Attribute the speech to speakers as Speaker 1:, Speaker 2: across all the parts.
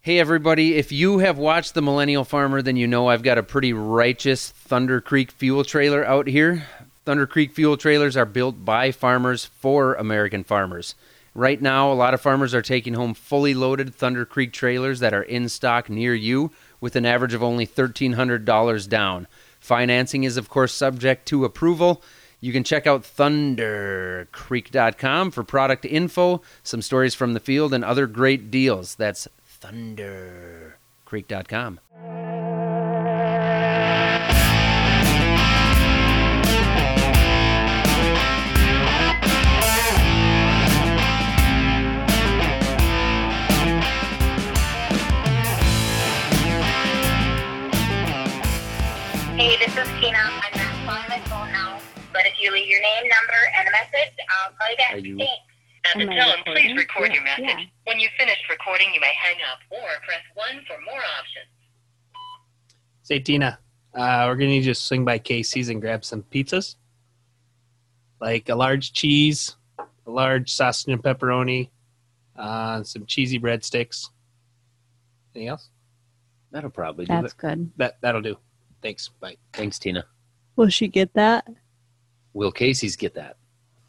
Speaker 1: Hey, everybody, if you have watched The Millennial Farmer, then you know I've got a pretty righteous Thunder Creek fuel trailer out here. Thunder Creek fuel trailers are built by farmers for American farmers. Right now, a lot of farmers are taking home fully loaded Thunder Creek trailers that are in stock near you with an average of only $1,300 down. Financing is, of course, subject to approval. You can check out thundercreek.com for product info, some stories from the field, and other great deals. That's thundercreek.com.
Speaker 2: Hey, this is Tina. I'm not calling my phone now, but if you leave your name, number, and a message, I'll call you back.
Speaker 1: Are you-
Speaker 2: Thanks.
Speaker 3: At the
Speaker 4: Am I
Speaker 3: tone, please
Speaker 4: recording?
Speaker 3: record your
Speaker 4: Yeah.
Speaker 3: message. When you've finished recording, you may hang up or press 1 for more options.
Speaker 5: Say, Tina, uh, we're going to need you to swing by Casey's and grab some pizzas. Like a large cheese, a large sausage and pepperoni, uh, some cheesy breadsticks. Anything else?
Speaker 1: That'll probably do
Speaker 4: That's
Speaker 1: it.
Speaker 4: good.
Speaker 5: That, that'll do. Thanks. Bye.
Speaker 1: Thanks, Tina.
Speaker 4: Will she get that?
Speaker 1: Will Casey's get that?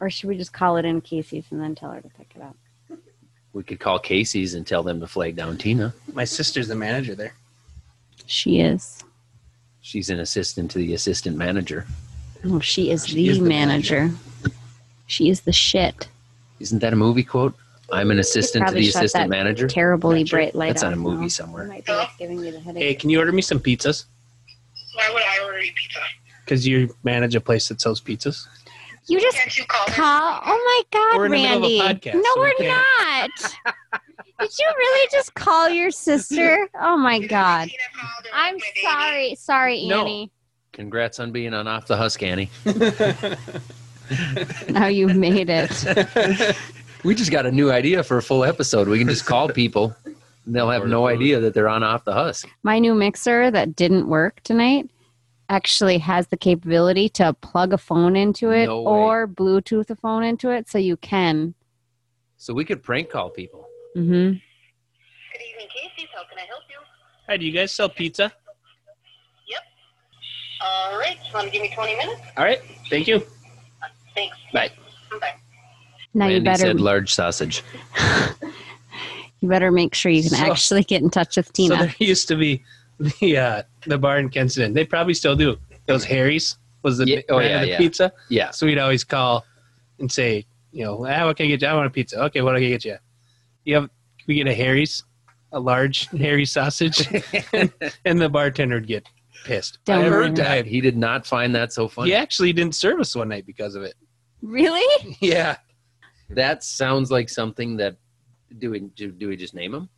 Speaker 4: Or should we just call it in Casey's and then tell her to pick it up?
Speaker 1: We could call Casey's and tell them to flag down Tina.
Speaker 5: My sister's the manager there.
Speaker 4: She is.
Speaker 1: She's an assistant to the assistant manager.
Speaker 4: Oh, she is
Speaker 5: She
Speaker 4: the,
Speaker 5: is the
Speaker 4: manager. She is the shit.
Speaker 1: Isn't that a movie quote? I'm an assistant to
Speaker 4: probably
Speaker 1: the
Speaker 4: shut
Speaker 1: assistant
Speaker 4: that
Speaker 1: manager.
Speaker 4: Terribly
Speaker 5: Manager?
Speaker 4: bright light.
Speaker 1: That's on a
Speaker 4: off
Speaker 1: movie
Speaker 4: now. Oh
Speaker 1: somewhere.
Speaker 4: It Might be what's giving you the
Speaker 5: Hey,
Speaker 4: headache.
Speaker 5: can you order me some pizzas?
Speaker 2: Why would I order you pizza?
Speaker 5: Because you manage a place that sells pizzas.
Speaker 4: you just
Speaker 2: Can't you call her?
Speaker 4: call. Oh my God,
Speaker 5: We're in the
Speaker 4: Randy.
Speaker 5: middle of a podcast,
Speaker 4: no,
Speaker 5: so we
Speaker 4: we're
Speaker 5: can't.
Speaker 4: not. Did you really just call your sister? Oh my
Speaker 2: Is
Speaker 4: God.
Speaker 2: Tina called or
Speaker 4: I'm
Speaker 2: my baby?
Speaker 4: sorry. Sorry,
Speaker 5: No.
Speaker 4: Annie.
Speaker 1: Congrats on being on Off the Husk, Annie.
Speaker 4: Now you made it.
Speaker 1: We just got a new idea for a full episode. We can just call people. And they'll have no idea that they're on Off the Husk.
Speaker 4: my new mixer that didn't work tonight actually has the capability to plug a phone into it
Speaker 1: No way.
Speaker 4: or Bluetooth a phone into it, so you can.
Speaker 1: So we could prank call people.
Speaker 4: hmm
Speaker 2: Good evening, Casey's. How can I help you?
Speaker 5: Hi, do you guys sell pizza?
Speaker 2: All right. Want to give me 20 minutes?
Speaker 5: All right. Thank you.
Speaker 2: Thanks.
Speaker 5: Bye.
Speaker 2: Bye.
Speaker 4: Now
Speaker 1: Randy
Speaker 4: you better
Speaker 1: said large sausage.
Speaker 4: you better make sure you can
Speaker 5: So-
Speaker 4: actually get in touch with Tina.
Speaker 5: So there used to be the uh, the bar in Kensington. They probably still do. Those Harry's was the
Speaker 1: Yeah, oh,
Speaker 5: brand
Speaker 1: yeah,
Speaker 5: of the
Speaker 1: yeah.
Speaker 5: pizza.
Speaker 1: Yeah.
Speaker 5: So we'd always call and say, you know, ah, what can I get you? I want a pizza. Okay, what can I get you? You have can we get a Harry's, a large Harry's sausage, and, and the bartender would get pissed.
Speaker 4: Don't
Speaker 5: Every
Speaker 4: worry.
Speaker 5: time.
Speaker 1: He did not find that so funny.
Speaker 5: He actually didn't serve us one night because of it.
Speaker 4: really?
Speaker 5: Yeah,
Speaker 1: That sounds like something that do we do, do we just name him?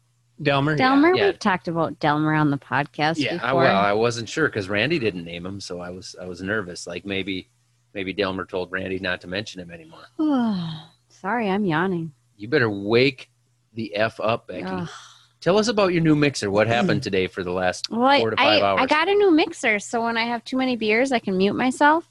Speaker 5: Delmer. yeah.
Speaker 4: Delmer,
Speaker 1: yeah.
Speaker 4: we've talked about Delmer on the podcast
Speaker 5: Yeah,
Speaker 1: I,
Speaker 5: I
Speaker 4: before.
Speaker 1: well, I wasn't sure because Randy didn't name him, so I was I was nervous. Like maybe maybe Delmer told Randy not to mention him anymore.
Speaker 4: Sorry, I'm yawning.
Speaker 1: You better wake the f up, Becky.
Speaker 4: Ugh.
Speaker 1: Tell us about your new mixer. What happened today for the last?
Speaker 4: Well, I,
Speaker 1: four to
Speaker 4: I,
Speaker 1: five hours.
Speaker 4: I got a new mixer, so when I have too many beers, I can mute myself.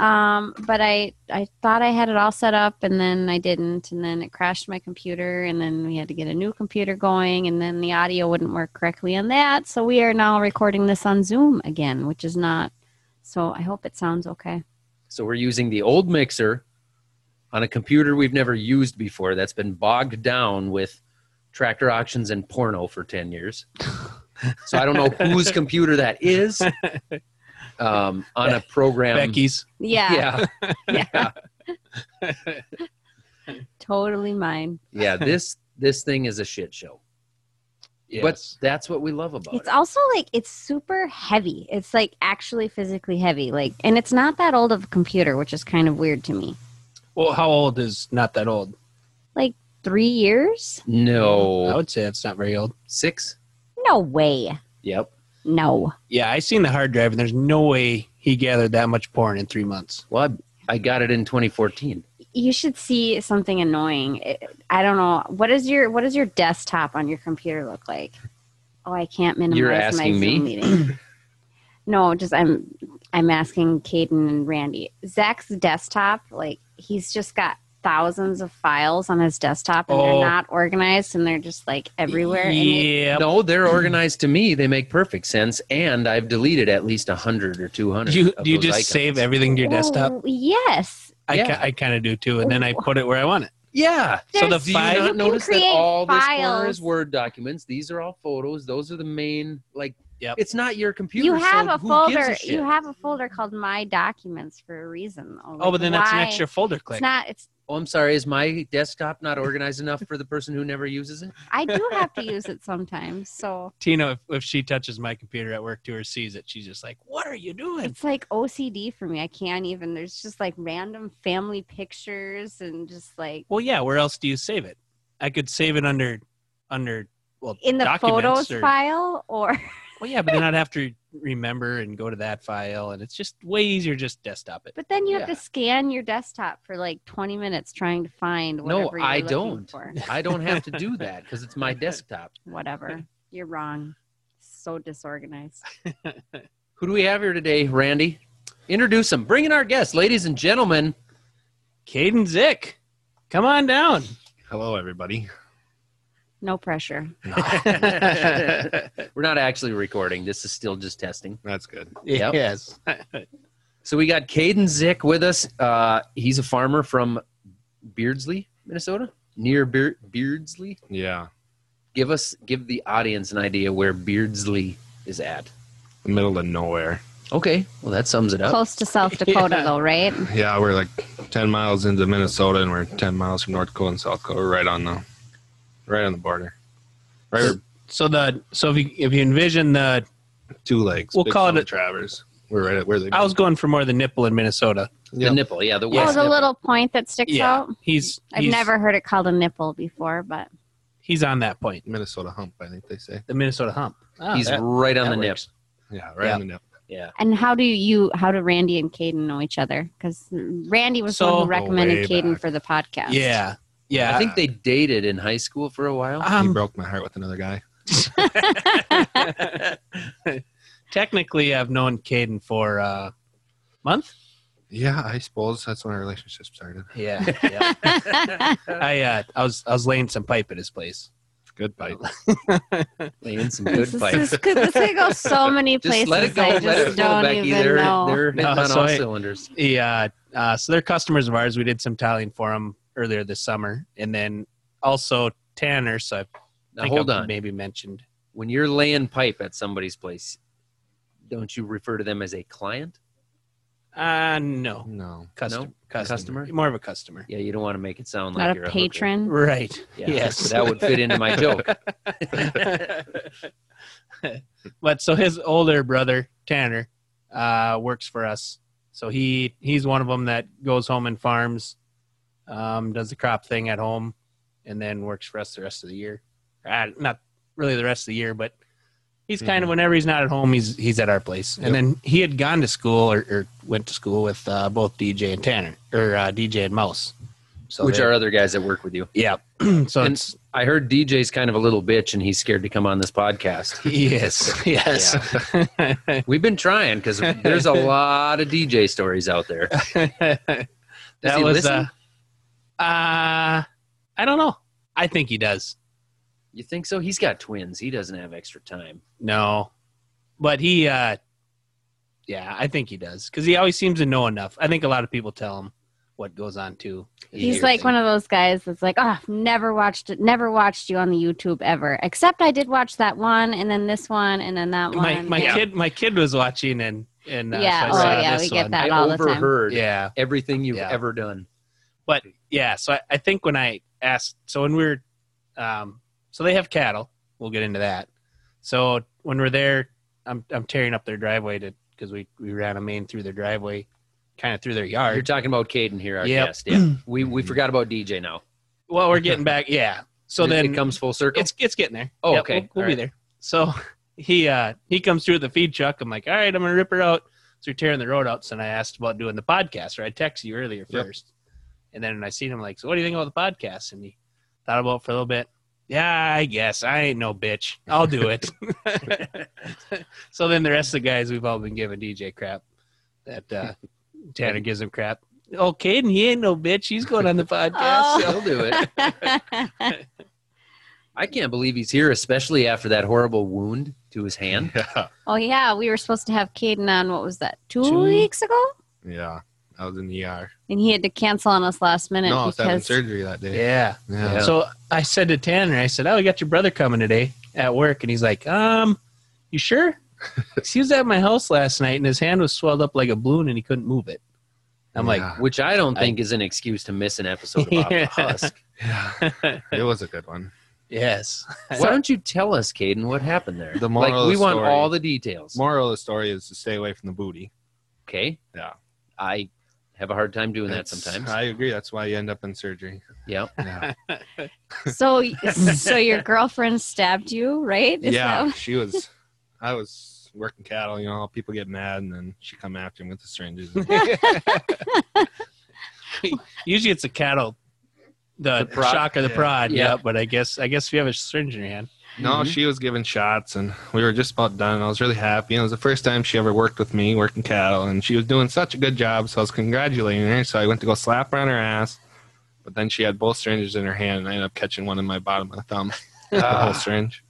Speaker 4: Um, but I, I thought I had it all set up, and then I didn't, and then it crashed my computer, and then we had to get a new computer going, and then the audio wouldn't work correctly on that. So we are now recording this on Zoom again, which is not. So I hope it sounds okay.
Speaker 1: So we're using the old mixer on a computer we've never used before. That's been bogged down with tractor auctions and porno for ten years. so I don't know whose computer that is. Um, on a program,
Speaker 5: Becky's.
Speaker 4: Yeah,
Speaker 1: yeah. yeah.
Speaker 4: totally mine.
Speaker 1: yeah this this thing is a shit show but
Speaker 5: Yes.
Speaker 1: that's what we love about
Speaker 4: It's
Speaker 1: it
Speaker 4: also like it's super heavy. It's like actually physically heavy. Like, and it's not that old of a computer, which is kind of weird to me.
Speaker 5: well, how old is not that old?
Speaker 4: Three years?
Speaker 5: I
Speaker 1: no
Speaker 5: would say it's not very old.
Speaker 1: six
Speaker 4: No way.
Speaker 1: yep
Speaker 4: No.
Speaker 5: Yeah, I seen the hard drive, and there's no way he gathered that much porn in three months.
Speaker 1: well I, I got it in 2014
Speaker 4: You should see something annoying. I- I don't know. What is your what does your desktop on your computer look like? Oh, I can't minimize
Speaker 1: You're
Speaker 4: my
Speaker 1: asking
Speaker 4: Zoom
Speaker 1: me?
Speaker 4: meeting. no, just I'm I'm asking Caden and Randy. Zach's desktop, like he's just got thousands of files on his desktop and
Speaker 5: Oh.
Speaker 4: they're not organized and they're just like everywhere. And it-
Speaker 5: Yeah.
Speaker 1: No, they're organized to me. They make perfect sense, and I've deleted at least hundred or two hundred.
Speaker 5: Do you, do you just save everything to your desktop?
Speaker 4: Oh, yes.
Speaker 5: I,
Speaker 1: Yeah.
Speaker 5: ki- I kind of do too, and then I put it where I want it.
Speaker 1: Yeah.
Speaker 5: So
Speaker 4: There's-
Speaker 5: the
Speaker 1: Do you
Speaker 5: file-
Speaker 1: not
Speaker 4: can
Speaker 1: notice that
Speaker 4: create
Speaker 1: all this corner is
Speaker 4: files.
Speaker 1: Word documents? These are all photos. Those are the main like.
Speaker 5: Yep.
Speaker 1: It's not your computer.
Speaker 4: You have
Speaker 1: so
Speaker 4: a
Speaker 1: who gives
Speaker 4: folder.
Speaker 1: shit?
Speaker 4: you have a folder called My Documents for a reason. though.
Speaker 5: Oh, but
Speaker 4: Like,
Speaker 5: then that's an
Speaker 4: why-
Speaker 5: extra folder
Speaker 4: It's
Speaker 5: click.
Speaker 4: not. It's.
Speaker 1: Oh, I'm sorry. Is my desktop not organized enough for the person who never uses it?
Speaker 4: I do have to use it sometimes. So
Speaker 5: Tina, if, if she touches my computer at work too or sees it, she's just like, "What are you doing?"
Speaker 4: it's like OCD for me. I can't even. There's just like random family pictures and just like
Speaker 5: Well, yeah. Where else do you save it? I could save it under under well
Speaker 4: in the
Speaker 5: documents
Speaker 4: photos
Speaker 5: or-
Speaker 4: file or
Speaker 5: Well, yeah, but then I'd have to remember and go to that file, and it's just way easier just desktop it.
Speaker 4: But then you have
Speaker 1: Yeah.
Speaker 4: to scan your desktop for like 20 minutes trying to find whatever
Speaker 1: No,
Speaker 4: you're
Speaker 1: I
Speaker 4: looking
Speaker 1: don't.
Speaker 4: for.
Speaker 1: I don't have to do that because it's my desktop.
Speaker 4: Whatever. You're wrong. So disorganized.
Speaker 1: Who do we have here today, Randy? Introduce him. Bring in our guest, ladies and gentlemen.
Speaker 5: Caden Zick, come on down.
Speaker 6: Hello, everybody.
Speaker 4: No pressure.
Speaker 1: That's We're not actually recording. This is still just testing.
Speaker 6: good.
Speaker 1: Yep.
Speaker 5: Yes.
Speaker 1: So we got Caden Zick with us. Uh, he's a farmer from Beardsley, Minnesota, near Beer- Beardsley.
Speaker 6: Yeah.
Speaker 1: Give us, give the audience an idea where Beardsley is at.
Speaker 6: Middle of nowhere.
Speaker 1: Okay, well that sums it up.
Speaker 4: Close to South Dakota,
Speaker 5: Yeah.
Speaker 4: though, right?
Speaker 6: Yeah, we're like 10 miles into Minnesota and we're 10 miles from North Dakota and South Dakota. We're right on the right on the border. Right where
Speaker 5: So the so if you if you envision the
Speaker 6: two legs.
Speaker 5: We'll
Speaker 6: Big
Speaker 5: call it
Speaker 6: Stone
Speaker 5: a-
Speaker 6: Travers. We're right at where they
Speaker 5: I was going for more the nipple in Minnesota.
Speaker 1: The
Speaker 6: Yep.
Speaker 1: nipple, yeah, the
Speaker 5: Yeah.
Speaker 4: Oh,
Speaker 1: west
Speaker 4: the
Speaker 1: nipple.
Speaker 4: little point that sticks out.
Speaker 5: He's
Speaker 4: I've
Speaker 5: he's-
Speaker 4: never heard it called a nipple before, but
Speaker 5: he's on that point.
Speaker 6: Minnesota hump, I think they say.
Speaker 5: The Minnesota hump. Ah,
Speaker 1: He's
Speaker 5: that-
Speaker 1: right on
Speaker 5: that
Speaker 1: the nip.
Speaker 5: works.
Speaker 6: Yeah, right
Speaker 5: Yeah.
Speaker 6: on the nip.
Speaker 1: Yeah.
Speaker 4: and how do you how do Randy and Caden know each other? Because Randy was the
Speaker 5: So-
Speaker 4: one
Speaker 5: Go
Speaker 4: who recommended
Speaker 6: way
Speaker 4: Caden
Speaker 6: back.
Speaker 4: for the podcast.
Speaker 5: Yeah. Yeah.
Speaker 1: I think they dated in high school for a while.
Speaker 6: he
Speaker 5: um,
Speaker 6: broke my heart with another guy.
Speaker 5: technically I've known Caden for a month.
Speaker 6: Yeah, I suppose that's when our relationship started.
Speaker 5: Yeah. yeah. I uh, I was I was laying some pipe at his place.
Speaker 6: Good bite.
Speaker 1: Laying some
Speaker 4: This
Speaker 1: good
Speaker 4: is-
Speaker 1: fights.
Speaker 4: This could, this could go so many places.
Speaker 1: Just let it go.
Speaker 4: I
Speaker 1: Let
Speaker 4: just
Speaker 1: it go,
Speaker 4: don't
Speaker 1: Becky.
Speaker 4: even
Speaker 1: They're,
Speaker 4: know.
Speaker 1: they're hitting
Speaker 5: No,
Speaker 1: on
Speaker 5: so
Speaker 1: all
Speaker 5: I-
Speaker 1: cylinders.
Speaker 5: Yeah. Uh, so they're customers of ours. We did some tiling for them earlier this summer, and then also Tanner. So I
Speaker 1: Now,
Speaker 5: think
Speaker 1: hold
Speaker 5: I've
Speaker 1: on.
Speaker 5: maybe mentioned.
Speaker 1: When you're laying pipe at somebody's place, don't you refer to them as a client?
Speaker 5: Uh no,
Speaker 6: No.
Speaker 5: custom,
Speaker 1: No?
Speaker 5: customer,
Speaker 1: Customer?
Speaker 5: more of a customer.
Speaker 1: Yeah, you don't want to make it sound like
Speaker 4: Not
Speaker 1: you're
Speaker 4: a
Speaker 1: hooker.
Speaker 4: patron.
Speaker 5: Right.
Speaker 1: Yeah,
Speaker 5: Yes.
Speaker 1: that would fit into my joke.
Speaker 5: but so his older brother Tanner uh, works for us. So he he's one of them that goes home and farms, um, does the crop thing at home, and then works for us the rest of the year. Uh, not really the rest of the year, but he's kind of
Speaker 6: Mhm.
Speaker 5: whenever he's not at home, he's he's at our place.
Speaker 6: Yep.
Speaker 5: And then he had gone to school or, or went to school with uh, both DJ and Tanner or uh, DJ and Mouse. So
Speaker 1: Which
Speaker 5: they-
Speaker 1: are other guys that work with you?
Speaker 5: yeah. so
Speaker 1: And-
Speaker 5: it's
Speaker 1: I heard DJ's kind of a little bitch, and he's scared to come on this podcast.
Speaker 5: yes, yes.
Speaker 1: We've been trying because there's a lot of DJ stories out there.
Speaker 5: that
Speaker 1: he
Speaker 5: was uh,
Speaker 1: listen?
Speaker 5: uh I don't know. I think he does.
Speaker 1: You think so? He's got twins. He doesn't have extra time.
Speaker 5: No. But he uh yeah, I think he does cuz he always seems to know enough. I think a lot of people tell him what goes on too.
Speaker 4: He's like one of those guys that's like, oh, never watched it, never watched you on the YouTube ever. Except I did watch that one, and then this one, and then that
Speaker 5: my
Speaker 4: one.
Speaker 5: my
Speaker 4: yeah.
Speaker 5: kid my kid was watching and and uh,
Speaker 4: Yeah,
Speaker 5: so I
Speaker 4: oh,
Speaker 5: saw
Speaker 4: yeah,
Speaker 5: this
Speaker 4: we get
Speaker 5: one.
Speaker 4: that.
Speaker 1: I
Speaker 4: all the time.
Speaker 1: overheard
Speaker 5: Yeah.
Speaker 1: everything you've
Speaker 5: Yeah.
Speaker 1: ever done.
Speaker 5: But yeah, so I, I think when I asked, so when we were, um, so they have cattle. We'll get into that. So when we're there, I'm I'm tearing up their driveway to because we we ran a main through their driveway, kind of through their
Speaker 1: You're
Speaker 5: yard.
Speaker 1: talking about Caden here, our
Speaker 5: Yep.
Speaker 1: guest. Yeah, we we forgot about DJ now.
Speaker 5: well, we're getting back. Yeah. So
Speaker 1: It-
Speaker 5: then
Speaker 1: it comes full circle.
Speaker 5: it's it's getting there.
Speaker 1: Oh,
Speaker 5: Yeah,
Speaker 1: okay.
Speaker 5: We'll, we'll be
Speaker 1: All right.
Speaker 5: there. So he uh he comes through with the feed truck. I'm like, all right, I'm gonna rip her out. So we're tearing the road out. So then I asked about doing the podcast, or I texted you earlier
Speaker 6: Yep.
Speaker 5: first, and then I seen him like, so what do you think about the podcast? And he thought about it for a little bit. Yeah, I guess I ain't no bitch. I'll do it. so then the rest of the guys we've all been giving DJ crap. That uh, Tanner gives him crap. Oh, Caden, he ain't no bitch. He's going on the podcast.
Speaker 4: Oh.
Speaker 1: He'll do it. I can't believe he's here, especially after that horrible wound to his hand.
Speaker 6: Yeah.
Speaker 4: oh yeah, we were supposed to have Caden on. What was that? Two,
Speaker 5: Two-
Speaker 4: weeks ago,
Speaker 6: Yeah. I was in the ER.
Speaker 4: and he had to cancel on us last minute
Speaker 6: No, I was having
Speaker 4: because
Speaker 6: surgery that day.
Speaker 5: Yeah.
Speaker 6: Yeah.
Speaker 1: Yeah.
Speaker 5: So I said to Tanner, I said, "Oh, we got your brother coming today at work," and he's like, "Um, you sure?" 'Cause he was at my house last night, and his hand was swelled up like a balloon, and he couldn't move it. I'm
Speaker 6: Yeah.
Speaker 1: Which I don't think is an excuse to miss an episode of Bob the
Speaker 5: Yeah.
Speaker 1: Husk.
Speaker 6: Yeah.
Speaker 5: like,
Speaker 6: It was a good one.
Speaker 5: "Yes."
Speaker 1: Why don't you tell us, Caden, what happened there?
Speaker 6: The moral
Speaker 1: like,
Speaker 6: of
Speaker 1: we
Speaker 6: the
Speaker 1: want
Speaker 6: story-
Speaker 1: all the details.
Speaker 6: Moral of the story is to stay away from the booty.
Speaker 1: okay.
Speaker 6: Yeah.
Speaker 1: I have a hard time doing that
Speaker 6: That's-
Speaker 1: sometimes.
Speaker 6: I agree. That's why you end up in surgery.
Speaker 1: yeah.
Speaker 6: Yeah.
Speaker 4: so so your girlfriend stabbed you, right? Is
Speaker 6: yeah.
Speaker 4: that-
Speaker 6: She was, I was working cattle, you know, people get mad and then she come after me with the syringes.
Speaker 5: Usually, it's a cattle, the,
Speaker 1: The prod-
Speaker 5: shock or the
Speaker 6: yeah.
Speaker 5: prod. Yeah.
Speaker 1: Yeah.
Speaker 5: But I guess I guess if you have a syringe in your hand,
Speaker 6: No,
Speaker 1: Mhm.
Speaker 6: she was giving shots, and we were just about done. I was really happy. It was the first time she ever worked with me working cattle, and she was doing such a good job. So I was congratulating her. So I went to go slap her on her ass, but then she had both syringes in her hand, and I ended up catching one in my bottom of the thumb. the whole syringe,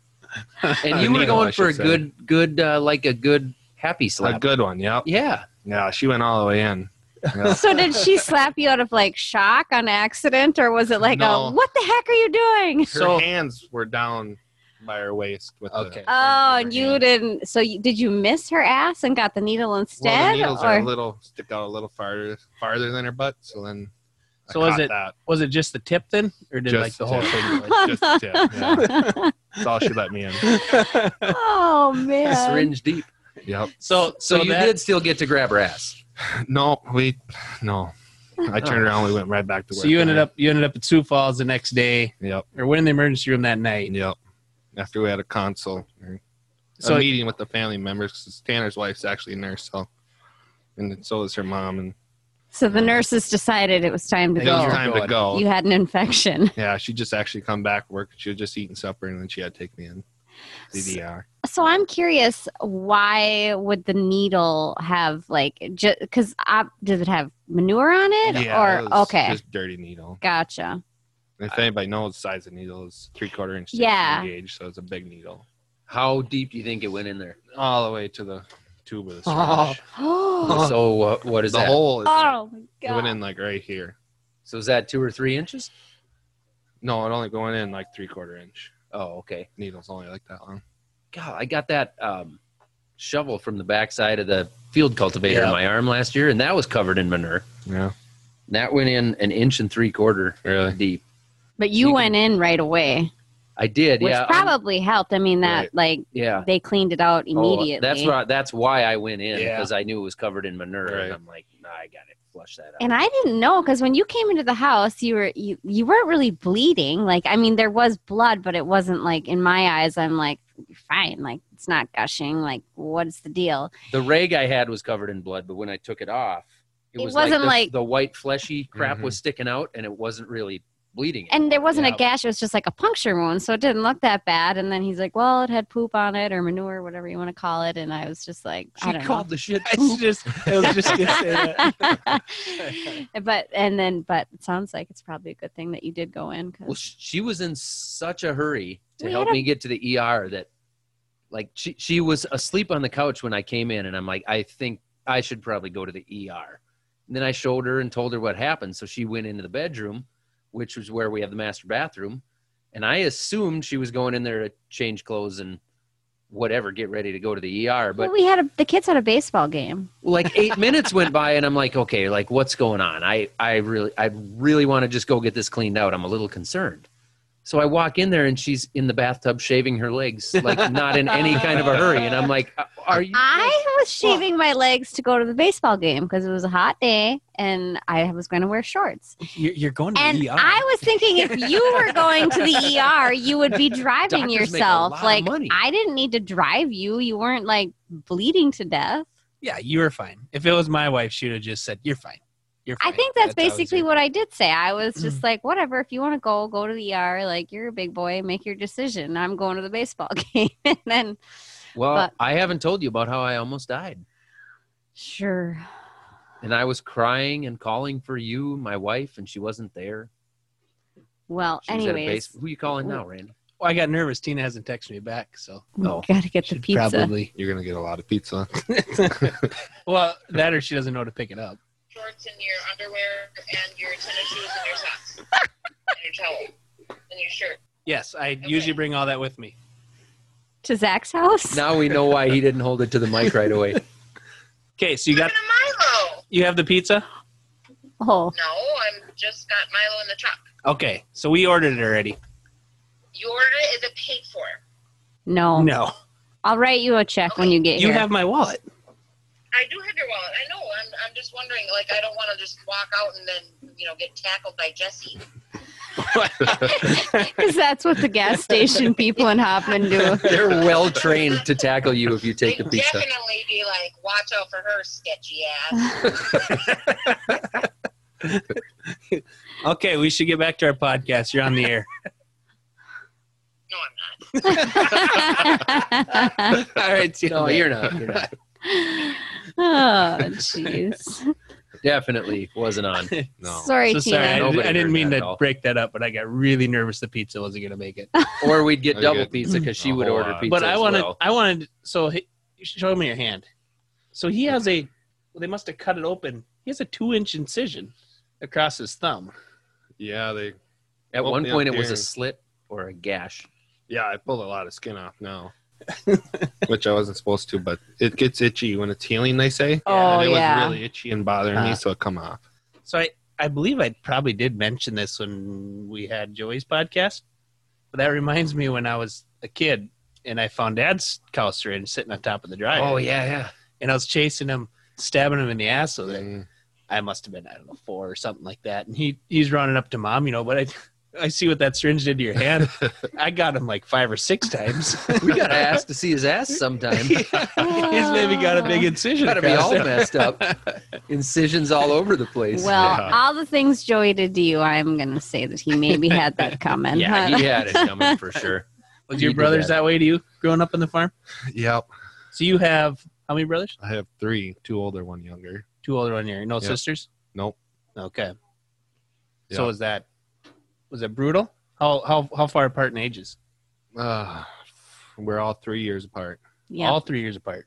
Speaker 1: And
Speaker 6: A
Speaker 1: you were
Speaker 6: needle, I
Speaker 1: going
Speaker 6: should
Speaker 1: for a
Speaker 6: say.
Speaker 1: good, good, uh, like a good happy slap.
Speaker 6: a good one. Yep.
Speaker 1: yeah.
Speaker 6: Yeah, she went all the way in. Yeah.
Speaker 4: So did she slap you out of like shock on accident, or was it like
Speaker 6: No.
Speaker 4: a what the heck are you doing?
Speaker 6: her
Speaker 5: So-
Speaker 6: hands were down by her waist. With the
Speaker 1: Okay.
Speaker 6: syringe in
Speaker 4: Oh,
Speaker 6: her
Speaker 4: and you
Speaker 6: hand.
Speaker 4: didn't. So you, did you miss her ass and got the needle
Speaker 6: Well, the
Speaker 4: instead?
Speaker 6: needles
Speaker 4: or-
Speaker 6: are a little stick out a little farther farther than her butt, so then. I
Speaker 5: So was
Speaker 6: caught
Speaker 5: it-
Speaker 6: that.
Speaker 5: was it just the tip then, or did
Speaker 6: Just
Speaker 5: like the
Speaker 6: the
Speaker 5: whole
Speaker 6: tip.
Speaker 5: thing? like-
Speaker 6: It's just a tip, yeah. That's all she let me in.
Speaker 4: oh man!
Speaker 6: uh,
Speaker 1: Syringe deep.
Speaker 6: Yep.
Speaker 5: So
Speaker 1: So,
Speaker 5: so,
Speaker 1: you
Speaker 5: that,
Speaker 1: did still get to grab her ass.
Speaker 6: No, we no. I turned around. We went right back to work.
Speaker 5: Oh. So you ended
Speaker 6: right?
Speaker 5: up you ended up at Sioux Falls the next day,
Speaker 6: Yep.
Speaker 5: or went in the emergency room that night.
Speaker 6: Yep. After we had a consult, or
Speaker 5: So-
Speaker 6: a meeting with the family members. 'cause Tanner's wife's actually a nurse, so and so is her mom. And
Speaker 4: So the nurses decided it was time to
Speaker 6: it
Speaker 5: They
Speaker 4: go.
Speaker 6: was time to
Speaker 5: God.
Speaker 6: go.
Speaker 4: You had an infection.
Speaker 6: Yeah, she just actually come back to work. She was just eating supper, and then she had to take me in. DDR.
Speaker 4: So I'm curious, why would the needle have like? Because uh, does it have manure on it?
Speaker 6: Yeah,
Speaker 4: or
Speaker 6: it was
Speaker 4: okay,
Speaker 6: Just dirty needle.
Speaker 4: gotcha.
Speaker 6: If anybody knows the size of needle is three quarter inch. to
Speaker 4: Yeah.
Speaker 6: Gauge, so it's a big needle.
Speaker 1: How deep do you think it went in there?
Speaker 6: All the way to the tube of the
Speaker 5: Oh.
Speaker 6: syringe.
Speaker 4: Oh,
Speaker 1: So uh, what is
Speaker 6: Uh-huh. the
Speaker 1: that?
Speaker 6: hole is like-
Speaker 4: oh my
Speaker 6: It went
Speaker 4: god!
Speaker 6: in like right here.
Speaker 1: so is that two or three inches?
Speaker 6: No, it only going in like three quarter inch.
Speaker 1: Oh, okay.
Speaker 6: Needle's only like that long.
Speaker 1: God, I got that um, shovel from the backside of the field cultivator
Speaker 5: Yeah.
Speaker 1: in my arm last year, and that was covered in manure.
Speaker 6: Yeah,
Speaker 1: And that went in an inch and three quarter
Speaker 6: really.
Speaker 1: deep.
Speaker 4: But you
Speaker 1: you
Speaker 4: went in right away,
Speaker 1: I did,
Speaker 4: which
Speaker 1: yeah, um,
Speaker 4: probably helped. I mean, that
Speaker 6: Right.
Speaker 4: like
Speaker 1: yeah.
Speaker 4: they cleaned it out
Speaker 1: Oh,
Speaker 4: immediately.
Speaker 1: that's why. That's why I went in
Speaker 5: Yeah.
Speaker 1: because I knew it was covered in manure,
Speaker 6: Right.
Speaker 1: and I'm like, nah, I got to flush that out.
Speaker 4: And I didn't know because when you came into the house, you were you, you weren't really bleeding. Like I mean, there was blood, but it wasn't like in my eyes. I'm like fine, like it's not gushing. Like what's the deal?
Speaker 1: the rag I had was covered in blood, but when I took it off, it,
Speaker 4: It
Speaker 1: was
Speaker 4: wasn't
Speaker 1: the,
Speaker 4: like-
Speaker 1: the white fleshy crap
Speaker 6: Mhm.
Speaker 1: was sticking out, and it wasn't really bleeding.
Speaker 4: And there wasn't
Speaker 6: Yeah.
Speaker 4: a gash. It was just like a puncture wound, so it didn't look that bad. And then he's like, well, it had poop on it or manure, whatever you want to call it. And I was just like, I don't know.
Speaker 1: the shit.
Speaker 5: I just I was just gonna say that.
Speaker 4: but and then but it sounds like it's probably a good thing that you did go in because
Speaker 1: Well, sh- she was in such a hurry to
Speaker 4: We
Speaker 1: help
Speaker 4: had a-
Speaker 1: me get to the ER that, like, she she was asleep on the couch when I came in, and I'm like, I think I should probably go to the ER. And then I showed her and told her what happened, so she went into the bedroom, which was where we have the master bathroom, and I assumed she was going in there to change clothes and whatever, get ready to go to the ER. But
Speaker 4: we had a, the kids had a baseball game.
Speaker 1: like eight minutes went by and i'm like okay like what's going on i i really i really want to just go get this cleaned out i'm a little concerned so i walk in there and she's in the bathtub shaving her legs like not in any kind of a hurry and i'm like "Uh, are you
Speaker 4: I was shaving my legs to go to the baseball game because it was a hot day and I was going to wear shorts.
Speaker 5: You're, you're going to
Speaker 4: And
Speaker 1: E
Speaker 5: the ER.
Speaker 4: I was thinking if you were going to the ER, you would be driving
Speaker 1: Doctors make a
Speaker 4: yourself.
Speaker 1: lot of
Speaker 4: Like
Speaker 1: money.
Speaker 4: I didn't need to drive you. You weren't like bleeding to death.
Speaker 5: yeah, you were fine. If it was my wife, she would have just said, "You're fine." You're
Speaker 4: I
Speaker 5: fine.
Speaker 4: think that's,
Speaker 5: how it was
Speaker 4: basically
Speaker 5: done.
Speaker 4: what I did say. I was
Speaker 1: Mm.
Speaker 4: just like, whatever, if you want to go, go to the ER. Like you're a big boy, make your decision. I'm going to the baseball game. and then
Speaker 1: well
Speaker 4: But-
Speaker 1: i haven't told you about how i almost died
Speaker 4: sure.
Speaker 1: And I was crying and calling for you, my wife, and she wasn't there.
Speaker 4: Well,
Speaker 1: She was at a base.
Speaker 4: anyways,
Speaker 1: Who you calling now, Randy?
Speaker 5: Well, I got nervous. Tina hasn't texted me back, so
Speaker 4: we
Speaker 1: Oh,
Speaker 4: gotta get the
Speaker 5: should
Speaker 4: pizza.
Speaker 5: probably.
Speaker 6: You're gonna get a lot of pizza.
Speaker 5: Well, that or she doesn't know to pick it up.
Speaker 3: shorts and your underwear and your tennis shoes and your socks and your towel and your shirt.
Speaker 5: Yes, I usually bring all that with me.
Speaker 4: to Zach's house.
Speaker 1: Now we know why he didn't hold it to the mic right away.
Speaker 5: Okay, so you got
Speaker 3: Look at a Milo.
Speaker 5: you have the pizza.
Speaker 4: Oh,
Speaker 3: No, I'm just got Milo in the truck.
Speaker 5: Okay, so we ordered it already.
Speaker 3: You ordered it. Is it paid for?
Speaker 4: no.
Speaker 5: No,
Speaker 4: I'll write you a check when you Oh, get
Speaker 5: you
Speaker 4: here.
Speaker 5: have my wallet.
Speaker 3: I do have your wallet. I know. I'm, I'm just wondering. Like, I don't want to just walk out and then you know get tackled by Jesse.
Speaker 4: Because that's what the gas station people in Hoffman do.
Speaker 1: They're well trained to tackle you if you take the
Speaker 3: They'd
Speaker 1: pizza.
Speaker 3: definitely be like, watch out for her sketchy ass.
Speaker 5: Okay, we should get back to our podcast. You're on the air.
Speaker 3: No, I'm not.
Speaker 4: oh,
Speaker 5: all right, see you
Speaker 1: No,
Speaker 5: later.
Speaker 1: you're not. You're not.
Speaker 4: Oh, jeez.
Speaker 1: Definitely wasn't on.
Speaker 6: No.
Speaker 4: Sorry,
Speaker 5: So
Speaker 4: Tina.
Speaker 5: sorry, I,
Speaker 1: Nobody
Speaker 5: I didn't
Speaker 1: heard
Speaker 5: mean
Speaker 1: that at
Speaker 5: to
Speaker 1: all.
Speaker 5: break that up, but I got really nervous the pizza wasn't going to make it.
Speaker 1: Or we'd get
Speaker 6: Very
Speaker 1: double
Speaker 6: good.
Speaker 1: pizza because she
Speaker 6: A
Speaker 1: would
Speaker 6: whole
Speaker 1: order
Speaker 6: lot.
Speaker 1: pizza.
Speaker 5: but I
Speaker 1: as
Speaker 5: wanted,
Speaker 1: well.
Speaker 5: I wanted. So he, show me your hand. So he has a. Well, they must have cut it open. He has a two-inch incision across his thumb.
Speaker 6: Yeah, they.
Speaker 1: At
Speaker 6: Well,
Speaker 1: one
Speaker 6: yeah,
Speaker 1: point, it was
Speaker 6: here.
Speaker 1: a slit or a gash.
Speaker 6: Yeah, I pulled a lot of skin off now, which I wasn't supposed to. But it gets itchy when it's healing. They say.
Speaker 4: Oh,
Speaker 6: and it
Speaker 4: yeah.
Speaker 6: was really itchy and bothering
Speaker 5: Uh.
Speaker 6: me, so it come off.
Speaker 5: So I, I believe I probably did mention this when we had Joey's podcast. But that reminds me when I was a kid and I found Dad's cow syringe sitting on top of the dryer.
Speaker 4: Oh,
Speaker 1: yeah, yeah.
Speaker 5: And I was chasing him, stabbing him in the ass with it.
Speaker 6: Mm.
Speaker 5: I must have been I don't know four or something like that. And he he's running up to mom, you know. But I I see what that syringe did to your hand. I got him like five or six times.
Speaker 1: We gotta ask to see his ass sometime.
Speaker 5: He's maybe got
Speaker 4: Oh.
Speaker 5: a big incision.
Speaker 1: Gotta be all
Speaker 5: across it.
Speaker 1: messed up. Incisions all over the place.
Speaker 4: Well,
Speaker 6: Yeah.
Speaker 4: all the things Joey did to you, I'm gonna say that he maybe had that coming.
Speaker 1: yeah,
Speaker 4: huh?
Speaker 1: he had it coming for sure.
Speaker 5: Was
Speaker 1: He
Speaker 5: your
Speaker 1: did
Speaker 5: brothers
Speaker 1: that.
Speaker 5: that way to you growing up on the farm?
Speaker 6: Yep,
Speaker 5: So you have how many brothers?
Speaker 6: I have three: two older, one younger.
Speaker 5: Two older one here. No
Speaker 6: Yeah.
Speaker 5: sisters.
Speaker 6: Nope.
Speaker 5: Okay.
Speaker 6: Yeah.
Speaker 5: So was that was it brutal? How how how far apart in ages?
Speaker 6: Uh, we're all three years apart.
Speaker 4: Yeah,
Speaker 5: All three years apart.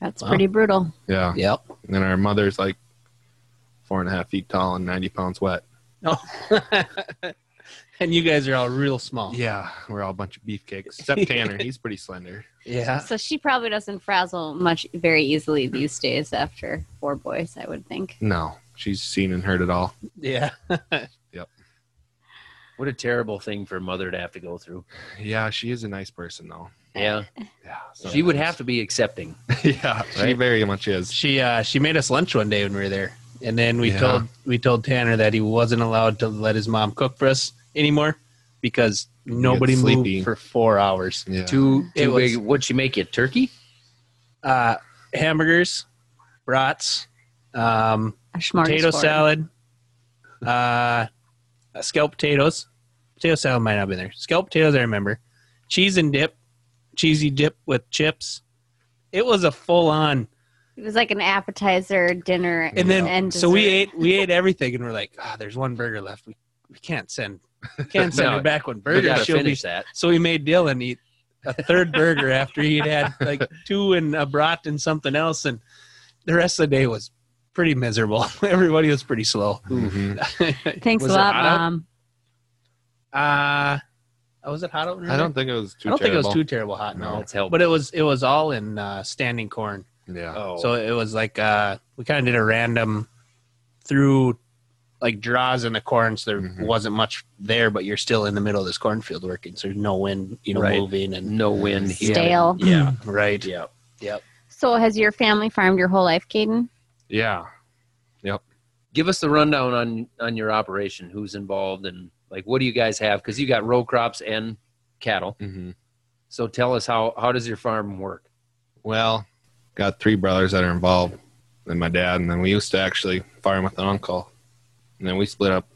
Speaker 4: that's
Speaker 5: Wow.
Speaker 4: pretty brutal.
Speaker 6: Yeah,
Speaker 5: Yep.
Speaker 6: and our mother's like four and a half feet tall and ninety pounds wet.
Speaker 5: No. and you guys are all real small.
Speaker 6: Yeah, we're all a bunch of beefcakes. Except Tanner, he's pretty slender.
Speaker 5: Yeah.
Speaker 4: So she probably doesn't frazzle much very easily these days after four boys, I would think.
Speaker 6: No, she's seen and heard it all.
Speaker 5: Yeah.
Speaker 1: What a terrible thing for a mother to have to go through.
Speaker 6: Yeah, she is a nice person though.
Speaker 1: Yeah,
Speaker 6: Yeah,
Speaker 1: she would have to be accepting.
Speaker 6: yeah, she
Speaker 1: Right?
Speaker 6: very much is.
Speaker 5: She uh she made us lunch one day when we were there. And then we
Speaker 6: Yeah.
Speaker 5: told we told Tanner that he wasn't allowed to let his mom cook for us anymore because nobody
Speaker 6: sleepy.
Speaker 5: moved for four hours.
Speaker 6: Yeah,
Speaker 1: Too
Speaker 5: It
Speaker 1: too
Speaker 5: was-
Speaker 1: big. What'd she make you? Turkey?
Speaker 5: Uh hamburgers, brats, um,
Speaker 4: A smart
Speaker 5: potato salad, uh, scallop potatoes. Potato salad might not have been there. Scallop potatoes, I remember. Cheese and dip, cheesy dip with chips. It was a full on,
Speaker 4: It was like an appetizer, dinner,
Speaker 5: and then
Speaker 4: and
Speaker 5: so we
Speaker 4: dessert.
Speaker 5: ate we ate everything, and we're like, ah, there's one burger left. We we can't send we can't send
Speaker 1: No,
Speaker 5: her back one
Speaker 1: We
Speaker 5: burger.
Speaker 1: gotta
Speaker 5: She'll be
Speaker 1: finish that.
Speaker 5: so we made Dylan eat a third burger after he'd had like two and a brat and something else, and the rest of the day was pretty miserable. Everybody was pretty slow.
Speaker 6: Mhm.
Speaker 4: Thanks a
Speaker 5: Was it
Speaker 4: lot,
Speaker 5: hot out?
Speaker 4: Mom.
Speaker 5: Uh oh, was it hot out? in
Speaker 6: I
Speaker 5: there?
Speaker 6: don't think it was
Speaker 5: I
Speaker 6: too.
Speaker 5: don't think it was
Speaker 6: terrible.
Speaker 5: too terrible hot. No,
Speaker 1: No, it's helpful.
Speaker 5: but it was it was all in uh, standing corn.
Speaker 6: Yeah,
Speaker 1: Oh,
Speaker 5: So it was like uh, we kind of did a random through like draws in the corn, so there
Speaker 6: Mhm.
Speaker 5: wasn't much there, but you're still in the middle of this cornfield working, so there's no wind, you know,
Speaker 1: Right.
Speaker 5: moving and
Speaker 1: no win here.
Speaker 4: Stale.
Speaker 5: yeah, right,
Speaker 1: Yeah.
Speaker 4: So has your family farmed your whole life, Caden?
Speaker 6: yeah.
Speaker 1: give us the rundown on on your operation who's involved and like what do you guys have because you got row crops and cattle
Speaker 5: Mm-hmm.
Speaker 6: hmm
Speaker 1: so tell us how how does your farm work
Speaker 6: Well, got three brothers that are involved, and my dad, and then we used to actually farm with an uncle, and then we split up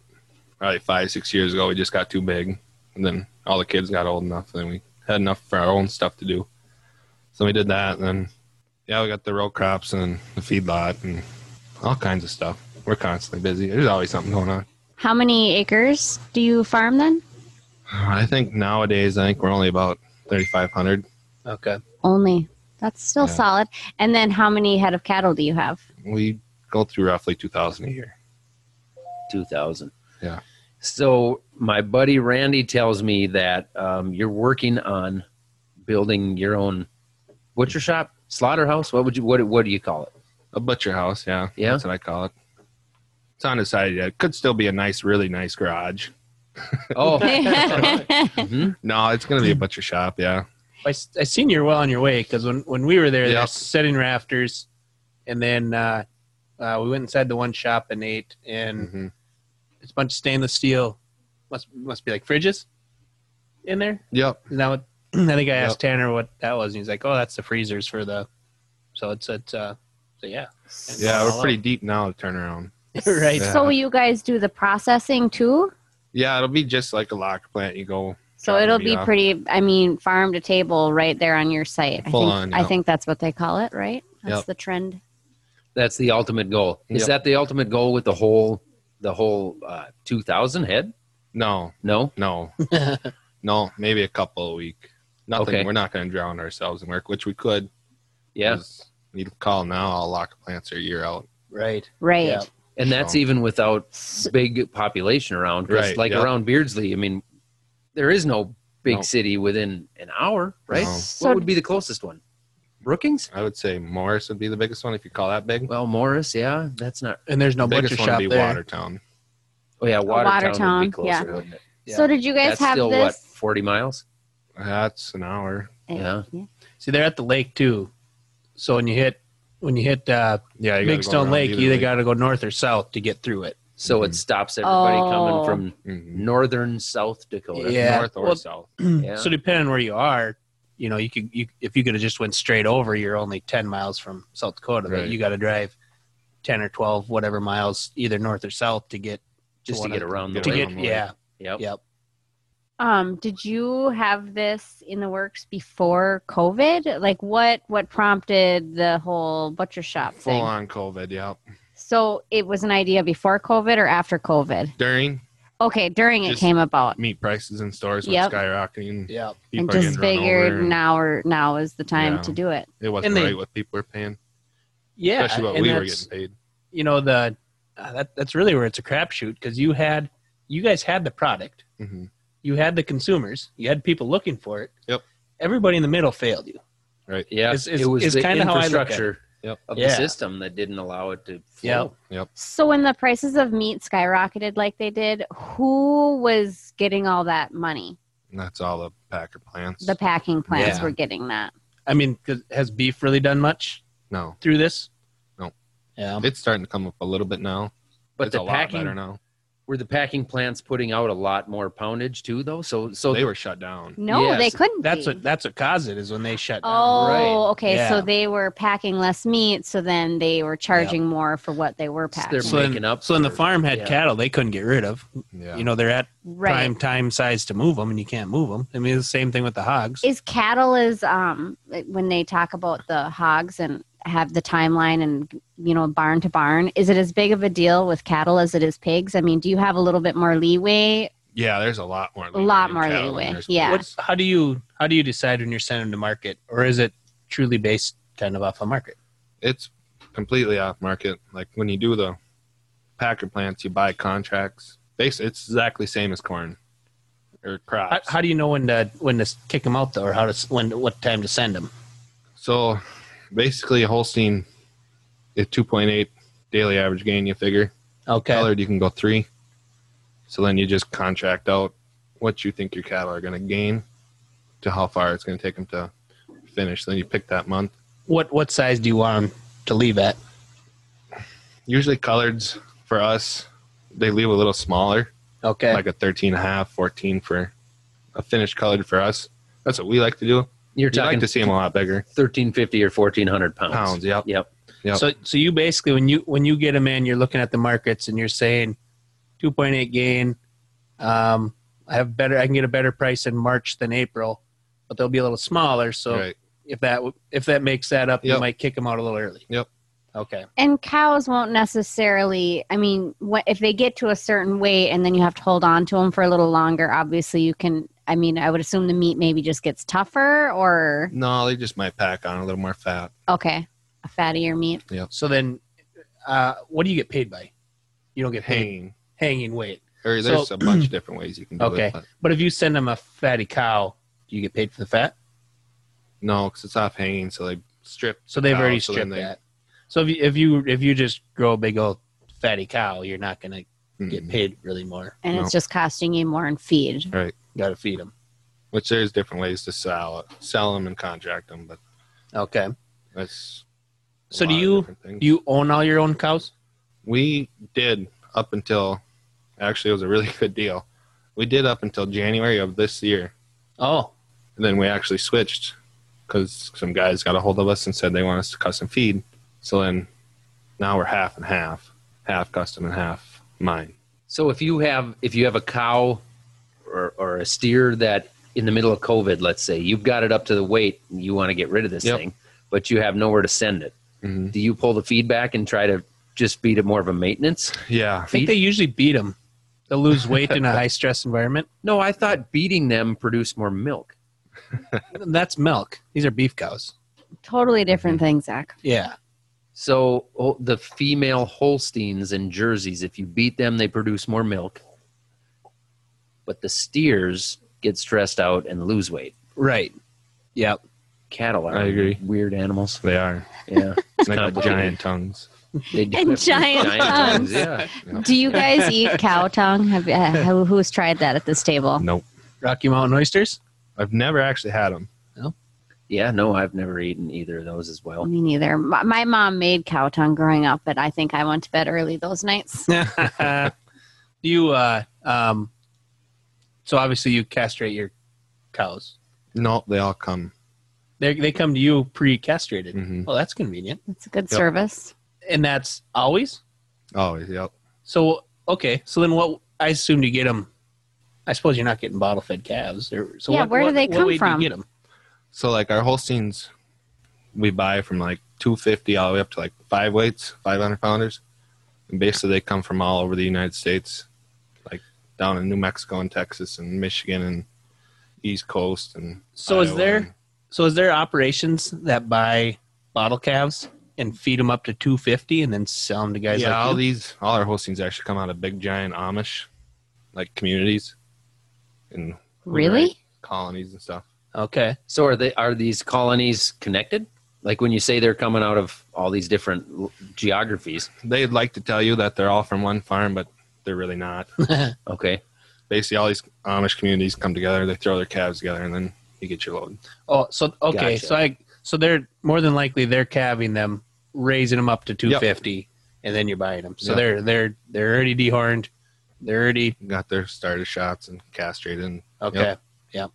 Speaker 6: probably five six years ago. We just got too big, and then all the kids got old enough, and we had enough for our own stuff to do. So we did that, and then yeah, we got the row crops and the feedlot and all kinds of stuff. We're constantly busy. There's always something going on.
Speaker 4: How many acres do you farm then?
Speaker 6: I think nowadays, I think we're only about 3,500.
Speaker 5: Okay.
Speaker 4: Only. That's still
Speaker 6: Yeah.
Speaker 4: solid. And then how many head of cattle do you have?
Speaker 6: We go through roughly 2,000 a year.
Speaker 1: 2000.
Speaker 6: Yeah.
Speaker 1: So my buddy Randy tells me that um, you're working on building your own butcher shop, slaughterhouse. What would you what What do you call it?
Speaker 6: A butcher house, yeah.
Speaker 1: Yeah.
Speaker 6: That's what I call it. It's undecided yet. Could still be a nice, really nice garage.
Speaker 1: Oh,
Speaker 4: yeah.
Speaker 1: mhm.
Speaker 6: No, it's going to be a butcher shop, yeah.
Speaker 5: I, s- I seen you're well on your way because when, when we were there,
Speaker 6: Yeah.
Speaker 5: they're setting rafters, and then uh, uh, we went inside the one shop and ate, and
Speaker 1: Mm-hmm.
Speaker 6: hmm
Speaker 5: it's a bunch of stainless steel. Must must be like fridges in there.
Speaker 6: Yep.
Speaker 5: Is that what? I think I asked Tanner what that was, and he's like, "Oh, that's the freezers for the." So it's it's uh, so yeah,
Speaker 6: Yeah, we're pretty deep now to turn around.
Speaker 5: right.
Speaker 6: Yeah.
Speaker 4: So you guys do the processing too?
Speaker 6: Yeah, it'll be just like a locker plant. You go
Speaker 4: So
Speaker 6: Yeah,
Speaker 4: it'll be
Speaker 6: yeah.
Speaker 4: pretty I mean, farm to table right there on your site. I
Speaker 6: Full
Speaker 4: think
Speaker 6: on,
Speaker 4: I
Speaker 6: yeah.
Speaker 4: think that's what they call it, right? That's
Speaker 6: Yep.
Speaker 4: the trend.
Speaker 1: that's the ultimate goal. Is
Speaker 6: Yep.
Speaker 1: that the ultimate goal with the whole the whole uh, 2000 head?
Speaker 6: No,
Speaker 1: No.
Speaker 6: no, no. Maybe a couple a week. Nothing.
Speaker 1: Okay.
Speaker 6: We're not going to drown ourselves in work, which we could.
Speaker 1: Yeah.
Speaker 6: 'cause You'd call now. All lock plants are a year out.
Speaker 5: right.
Speaker 4: Right.
Speaker 5: Yeah.
Speaker 1: And that's
Speaker 6: So-
Speaker 1: even without
Speaker 4: S-
Speaker 1: big population around. 'cause
Speaker 6: Right,
Speaker 1: Like
Speaker 6: yep.
Speaker 1: around Beardsley, I mean, there is no big
Speaker 6: No.
Speaker 1: city within an hour, right?
Speaker 6: No.
Speaker 4: So-
Speaker 1: what would be the closest one? Brookings?
Speaker 6: I would say Morris would be the biggest one if you call that big.
Speaker 1: Well, Morris, yeah. That's not.
Speaker 5: And there's no
Speaker 6: biggest
Speaker 5: butcher
Speaker 6: one would
Speaker 5: shop
Speaker 6: be
Speaker 5: there.
Speaker 6: Watertown.
Speaker 1: Oh, yeah. Watertown, would
Speaker 4: Watertown,
Speaker 1: be closer.
Speaker 4: yeah.
Speaker 1: wouldn't it?
Speaker 4: So did you guys
Speaker 1: That's
Speaker 4: have
Speaker 1: still what,
Speaker 4: this?
Speaker 1: 40 miles?
Speaker 6: That's an hour.
Speaker 4: Eh,
Speaker 1: Yeah.
Speaker 5: See, they're at the lake too. So when you hit when you hit uh,
Speaker 6: Yeah, you gotta
Speaker 5: Big
Speaker 6: go
Speaker 5: Stone
Speaker 6: around
Speaker 5: Lake,
Speaker 6: either
Speaker 5: you either
Speaker 6: way.
Speaker 5: got to go north or south to get through it.
Speaker 1: So
Speaker 6: Mhm.
Speaker 5: Mm-hmm.
Speaker 1: it stops everybody
Speaker 4: Oh.
Speaker 1: coming from
Speaker 6: Mhm.
Speaker 1: northern South Dakota.
Speaker 5: Yeah.
Speaker 6: north or
Speaker 5: Well-
Speaker 6: south.
Speaker 1: Yeah.
Speaker 5: So depending where you are, you know, you could you if you could have just went straight over, you're only ten miles from South Dakota, but
Speaker 6: Right.
Speaker 5: you got to drive ten or twelve, whatever miles, either north or south to get
Speaker 1: Just to
Speaker 5: One
Speaker 1: get
Speaker 5: of-
Speaker 1: around the
Speaker 5: to
Speaker 6: Right
Speaker 1: lake.
Speaker 5: get
Speaker 6: on the lake.
Speaker 5: yeah
Speaker 1: Yep.
Speaker 5: yep.
Speaker 4: Um, did you have this in the works before COVID? Like what what prompted the whole butcher shop
Speaker 6: Full
Speaker 4: thing?
Speaker 6: on COVID. Yep.
Speaker 4: So it was an idea before COVID or after COVID?
Speaker 6: During
Speaker 4: Okay, during it
Speaker 6: Just-
Speaker 4: came about.
Speaker 6: meat prices in stores were
Speaker 4: Yep.
Speaker 6: skyrocketing.
Speaker 5: Yeah,
Speaker 6: People
Speaker 4: and
Speaker 6: are
Speaker 4: just
Speaker 6: getting run
Speaker 4: figured
Speaker 6: over, and
Speaker 4: now or now is the time
Speaker 6: Yeah.
Speaker 4: to do it.
Speaker 6: It wasn't
Speaker 5: And they-
Speaker 6: right what people were paying,
Speaker 5: yeah,
Speaker 6: especially what
Speaker 5: and
Speaker 6: we were
Speaker 5: that's-
Speaker 6: getting paid.
Speaker 5: You know the uh, that that's really where it's a crapshoot because you had you guys had the product,
Speaker 6: hmm
Speaker 5: you had the consumers, you had people looking for it.
Speaker 6: Yep.
Speaker 5: Everybody in the middle failed you.
Speaker 6: Right.
Speaker 1: Yeah.
Speaker 5: It's- it's-
Speaker 1: it was
Speaker 5: it's
Speaker 1: the
Speaker 5: kinda how I look at it.
Speaker 1: infrastructure
Speaker 6: Yep.
Speaker 1: of
Speaker 5: Yeah.
Speaker 1: the system that didn't allow it to flow.
Speaker 5: Yep.
Speaker 4: So when the prices of meat skyrocketed like they did, who was getting all that money?
Speaker 6: And that's all the packer plants.
Speaker 4: The packing plants
Speaker 5: Yeah.
Speaker 4: were getting that.
Speaker 5: I mean, 'cause has beef really done much
Speaker 6: no,
Speaker 5: through this?
Speaker 6: No.
Speaker 5: Yeah.
Speaker 6: it's starting to come up a little bit now.
Speaker 1: But
Speaker 6: it's
Speaker 1: the
Speaker 6: a lot
Speaker 1: packing
Speaker 6: better now.
Speaker 1: were the packing plants putting out a lot more poundage too though so so
Speaker 6: So they were shut down.
Speaker 4: No,
Speaker 1: Yes,
Speaker 4: they couldn't.
Speaker 5: That's
Speaker 4: be.
Speaker 5: what that's what caused it is when they shut down.
Speaker 4: Oh,
Speaker 1: Right.
Speaker 4: okay. So
Speaker 5: Yeah.
Speaker 4: they were packing less meat, so then they were charging more for what they were
Speaker 1: So
Speaker 4: packing.
Speaker 1: they're
Speaker 5: So then-
Speaker 1: making up
Speaker 5: So then the
Speaker 1: for-
Speaker 5: farm had
Speaker 1: yeah.
Speaker 5: cattle they couldn't get rid of.
Speaker 6: Yeah.
Speaker 5: You know they're at
Speaker 4: right.
Speaker 5: prime time size to move them, and you can't move them. I mean, it's the same thing with the hogs.
Speaker 4: Is cattle is um when they talk about the hogs and have the timeline and you know barn to barn, is it as big of a deal with cattle as it is pigs? I mean, do you have a little bit more leeway?
Speaker 6: yeah, there's a lot more.
Speaker 4: lot
Speaker 6: in
Speaker 4: more
Speaker 6: cattle than
Speaker 4: leeway,
Speaker 6: there's
Speaker 4: yeah.
Speaker 6: pigs.
Speaker 5: What, how do you how do you decide when you're sending them to market, or is it truly based kind of off a market?
Speaker 6: It's completely off market. Like when you do the packer plants, you buy contracts. Basically, it's exactly same as corn or
Speaker 5: How,
Speaker 6: crops.
Speaker 5: how do you know when to when to kick them out though, or how to s- when what time to send them?
Speaker 6: So basically, Holstein at 2.8 daily average gain, you figure.
Speaker 5: Okay,
Speaker 6: Colored, you can go three. So then you just contract out what you think your cattle are going to gain to how far it's going to take them to finish. Then you pick that month.
Speaker 5: what what size do you want them to leave at?
Speaker 6: Usually, coloreds for us, they leave a little smaller,
Speaker 5: Okay,
Speaker 6: like a 13 and a half, 14 for a finished colored for us. That's what we like to do.
Speaker 1: you're
Speaker 6: We like
Speaker 1: talking
Speaker 6: to see them a lot bigger.
Speaker 1: 1350 or 1400 pounds
Speaker 6: Pounds, yep.
Speaker 1: yep
Speaker 6: yeah.
Speaker 5: So so you basically when you when you get them in, you're looking at the markets and you're saying, two point eight gain. Um, I have better. I can get a better price in March than April, but they'll be a little smaller. So
Speaker 6: right.
Speaker 5: if that if that makes that up, you
Speaker 6: Yep.
Speaker 5: might kick them out a little early. Okay.
Speaker 4: And cows won't necessarily. I mean, wh- if they get to a certain weight and then you have to hold on to them for a little longer, obviously you can. I mean, I would assume the meat maybe just gets tougher, or
Speaker 6: No, they just might pack on a little more fat.
Speaker 4: okay, a fattier meat.
Speaker 5: So then, uh, what do you get paid by? You don't get paid
Speaker 6: Hanging.
Speaker 5: hanging weight.
Speaker 6: Or there's
Speaker 5: So-
Speaker 6: a bunch of different ways you can do
Speaker 5: Okay.
Speaker 6: it. but
Speaker 5: But if you send them a fatty cow, do you get paid for the fat?
Speaker 6: No, because it's off hanging, so they strip.
Speaker 5: So they've
Speaker 6: cow,
Speaker 5: already
Speaker 6: Oh, so
Speaker 5: stripped
Speaker 6: then they-
Speaker 5: that. So if you, if you if you just grow a big old fatty cow, you're not gonna
Speaker 6: Mm,
Speaker 5: get paid really more.
Speaker 4: And
Speaker 6: No.
Speaker 4: it's just costing you more in feed.
Speaker 5: You gotta feed them.
Speaker 6: Which there's different ways to sell it, sell them and contract them, but
Speaker 5: Okay.
Speaker 6: that's. a
Speaker 5: So do
Speaker 6: lot of
Speaker 5: you-
Speaker 6: different things.
Speaker 5: Do you own all your own cows?
Speaker 6: We did up until actually it was a really good deal. We did up until January of this year,
Speaker 5: Oh,
Speaker 6: and then we actually switched because some guys got a hold of us and said they want us to custom feed. So then now we're half and half, half custom and half mine.
Speaker 1: So if you have if you have a cow or, or a steer that in the middle of COVID, let's say you've got it up to the weight, and you want to get rid of this
Speaker 6: Yep.
Speaker 1: thing, but you have nowhere to send it.
Speaker 6: Mhm.
Speaker 1: Do you pull the feed back and try to just be to more of a maintenance?
Speaker 6: Yeah,
Speaker 5: I think they usually beat them. They lose weight in a high stress environment.
Speaker 1: No, I thought beating them produced more milk.
Speaker 5: That's milk. These are beef cows.
Speaker 4: Totally different thing, Zach.
Speaker 5: Yeah.
Speaker 1: So oh, the female Holsteins and Jerseys, if you beat them, they produce more milk. But the steers get stressed out and lose weight.
Speaker 5: Right. Yep.
Speaker 1: Cattle are
Speaker 6: I agree.
Speaker 1: weird animals.
Speaker 6: they are.
Speaker 1: Yeah,
Speaker 6: They got
Speaker 1: complicated.
Speaker 6: giant tongues.
Speaker 1: they do
Speaker 4: And
Speaker 1: have
Speaker 4: giant
Speaker 1: tongues,
Speaker 4: tongues.
Speaker 1: Yeah,
Speaker 4: Do you guys eat cow tongue? Have uh, who- who's tried that at this table?
Speaker 6: Nope,
Speaker 5: Rocky Mountain oysters.
Speaker 6: I've never actually had them.
Speaker 1: yeah. No, I've never eaten either of those as well.
Speaker 4: Me neither. My, my mom made cow tongue growing up, but I think I went to bed early those nights.
Speaker 5: do you? Uh, um, so obviously you castrate your cows.
Speaker 6: Nope, they all come.
Speaker 5: They they come to you pre-castrated.
Speaker 6: Mhm.
Speaker 5: Oh, that's convenient.
Speaker 4: It's a good
Speaker 6: Yep.
Speaker 4: service.
Speaker 5: And that's always.
Speaker 6: Always, yep.
Speaker 5: So okay. So then what? I assumed you get them. I suppose you're not getting bottle fed calves. Or, so
Speaker 4: Yeah,
Speaker 5: what-
Speaker 4: where do
Speaker 5: what-
Speaker 4: they
Speaker 5: what
Speaker 4: come
Speaker 5: way do you
Speaker 4: from?
Speaker 5: get 'em?
Speaker 6: So like our Holsteins, we buy from like 250 all the way up to like five weights, 500 pounders, and basically they come from all over the United States, like down in New Mexico and Texas and Michigan and East Coast and.
Speaker 5: So is
Speaker 6: Iowa
Speaker 5: there-
Speaker 6: and-
Speaker 5: So is there operations that buy bottle calves and feed them up to 250 and then sell them to guys
Speaker 6: yeah,
Speaker 5: like
Speaker 6: all
Speaker 5: you?
Speaker 6: these, all our Holsteins actually come out of big giant Amish, like communities, and
Speaker 4: Really?
Speaker 6: colonies and stuff.
Speaker 5: okay.
Speaker 1: So are they? Are these colonies connected? Like when you say they're coming out of all these different l- geographies.
Speaker 6: They'd like to tell you that they're all from one farm, but they're really not.
Speaker 1: Okay.
Speaker 6: basically all these Amish communities come together, they throw their calves together, and then you get your load.
Speaker 5: Oh, so okay,
Speaker 1: Gotcha.
Speaker 5: so I so they're more than likely they're calving them, raising them up to 250 and then you're buying them. So
Speaker 6: Yep.
Speaker 5: they're they're they're already dehorned. They're already
Speaker 6: Got their starter shots and castrated. And
Speaker 5: okay.
Speaker 6: Yep.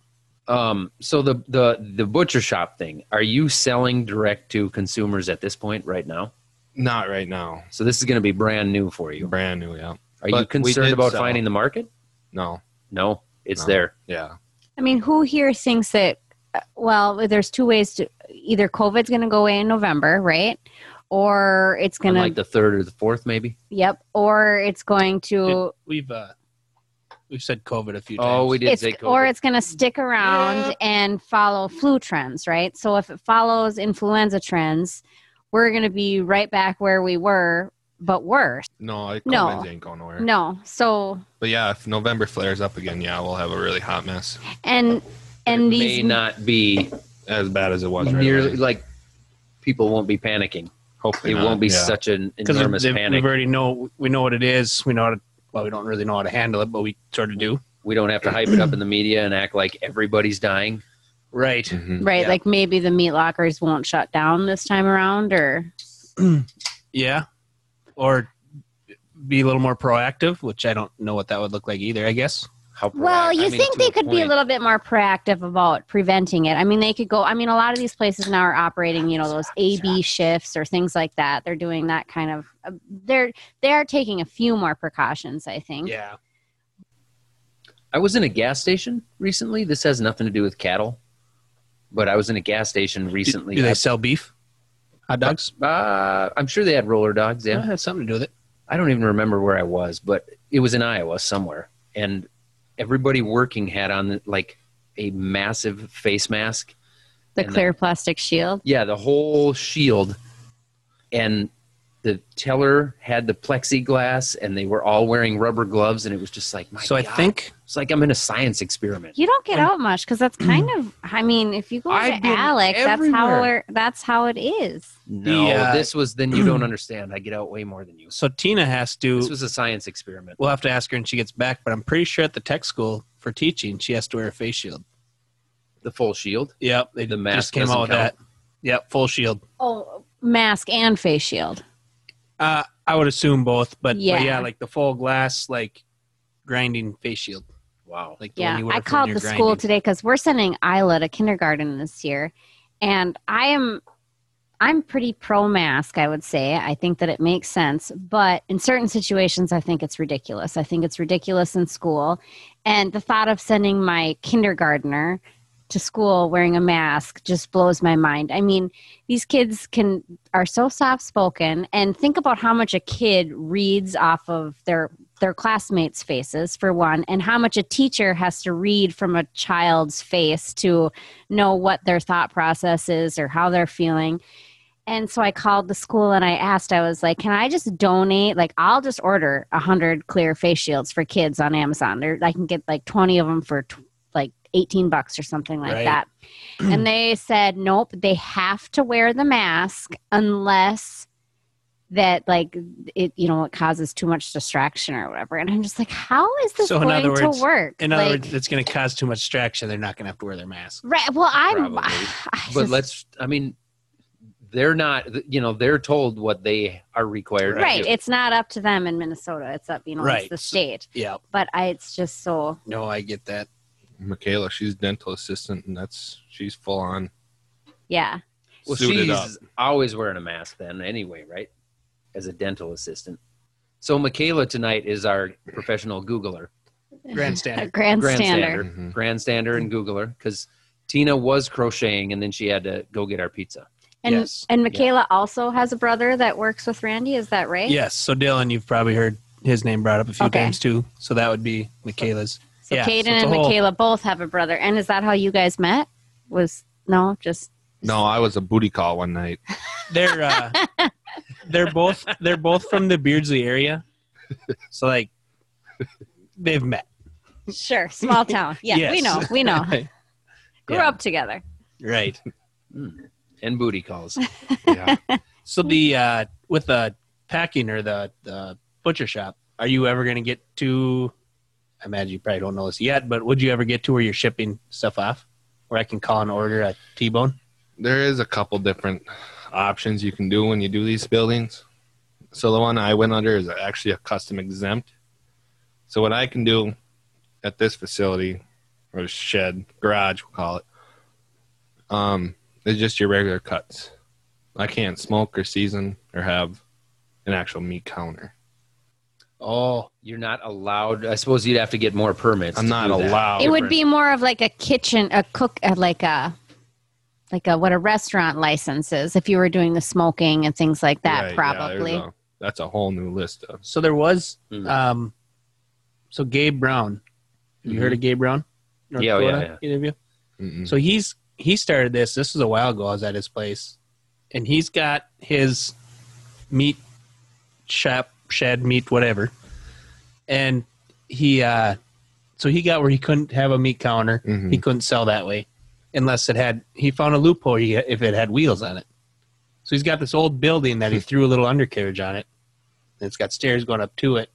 Speaker 1: Um, so the the the butcher shop thing. Are you selling direct to consumers at this point right now?
Speaker 6: not right now.
Speaker 1: So this is going to be brand new for you.
Speaker 6: Brand new, yeah.
Speaker 1: Are you
Speaker 6: But we
Speaker 1: concerned
Speaker 6: did
Speaker 1: about
Speaker 6: sell.
Speaker 1: finding the market?
Speaker 6: No,
Speaker 1: No, it's
Speaker 6: No.
Speaker 1: there.
Speaker 6: yeah.
Speaker 4: I mean, who here thinks that? uh, Well, there's two ways to either COVID's going to go away in November, right? Or it's going
Speaker 1: On
Speaker 4: to
Speaker 1: like the third or the fourth, maybe.
Speaker 4: yep. Or it's going to
Speaker 5: We've uh we've said covid a few times.
Speaker 1: Oh, we did
Speaker 4: it's
Speaker 1: say
Speaker 4: or
Speaker 1: COVID.
Speaker 4: it's going to stick around and follow flu trends, right? So if it follows influenza trends, we're going to be right back where we were, but worse.
Speaker 6: No, it
Speaker 4: No.
Speaker 6: COVID's ain't going nowhere.
Speaker 4: No, so
Speaker 6: But yeah, if November flares up again, yeah, we'll have a really hot mess.
Speaker 4: and and
Speaker 1: it
Speaker 4: these
Speaker 1: may not be
Speaker 6: As bad as it was right
Speaker 1: nearly
Speaker 6: away.
Speaker 1: like people won't be panicking.
Speaker 6: Hopefully
Speaker 1: It
Speaker 6: not,
Speaker 1: won't be
Speaker 6: yeah.
Speaker 1: such an
Speaker 5: because
Speaker 1: enormous panic.
Speaker 5: we've already know we know what it is. We know how to well, we don't really know how to handle it, but we sort of do.
Speaker 1: We don't have to hype it up in the media and act like everybody's dying.
Speaker 5: Right.
Speaker 6: Mhm.
Speaker 4: right
Speaker 1: Yeah.
Speaker 4: like maybe the meat lockers won't shut down this time around or
Speaker 5: Yeah. Or be a little more proactive, which I don't know what that would look like either, I guess.
Speaker 1: How proact-
Speaker 4: well you
Speaker 1: I mean,
Speaker 4: think
Speaker 1: to
Speaker 4: they could be a
Speaker 1: point.
Speaker 4: little bit more proactive about preventing it i mean they could go i mean a lot of these places now are operating you know those a b shifts or things like that they're doing that kind of uh, they're they are taking a few more precautions i
Speaker 1: Hmm.
Speaker 4: think
Speaker 5: Yeah.
Speaker 1: I was in a gas station recently. This has nothing to do with cattle, but I was in a gas station
Speaker 5: Do-
Speaker 1: recently.
Speaker 5: Do, they
Speaker 1: I-
Speaker 5: sell beef? Hot dogs?
Speaker 1: Uh, I'm sure they had roller dogs.
Speaker 5: Yeah,
Speaker 1: Yeah.
Speaker 5: has something to do with it.
Speaker 1: I don't even remember where I was, but it was in Iowa somewhere, and everybody working had on like a massive face mask.
Speaker 4: The
Speaker 1: And
Speaker 4: clear plastic shield.
Speaker 1: Yeah, the whole shield, and the teller had the plexiglass, and they were all wearing rubber gloves, and it was just like, my
Speaker 5: so I
Speaker 1: God.
Speaker 5: think
Speaker 1: it's like I'm in a science experiment.
Speaker 4: You don't get out much because that's kind of. I mean, if you go
Speaker 1: I've
Speaker 4: to
Speaker 1: been
Speaker 4: Alex, that's how
Speaker 1: everywhere.
Speaker 4: we're, that's how it is.
Speaker 1: No,
Speaker 5: The, uh,
Speaker 1: this was then you don't understand. I get out way more than you.
Speaker 5: so. Tina has to.
Speaker 1: This was a science experiment.
Speaker 5: we'll have to ask her when she gets back, but I'm pretty sure at the tech school for teaching, she has to wear a face shield.
Speaker 1: The full shield.
Speaker 5: Yep, they
Speaker 1: The
Speaker 5: just
Speaker 1: mask
Speaker 5: came out
Speaker 1: doesn't
Speaker 5: with
Speaker 1: count.
Speaker 5: that. Yep, full shield.
Speaker 4: Oh, mask and face shield.
Speaker 5: Uh, I would assume both, but but yeah.
Speaker 4: Yeah.
Speaker 5: like the full glass, like grinding face shield,
Speaker 1: Wow.
Speaker 5: like the one
Speaker 4: Yeah,
Speaker 5: you
Speaker 4: I
Speaker 5: wear for when
Speaker 4: called
Speaker 5: you're
Speaker 4: the school
Speaker 5: grinding.
Speaker 4: today because we're sending Isla to kindergarten this year, and I am, I'm pretty pro mask. I would say I think that it makes sense, but in certain situations, I think it's ridiculous. I think it's ridiculous in school, and the thought of sending my kindergartner to school wearing a mask just blows my mind. I mean, these kids can are so soft spoken, and think about how much a kid reads off of their their classmates' faces for one, and how much a teacher has to read from a child's face to know what their thought process is or how they're feeling. And so I called the school and I asked, I was like, can I just donate? Like, I'll just order a 100 clear face shields for kids on Amazon. They're, I can get like 20 of them for tw- like 18 bucks or something like
Speaker 5: Right.
Speaker 4: that. and they said, nope, they have to wear the mask unless that like it you know it causes too much distraction or whatever and i'm just like how is this
Speaker 5: So in
Speaker 4: going
Speaker 5: other words-
Speaker 4: to work
Speaker 5: In other
Speaker 4: Like-
Speaker 5: words, it's going to cause too much distraction. They're not going to have to wear their mask.
Speaker 4: right well i'm
Speaker 1: Probably.
Speaker 4: I
Speaker 1: But
Speaker 4: just-
Speaker 1: let's. I mean, they're not. You know, they're told what they are required.
Speaker 4: right
Speaker 1: To do.
Speaker 4: it's not up to them in minnesota it's up you know
Speaker 5: Right.
Speaker 4: it's the state
Speaker 5: Yeah,
Speaker 4: but i it's just so
Speaker 5: no, I get that.
Speaker 6: Michaela, she's dental assistant, and that's she's full on
Speaker 4: yeah
Speaker 1: Well,
Speaker 6: suited
Speaker 1: she's
Speaker 6: up.
Speaker 1: always wearing a mask then, anyway, right? As a dental assistant. So Michaela tonight is our professional Googler,
Speaker 4: a
Speaker 5: Grandstand.
Speaker 4: grandstander
Speaker 6: Mhm.
Speaker 1: grandstander, and Googler, because Tina was crocheting and then she had to go get our pizza.
Speaker 4: and
Speaker 5: Yes.
Speaker 4: and michaela also has a brother that works with randy is that right
Speaker 5: Yes. So Dylan, you've probably heard his name brought up a few
Speaker 4: Okay.
Speaker 5: times too. So that would be Michaela's.
Speaker 4: so
Speaker 5: Yeah, so
Speaker 4: Caden
Speaker 5: it's a
Speaker 4: and
Speaker 5: whole-
Speaker 4: michaela both have a brother and is that how you guys met was no just
Speaker 6: No, I was a booty call one night.
Speaker 5: They're uh, they're both they're both from the Beardsley area. So like they've met.
Speaker 4: sure small town yeah we
Speaker 5: Yes.
Speaker 4: know we know grew
Speaker 5: Yeah,
Speaker 4: up together
Speaker 5: right.
Speaker 1: And booty calls.
Speaker 6: Yeah.
Speaker 5: So the uh, with the packing or the the butcher shop, are you ever going to get to? I imagine you probably don't know this yet, but would you ever get to where you're shipping stuff off, where I can call and order a T-bone?
Speaker 6: there is a couple different options you can do when you do these buildings. So the one I went under is actually a custom exempt. So what I can do at this facility or shed, garage we'll call it, um, is just your regular cuts. I can't smoke or season or have an actual meat counter.
Speaker 5: Oh,
Speaker 1: You're not allowed. I suppose you'd have to get more permits.
Speaker 6: I'm
Speaker 1: to
Speaker 6: not
Speaker 1: do that.
Speaker 6: allowed.
Speaker 4: it would be more of like a kitchen a cook uh, like a like a what a restaurant license is if you were doing the smoking and things like that
Speaker 6: Right, yeah, there's
Speaker 4: probably
Speaker 6: a- that's a whole new list of
Speaker 5: so there was.
Speaker 1: Mm.
Speaker 5: Um, so Gabe Brown, have you heard of Gabe Brown?
Speaker 1: Mm-hmm. Yeah, oh, yeah,
Speaker 5: Any of you?
Speaker 6: mm-mm.
Speaker 5: So he's he started this. This was a while ago. I was at his place, and he's got his meat shop, shed, meat, whatever. And he, uh, so he got where he couldn't have a meat counter.
Speaker 6: Mhm.
Speaker 1: Hmm.
Speaker 5: He couldn't sell that way unless it had. He found a loophole he- if it had wheels on it. So he's got this old building
Speaker 1: Hmm.
Speaker 5: that he threw a little undercarriage on it, and it's got stairs going up to it.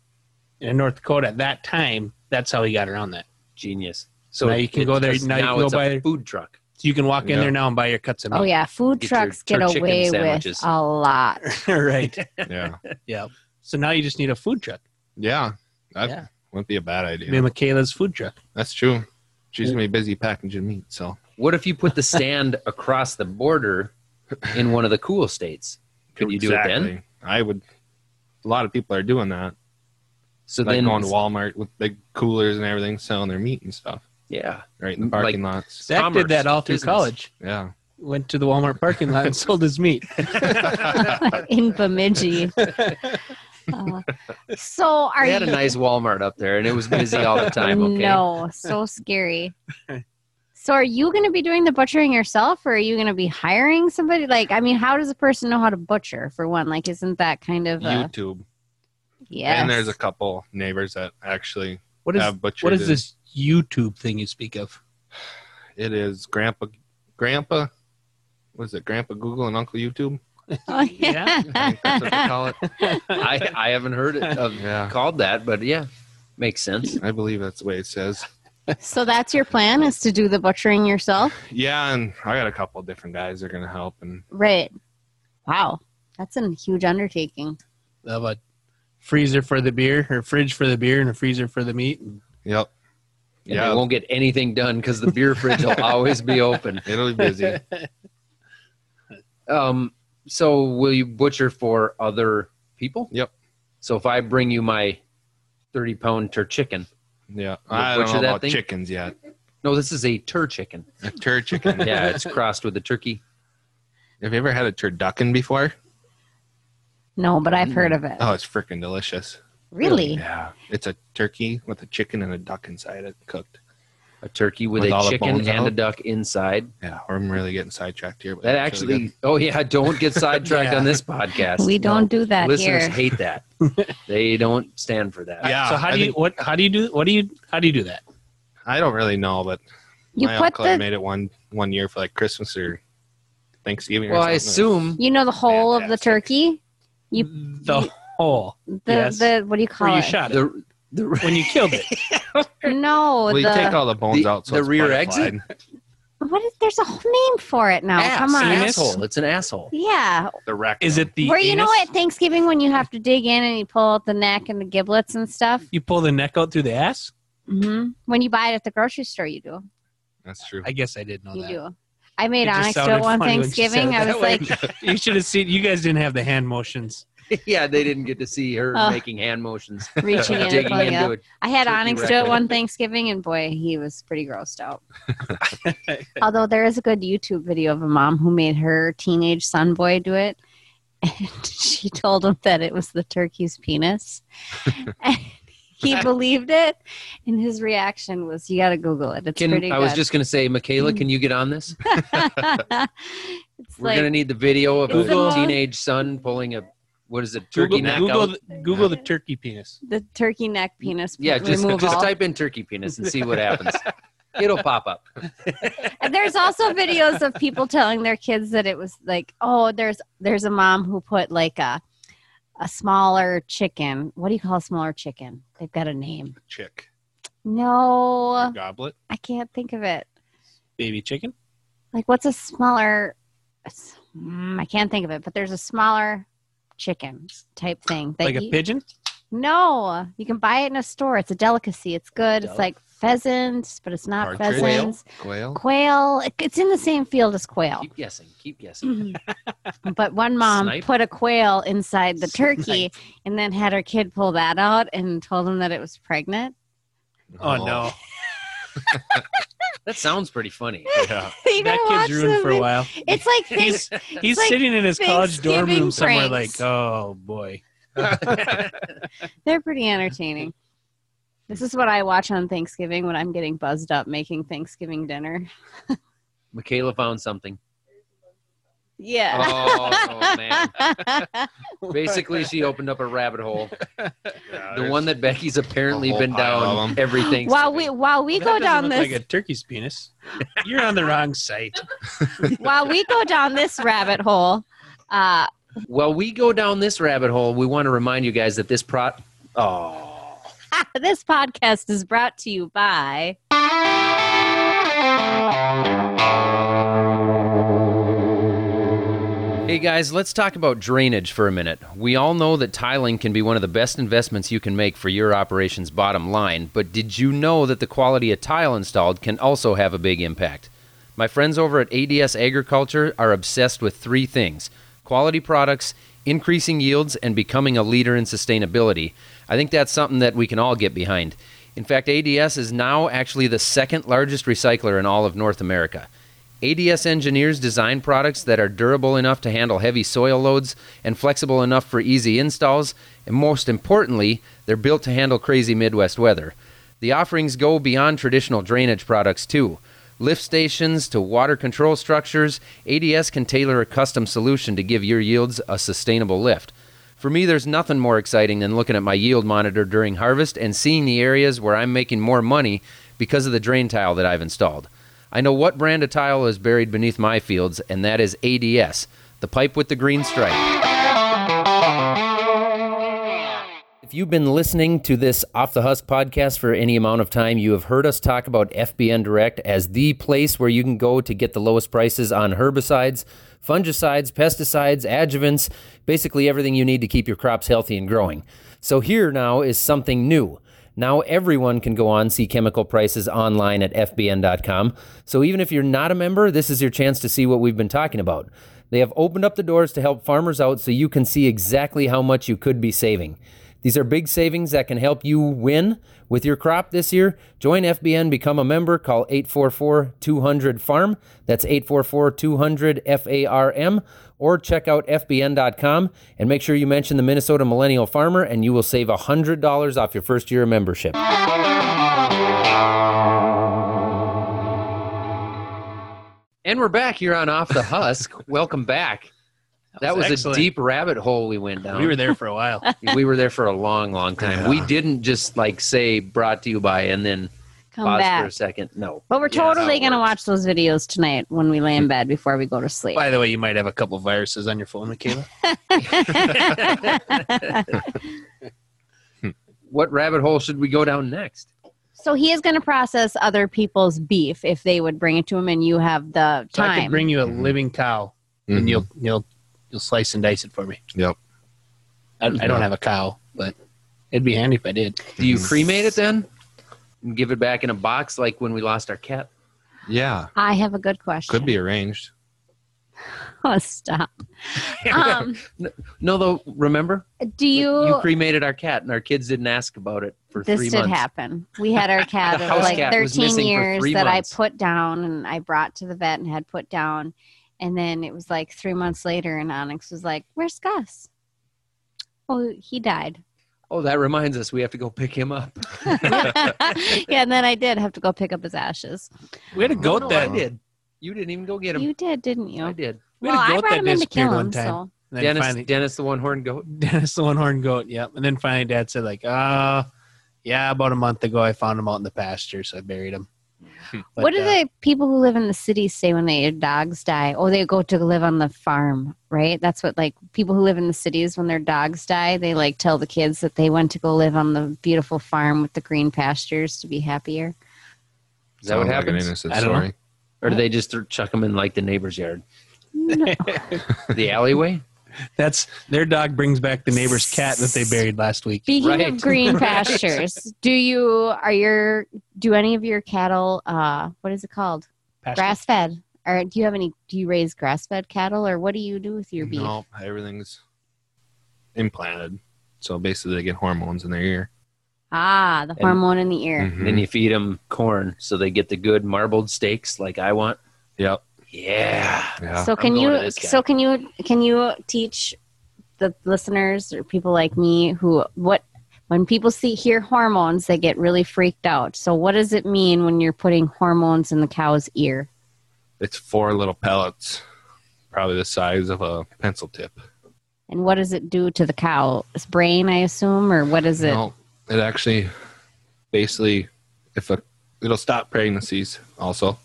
Speaker 5: And in North Dakota at that time, that's how he got around that.
Speaker 1: Genius. So
Speaker 5: Now you can
Speaker 1: it
Speaker 5: go there-
Speaker 1: just-
Speaker 5: now you can go
Speaker 1: it's a
Speaker 5: buy-
Speaker 1: food truck.
Speaker 5: So you can walk in
Speaker 6: Yeah.
Speaker 5: there now and buy your cuts of meat.
Speaker 4: oh yeah food
Speaker 1: Get your-
Speaker 4: trucks
Speaker 1: your
Speaker 4: get
Speaker 1: chicken
Speaker 4: away with
Speaker 1: sandwiches.
Speaker 4: a lot
Speaker 5: right.
Speaker 6: yeah,
Speaker 5: Yeah. So now you just need a food truck.
Speaker 6: yeah, that
Speaker 5: Yeah.
Speaker 6: wouldn't be a bad idea.
Speaker 5: Me and Michaela's food truck.
Speaker 6: That's true. She's gonna be busy packaging meat, so
Speaker 1: What if you put the stand across the border in one of the cool states? Could you do it then?
Speaker 6: Exactly. I would. A lot of people are doing that.
Speaker 1: So
Speaker 6: like
Speaker 1: then,
Speaker 6: going to Walmart with big coolers and everything, selling their meat and stuff
Speaker 1: yeah,
Speaker 6: right in the parking lots.
Speaker 5: Zach
Speaker 1: Commerce,
Speaker 5: did that all through
Speaker 1: business.
Speaker 5: college.
Speaker 6: Yeah,
Speaker 5: went to the Walmart parking lot and sold his meat.
Speaker 4: in Bemidji. Uh, so are
Speaker 1: They
Speaker 4: you?
Speaker 1: had a nice Walmart up there, and it was busy all the time. Okay.
Speaker 4: No, so scary. So are you going to be doing the butchering yourself, or are you going to be hiring somebody? Like, I mean, how does a person know how to butcher? For one, like, isn't that kind of a
Speaker 6: YouTube.
Speaker 4: yeah?
Speaker 6: And there's a couple neighbors that actually
Speaker 5: What is
Speaker 6: have butchered.
Speaker 5: what is
Speaker 6: it.
Speaker 5: this YouTube thing you speak of?
Speaker 6: It is Grandpa, Grandpa. What is it? Grandpa Google and Uncle YouTube.
Speaker 4: Oh,
Speaker 5: Yeah.
Speaker 6: I think that's what they call it.
Speaker 1: I, I haven't heard it of,
Speaker 6: Yeah.
Speaker 1: called that, but yeah, makes sense.
Speaker 6: I believe that's the way it says.
Speaker 4: so that's your plan is to do the butchering yourself,
Speaker 6: Yeah, and I got a couple of different guys that are gonna help, and
Speaker 4: right? Wow, that's a huge undertaking.
Speaker 5: They have a freezer for the beer or fridge for the beer and a freezer for the meat.
Speaker 6: yep,
Speaker 1: And
Speaker 6: yeah,
Speaker 1: they won't get anything done because the beer fridge will always be open.
Speaker 6: it'll be busy.
Speaker 1: Um, so will you butcher for other people?
Speaker 6: Yep.
Speaker 1: So if I bring you my thirty pound tur chicken,
Speaker 6: Yeah, I
Speaker 1: butcher
Speaker 6: don't know
Speaker 1: that
Speaker 6: about
Speaker 1: thing?
Speaker 6: chickens yet.
Speaker 1: no, this is a tur chicken.
Speaker 6: A turd chicken.
Speaker 1: Yeah, it's crossed with a turkey.
Speaker 6: Have you ever had a turducken before?
Speaker 4: No, but I've heard of it.
Speaker 6: Oh, it's freaking delicious.
Speaker 4: really?
Speaker 6: Yeah, it's a turkey with a chicken and a duck inside it, cooked.
Speaker 1: A turkey with,
Speaker 6: With all
Speaker 1: a
Speaker 6: the
Speaker 1: chicken
Speaker 6: bones
Speaker 1: and a
Speaker 6: out?
Speaker 1: duck inside.
Speaker 6: Yeah, I'm really getting sidetracked here. But
Speaker 1: That
Speaker 6: it's really
Speaker 1: actually, oh yeah, don't get sidetracked
Speaker 5: Yeah.
Speaker 1: on this podcast.
Speaker 4: We don't do that
Speaker 1: Listeners
Speaker 4: here.
Speaker 1: hate that. they don't stand for that.
Speaker 6: Yeah.
Speaker 5: So how
Speaker 6: Ah, I
Speaker 5: do you
Speaker 6: think-
Speaker 5: what how do you do what do you how do you do that?
Speaker 6: good. I don't really know, but
Speaker 4: You
Speaker 6: my
Speaker 4: put
Speaker 6: uncle had
Speaker 4: the,
Speaker 6: made it one one year for like Christmas or Thanksgiving. or
Speaker 1: Well, I
Speaker 6: something.
Speaker 1: assume
Speaker 4: you know, the whole of the
Speaker 6: Fantastic.
Speaker 4: turkey. You-
Speaker 5: the whole
Speaker 4: The
Speaker 5: Yes.
Speaker 4: the what do you call
Speaker 5: where you
Speaker 4: it?
Speaker 5: shot it
Speaker 1: the the
Speaker 5: when you killed it.
Speaker 4: No,
Speaker 6: Well,
Speaker 4: the
Speaker 6: you take all the bones
Speaker 1: the-
Speaker 6: out. So
Speaker 1: the
Speaker 6: it's
Speaker 1: rear
Speaker 6: butterflied.
Speaker 4: what is? There's a whole name for it now.
Speaker 5: Ah,
Speaker 1: ass,
Speaker 4: Come on.
Speaker 1: an
Speaker 5: Anus?
Speaker 1: asshole. It's an asshole.
Speaker 4: Yeah,
Speaker 6: The rectum.
Speaker 5: Is it the
Speaker 4: Where you know
Speaker 5: anus?
Speaker 4: at Thanksgiving when you have to dig in and you pull out the neck and the giblets and stuff.
Speaker 5: You pull the neck out through the ass?
Speaker 4: hmm
Speaker 6: Mm-hmm.
Speaker 4: When you buy it at the grocery store, you do.
Speaker 6: That's true.
Speaker 5: I guess I did know
Speaker 4: You
Speaker 5: that.
Speaker 4: do. I made
Speaker 5: It just
Speaker 4: Onyx do
Speaker 5: sounded
Speaker 4: it one
Speaker 5: funny when she said
Speaker 4: Thanksgiving.
Speaker 5: it
Speaker 4: I
Speaker 5: that
Speaker 4: was
Speaker 5: way.
Speaker 4: like,
Speaker 5: You should have seen. You guys didn't have the hand motions.
Speaker 1: yeah, they didn't get to see her
Speaker 4: Oh.
Speaker 1: making hand motions, uh,
Speaker 4: reaching in and
Speaker 1: digging
Speaker 4: pulling
Speaker 1: into
Speaker 4: up.
Speaker 1: it.
Speaker 4: I had
Speaker 1: turkey
Speaker 4: Onyx do
Speaker 1: rack.
Speaker 4: it one Thanksgiving, and boy, he was pretty grossed out. Although there is a good YouTube video of a mom who made her teenage son boy do it, and she told him that it was the turkey's penis, and he believed it. And his reaction was, "You got to Google it. It's pretty."
Speaker 1: Can,
Speaker 4: Good. Mm-hmm.
Speaker 1: I was just going to say, Michaela, can you get on this?
Speaker 4: it's
Speaker 1: We're
Speaker 4: like
Speaker 1: going to need the video of
Speaker 4: Google-
Speaker 1: a teenage son pulling a what is it, turkey
Speaker 5: Google,
Speaker 1: neck
Speaker 5: Google,
Speaker 1: out?
Speaker 5: the, Google the turkey penis.
Speaker 4: the turkey neck penis
Speaker 1: yeah, just
Speaker 4: removal.
Speaker 1: just type in turkey penis and see what happens. It'll pop up.
Speaker 4: And there's also videos of people telling their kids that it was like, oh, there's there's a mom who put like a a smaller chicken. What do you call a smaller chicken? They've got a name.
Speaker 6: Chick.
Speaker 4: No,
Speaker 6: Goblet.
Speaker 4: I can't think of it.
Speaker 5: Baby chicken.
Speaker 4: Like, what's a smaller? it's- mm, I can't think of it. But there's a smaller chicken type thing. that
Speaker 5: Like a
Speaker 4: you-
Speaker 5: pigeon.
Speaker 4: No, you can buy it in a store. It's a delicacy. It's good.
Speaker 1: Delic-
Speaker 4: It's like pheasants, but it's not
Speaker 6: Partridge.
Speaker 4: pheasants.
Speaker 6: Quail.
Speaker 4: Quail. It- It's in the same field as quail.
Speaker 1: Keep guessing. Keep guessing.
Speaker 4: Mhm. but one mom
Speaker 1: Snipe.
Speaker 4: put a quail inside the turkey and then had her kid pull that out and told him that it was pregnant.
Speaker 5: Oh, no,
Speaker 1: That sounds pretty funny.
Speaker 6: Oh, Yeah.
Speaker 4: you
Speaker 5: that
Speaker 4: gotta watch
Speaker 5: kid's ruined
Speaker 4: the
Speaker 5: for a
Speaker 4: vid-
Speaker 5: while.
Speaker 4: It's like
Speaker 5: He's
Speaker 4: things.
Speaker 5: he's
Speaker 4: like
Speaker 5: sitting in his college dorm
Speaker 4: Thanksgiving
Speaker 5: room somewhere,
Speaker 4: pranks.
Speaker 5: like, oh boy.
Speaker 4: They're pretty entertaining. This is what I watch on Thanksgiving when I'm getting buzzed up making Thanksgiving dinner.
Speaker 1: Michaela found something.
Speaker 4: Yeah.
Speaker 1: Oh man! Basically, she opened up a rabbit hole. The one that Becky's apparently
Speaker 6: whole
Speaker 1: been
Speaker 6: pile of
Speaker 1: down
Speaker 6: them.
Speaker 1: everything.
Speaker 4: while we while we
Speaker 5: That
Speaker 4: go
Speaker 5: doesn't
Speaker 4: down
Speaker 5: look
Speaker 4: this
Speaker 5: like a turkey's penis. You're on the wrong site.
Speaker 4: while we go down this rabbit hole, uh,
Speaker 1: While we go down this rabbit hole, we want to remind you guys that this pro. Oh.
Speaker 4: this podcast is brought to you by
Speaker 1: Hey guys, let's talk about drainage for a minute. We all know that tiling can be one of the best investments you can make for your operation's bottom line, but did you know that the quality of tile installed can also have a big impact? My friends over at ADS Agriculture are obsessed with three things quality products, increasing yields, and becoming a leader in sustainability. I think that's something that we can all get behind. In fact, ADS is now actually the second largest recycler in all of North America. ADS engineers design products that are durable enough to handle heavy soil loads and flexible enough for easy installs, and most importantly, they're built to handle crazy Midwest weather. The offerings go beyond traditional drainage products, too. Lift stations to water control structures, ADS can tailor a custom solution to give your yields a sustainable lift. For me, there's nothing more exciting than looking at my yield monitor during harvest and seeing the areas where I'm making more money because of the drain tile that I've installed. I know what brand of tile is buried beneath my fields, and that is ADS, the pipe with the green stripe. If you've been listening to this Off the Husk podcast for any amount of time, you have heard us talk about FBN Direct as the place where you can go to get the lowest prices on herbicides, fungicides, pesticides, adjuvants, basically everything you need to keep your crops healthy and growing. So here now is something new. Now everyone can go on see chemical prices online at fbn.com. So even if you're not a member, this is your chance to see what we've been talking about. They have opened up the doors to help farmers out so you can see exactly how much you could be saving. These are big savings that can help you win with your crop this year. Join FBN, become a member, call 844 200 FARM. That's 844 200 FARM. Or check out FBN.com and make sure you mention the Minnesota Millennial Farmer and you will save $100 off your first year of membership. And we're back here on Off the Husk. Welcome back. That was,
Speaker 5: excellent.
Speaker 1: a deep rabbit hole we went down
Speaker 5: We were there for a while.
Speaker 1: we were there for a long, long time.
Speaker 6: Yeah.
Speaker 1: We didn't just like say brought to you by and then
Speaker 4: Come
Speaker 1: pause for a
Speaker 4: back.
Speaker 1: second. No.
Speaker 4: But we're
Speaker 5: Yeah, that's
Speaker 4: totally
Speaker 5: how it
Speaker 4: going to watch
Speaker 5: works.
Speaker 4: those videos tonight when we lay in bed before we go to sleep.
Speaker 5: By the way, you might have a couple viruses on your phone, Michaela.
Speaker 1: What rabbit hole should we go down next?
Speaker 4: so he is going to process other people's beef if they would bring it to him and you have the
Speaker 5: So I
Speaker 4: time.
Speaker 5: could bring you a
Speaker 6: Mhm.
Speaker 5: living cow,
Speaker 6: Mm-hmm.
Speaker 5: and you'll you'll you'll slice and dice it for me.
Speaker 6: Yep.
Speaker 5: I, I don't have a cow, but it'd be handy if I did.
Speaker 1: Do you
Speaker 6: Mhm.
Speaker 1: cremate it then? And give it back in a box like when we lost our cat?
Speaker 6: Yeah.
Speaker 4: I have a good question.
Speaker 6: Could be arranged.
Speaker 4: Oh, stop. Um,
Speaker 1: No, though, remember?
Speaker 4: do you.
Speaker 1: you cremated our cat and our kids didn't ask about it for
Speaker 4: this
Speaker 1: three
Speaker 4: did
Speaker 1: months.
Speaker 4: happen. We had our cat
Speaker 1: The
Speaker 4: of
Speaker 1: house
Speaker 4: like
Speaker 1: cat was
Speaker 4: 13
Speaker 1: missing for
Speaker 4: years
Speaker 1: three
Speaker 4: that
Speaker 1: months.
Speaker 4: I put down and I brought to the vet and had put down. And then it was like three months later, and Onyx was like, Where's Gus? Oh, he died.
Speaker 1: Oh, that reminds us. We have to go pick him up.
Speaker 4: yeah, and then I did have to go pick up his ashes.
Speaker 5: We had a
Speaker 1: No,
Speaker 5: goat
Speaker 1: no,
Speaker 5: that
Speaker 1: I did. You didn't even go get him.
Speaker 4: Oh. You did, didn't you?
Speaker 1: I did.
Speaker 5: we
Speaker 4: well,
Speaker 5: had a
Speaker 4: I
Speaker 5: goat
Speaker 4: brought
Speaker 5: that
Speaker 4: him in to
Speaker 5: disappeared
Speaker 4: kill
Speaker 5: one
Speaker 4: him,
Speaker 5: time.
Speaker 4: so
Speaker 5: And then
Speaker 1: Dennis,
Speaker 5: finally,
Speaker 1: Dennis the one horned goat.
Speaker 5: Dennis the one horned goat. Yep. And then finally, Dad said like, uh yeah, about a month ago, I found him out in the pasture, so I buried him. But,
Speaker 4: what do
Speaker 5: uh,
Speaker 4: the people who live in the cities say when their dogs die? Oh, they go to live on the farm, right? That's what like people who live in the cities when their dogs die, they like tell the kids that they went to go live on the beautiful farm with the green pastures to be happier.
Speaker 1: Is that what
Speaker 6: Sounds like an
Speaker 1: happens?
Speaker 6: innocent
Speaker 5: I don't
Speaker 6: story.
Speaker 1: or do they just th- chuck him in like the neighbor's yard?
Speaker 4: No.
Speaker 1: The alleyway?
Speaker 5: That's their dog brings back the neighbor's cat that they buried last week.
Speaker 4: Speaking
Speaker 1: Right.
Speaker 4: of green
Speaker 1: Right.
Speaker 4: pastures, do you are your do any of your cattle uh what is it called?
Speaker 5: Pasture.
Speaker 4: Grass fed. Or do you have any do you raise grass fed cattle or what do you do with your beef?
Speaker 6: No, everything's implanted. So basically, they get hormones in their ear.
Speaker 4: Ah, the hormone in the ear.
Speaker 6: Mm-hmm.
Speaker 1: And then you feed them corn so they get the good marbled steaks like I want.
Speaker 6: Yep.
Speaker 1: Yeah.
Speaker 6: Yeah.
Speaker 4: so can
Speaker 1: going to
Speaker 4: you
Speaker 1: this guy.
Speaker 4: so can you can you teach the listeners or people like me who what when people see hear hormones they get really freaked out so what does it mean when you're putting hormones in the cow's ear
Speaker 6: it's four little pellets, probably the size of a pencil tip.
Speaker 4: and what does it do to the cow's brain i assume or what is it
Speaker 6: No, it actually basically, if a it'll stop pregnancies also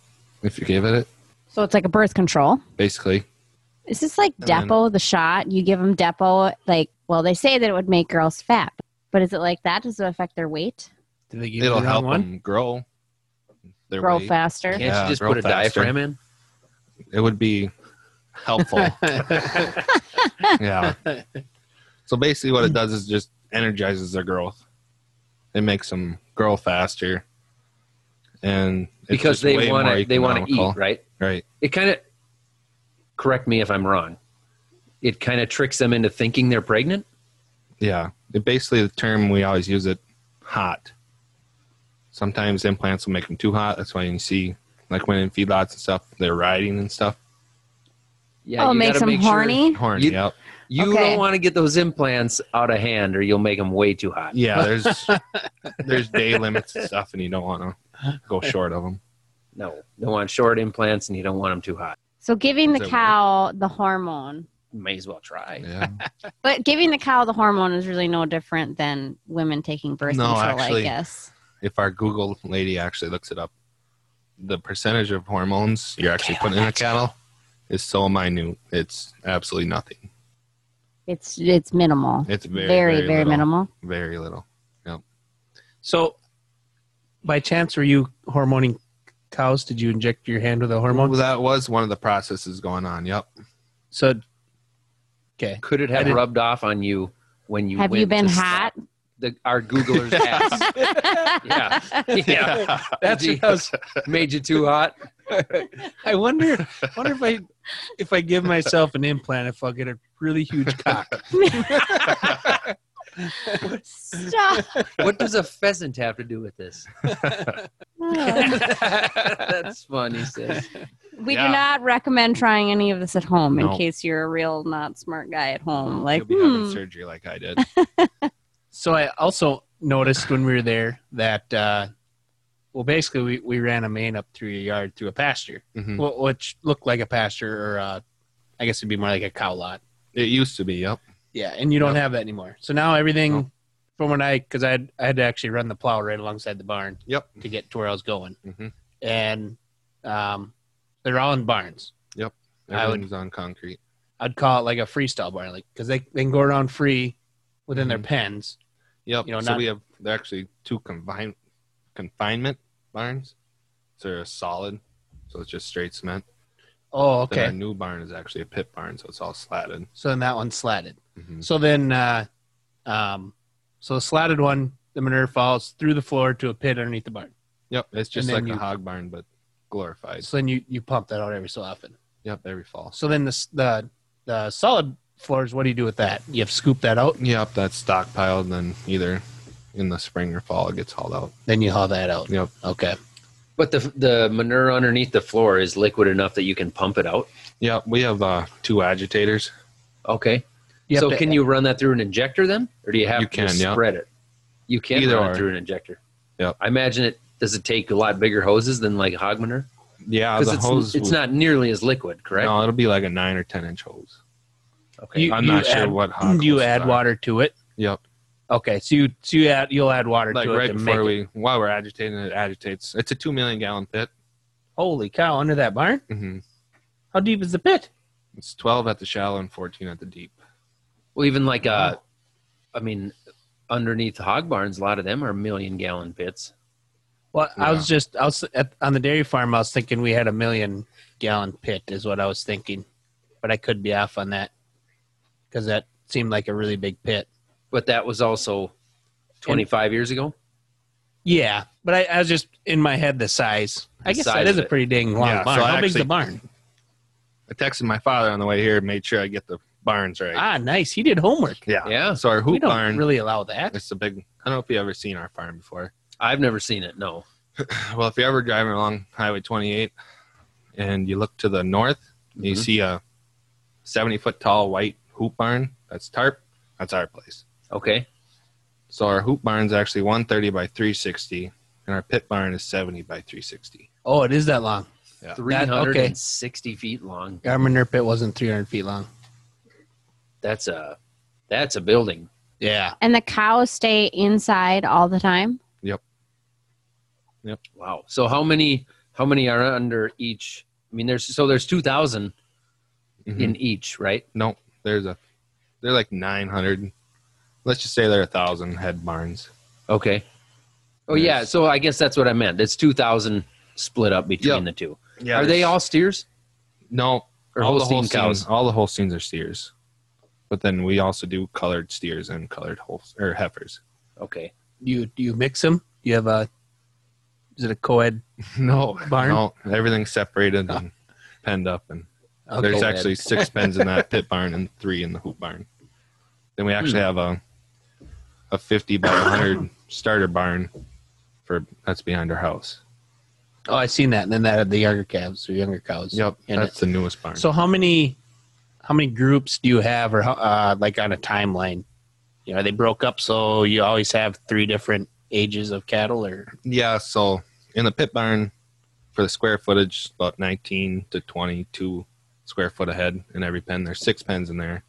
Speaker 6: if you give it it.
Speaker 4: so it's like a birth control
Speaker 6: Basically,
Speaker 4: is this like
Speaker 6: I mean-
Speaker 4: depo the shot you give them depo like well they say that it would make girls fat but is it like that does it affect their weight
Speaker 5: Did they give you
Speaker 6: it'll
Speaker 5: the wrong
Speaker 6: help
Speaker 5: one?
Speaker 6: them grow. Their
Speaker 4: grow
Speaker 6: weight.
Speaker 4: faster Oh,
Speaker 1: Can't
Speaker 6: Yeah,
Speaker 1: you just
Speaker 6: grow
Speaker 1: put a
Speaker 6: faster.
Speaker 1: diaphragm in?
Speaker 6: It would be helpful. yeah. So basically, what it does is just energizes their growth. It makes them grow faster, and it's
Speaker 1: Because
Speaker 6: just
Speaker 1: they
Speaker 6: way
Speaker 1: want
Speaker 6: more
Speaker 1: to they want to
Speaker 6: economical.
Speaker 1: eat, right?
Speaker 6: Right.
Speaker 1: It kind of correct me if I'm wrong. It kind of tricks them into thinking they're pregnant.
Speaker 6: Yeah. It basically the term we always use it hot. Sometimes implants will make them too hot. That's why you see like when in feedlots and stuff, they're riding and stuff.
Speaker 1: Yeah,
Speaker 4: oh,
Speaker 1: you
Speaker 4: makes
Speaker 1: gotta
Speaker 4: them
Speaker 1: make sure-
Speaker 4: horny.
Speaker 6: Horny,
Speaker 1: You-
Speaker 6: yep.
Speaker 1: you
Speaker 4: Okay.
Speaker 1: don't want to get those implants out of hand, or you'll make them way too hot.
Speaker 6: Yeah, there's there's day limits and stuff, and you don't want to go short of them.
Speaker 1: No, you don't want short implants, and you don't want them too hot.
Speaker 4: So giving
Speaker 6: Does
Speaker 4: the
Speaker 6: that work?
Speaker 4: cow the hormone,
Speaker 1: May as well try.
Speaker 6: Yeah.
Speaker 4: but giving the cow the hormone is really no different than women taking birth
Speaker 6: No,
Speaker 4: control.
Speaker 6: actually.
Speaker 4: I guess.
Speaker 6: if our Google lady actually looks it up, the percentage of hormones you're actually putting in a cattle is so minute. It's absolutely nothing.
Speaker 4: It's it's minimal.
Speaker 6: It's
Speaker 4: very,
Speaker 6: very, very,
Speaker 4: very
Speaker 6: little.
Speaker 4: minimal.
Speaker 6: Very little.
Speaker 5: So, by chance, were you hormoning cows? Did you inject your hand with a hormone?
Speaker 6: Well, that was one of the processes going on. Yep.
Speaker 5: So, okay.
Speaker 1: Could it
Speaker 5: I
Speaker 1: have
Speaker 5: didn't-
Speaker 1: rubbed off on you when you
Speaker 4: Have you
Speaker 1: went
Speaker 4: been
Speaker 1: to
Speaker 4: hot?
Speaker 1: slap The, our Googlers ass. yeah, yeah. That's
Speaker 5: Gee.
Speaker 1: because made you too hot.
Speaker 5: I wonder, wonder if I, if I give myself an implant, if I'll get a really huge cock.
Speaker 4: Stop.
Speaker 1: What does a pheasant have to do with this?
Speaker 4: we
Speaker 1: That's funny, sis.
Speaker 6: Yeah.
Speaker 4: do not recommend trying any of this at home
Speaker 6: No.
Speaker 4: in case you're a real not smart guy at home. Like,
Speaker 6: You'll be having
Speaker 4: hmm,
Speaker 6: surgery like I did.
Speaker 5: So I also noticed when we were there that, uh, well, basically we, we ran a main up through your yard through a pasture,
Speaker 6: Mhm.
Speaker 5: wh- which looked like a pasture or, uh, I guess it'd be more like a cow lot.
Speaker 6: It used to be. Yep.
Speaker 5: Yeah, and you don't have that anymore. So now everything
Speaker 6: No.
Speaker 5: from when I because I had, I had to actually run the plow right alongside the barn
Speaker 6: Yep.
Speaker 5: to get to where I was going,
Speaker 6: Mhm.
Speaker 5: and um, they're all in barns. I would-
Speaker 6: Everything's on concrete.
Speaker 5: I'd call it like a freestyle barn, like because they they can go around free within their
Speaker 6: Mhm.
Speaker 5: pens.
Speaker 6: Yep.
Speaker 5: You know,
Speaker 6: so
Speaker 5: not-
Speaker 6: we have they're actually two confine confinement barns. So they're solid. So it's just straight cement.
Speaker 5: Oh,
Speaker 6: Then our
Speaker 5: okay.
Speaker 6: new barn is actually a pit barn, so it's all slatted.
Speaker 5: So then that one's slatted.
Speaker 6: Mhm.
Speaker 5: So then, uh, um, so the slatted one, the manure falls through the floor to a pit underneath the barn.
Speaker 6: Yep, it's just
Speaker 5: then
Speaker 6: like a
Speaker 5: you-
Speaker 6: hog barn, but glorified.
Speaker 5: So then you you pump that out every so often.
Speaker 6: Yep, every fall.
Speaker 5: So then the s- the the solid floors, what do you do with that? You have to scoop that out.
Speaker 6: Yep, that's stockpiled, and then either in the spring or fall it gets hauled out.
Speaker 5: Then you haul that out.
Speaker 6: Yep,
Speaker 5: Okay.
Speaker 1: But the the manure underneath the floor is liquid enough that you can pump it out.
Speaker 6: yep. We have uh, two agitators.
Speaker 1: Okay.
Speaker 5: You have
Speaker 1: so
Speaker 5: to-
Speaker 1: can you run that through an injector then, or do you have
Speaker 6: You
Speaker 1: to
Speaker 6: can,
Speaker 1: just
Speaker 6: yeah.
Speaker 1: spread it? You can
Speaker 6: Either
Speaker 1: run
Speaker 6: or.
Speaker 1: it through an injector.
Speaker 6: Yeah.
Speaker 1: I imagine it. Does it take a lot bigger hoses than like hog manure?
Speaker 6: Yeah,
Speaker 1: Because
Speaker 6: Uh, the
Speaker 1: it's,
Speaker 6: hose.
Speaker 1: it's
Speaker 6: will-
Speaker 1: not nearly as liquid, correct?
Speaker 6: No, it'll be like a nine or ten inch hose.
Speaker 1: Okay.
Speaker 5: You-
Speaker 6: I'm not sure
Speaker 5: add-
Speaker 6: what hog
Speaker 5: you
Speaker 6: hoses
Speaker 5: add
Speaker 6: are.
Speaker 5: water to it.
Speaker 6: Yep,
Speaker 5: Okay, so you so you add you'll add water
Speaker 6: like
Speaker 5: to
Speaker 6: right
Speaker 5: it to make
Speaker 6: before
Speaker 5: it.
Speaker 6: we while we're agitating it agitates. It's a two million gallon pit.
Speaker 5: Holy cow! Under that barn,
Speaker 6: hmm
Speaker 5: how deep is the pit?
Speaker 6: It's twelve at the shallow and fourteen at the deep.
Speaker 1: Well, even like uh, I mean, underneath hog barns, a lot of them are million gallon pits.
Speaker 5: Well, I was just I was at, on the dairy farm. I was thinking we had a million gallon pit is what I was thinking, but I could be off on that because that seemed like a really big pit.
Speaker 1: But that was also 25 years ago.
Speaker 5: Yeah, but I, I was just in my head the size. I
Speaker 1: The
Speaker 5: guess
Speaker 1: size
Speaker 5: that is
Speaker 1: of
Speaker 5: a
Speaker 1: it.
Speaker 5: pretty dang long
Speaker 6: Yeah, so
Speaker 5: barn.
Speaker 6: I
Speaker 5: how big's the
Speaker 6: actually-
Speaker 5: barn?
Speaker 6: I texted my father on the way here, made sure I get the barns right.
Speaker 5: Ah, nice. He did homework.
Speaker 6: yeah,
Speaker 1: Yeah.
Speaker 6: So our
Speaker 5: Ah, We
Speaker 6: hoop
Speaker 5: don't
Speaker 6: barn.
Speaker 5: really allow that.
Speaker 6: It's a big. I don't know if you ever seen our farm before.
Speaker 1: I've never seen it. No.
Speaker 6: Well, if you're ever driving along Highway 28 and you look to the north, you
Speaker 1: Mhm.
Speaker 6: see a 70 foot tall white hoop barn. That's tarp. That's our place.
Speaker 1: Okay.
Speaker 6: So our hoop barn's actually 130 by 360, and our pit barn is 70 by 360.
Speaker 5: Oh, it is that long.
Speaker 6: Yeah.
Speaker 1: 360 feet long.
Speaker 5: Our manure pit wasn't 300 feet long.
Speaker 1: That's a that's a building.
Speaker 5: Yeah.
Speaker 4: And the cows stay inside all the time.
Speaker 1: Wow. So how many how many are under each? I mean, there's so there's 2,000
Speaker 6: Mhm.
Speaker 1: in each, right?
Speaker 6: no, there's a. They're like 900. Let's just say they're a thousand head barns.
Speaker 1: Okay. Oh yeah.
Speaker 6: There's-
Speaker 1: So I guess that's what I meant. It's 2,000 split up between
Speaker 6: Yep.
Speaker 1: the two.
Speaker 6: Yeah.
Speaker 1: are they all steers
Speaker 6: No.
Speaker 1: or
Speaker 6: all the
Speaker 1: Holstein
Speaker 6: Holstein-
Speaker 1: cows?
Speaker 6: All the Holsteins are steers, but then we also do colored steers and colored Holst- or heifers.
Speaker 1: Okay.
Speaker 5: You you mix them. You have a is it a co-ed?
Speaker 6: No,
Speaker 5: Barn?
Speaker 6: no, everything's separated and penned up, and
Speaker 5: Okay.
Speaker 6: there's
Speaker 1: man.
Speaker 6: actually six pens in that pit barn and three in the hoop barn. Then we actually have a a 50 by 100 starter barn for that's behind our house.
Speaker 5: Oh, I seen that, and then that had the younger calves or younger cows.
Speaker 6: Yep,
Speaker 5: in
Speaker 6: that's the newest barn.
Speaker 5: it. So how many, how many groups do you have, or how, uh, like on a timeline? You know, are they broke up so you always have three different ages of cattle, or
Speaker 6: yeah, so in the pit barn for the square footage, about 19 to 22 square foot ahead in every pen. There's six pens in there.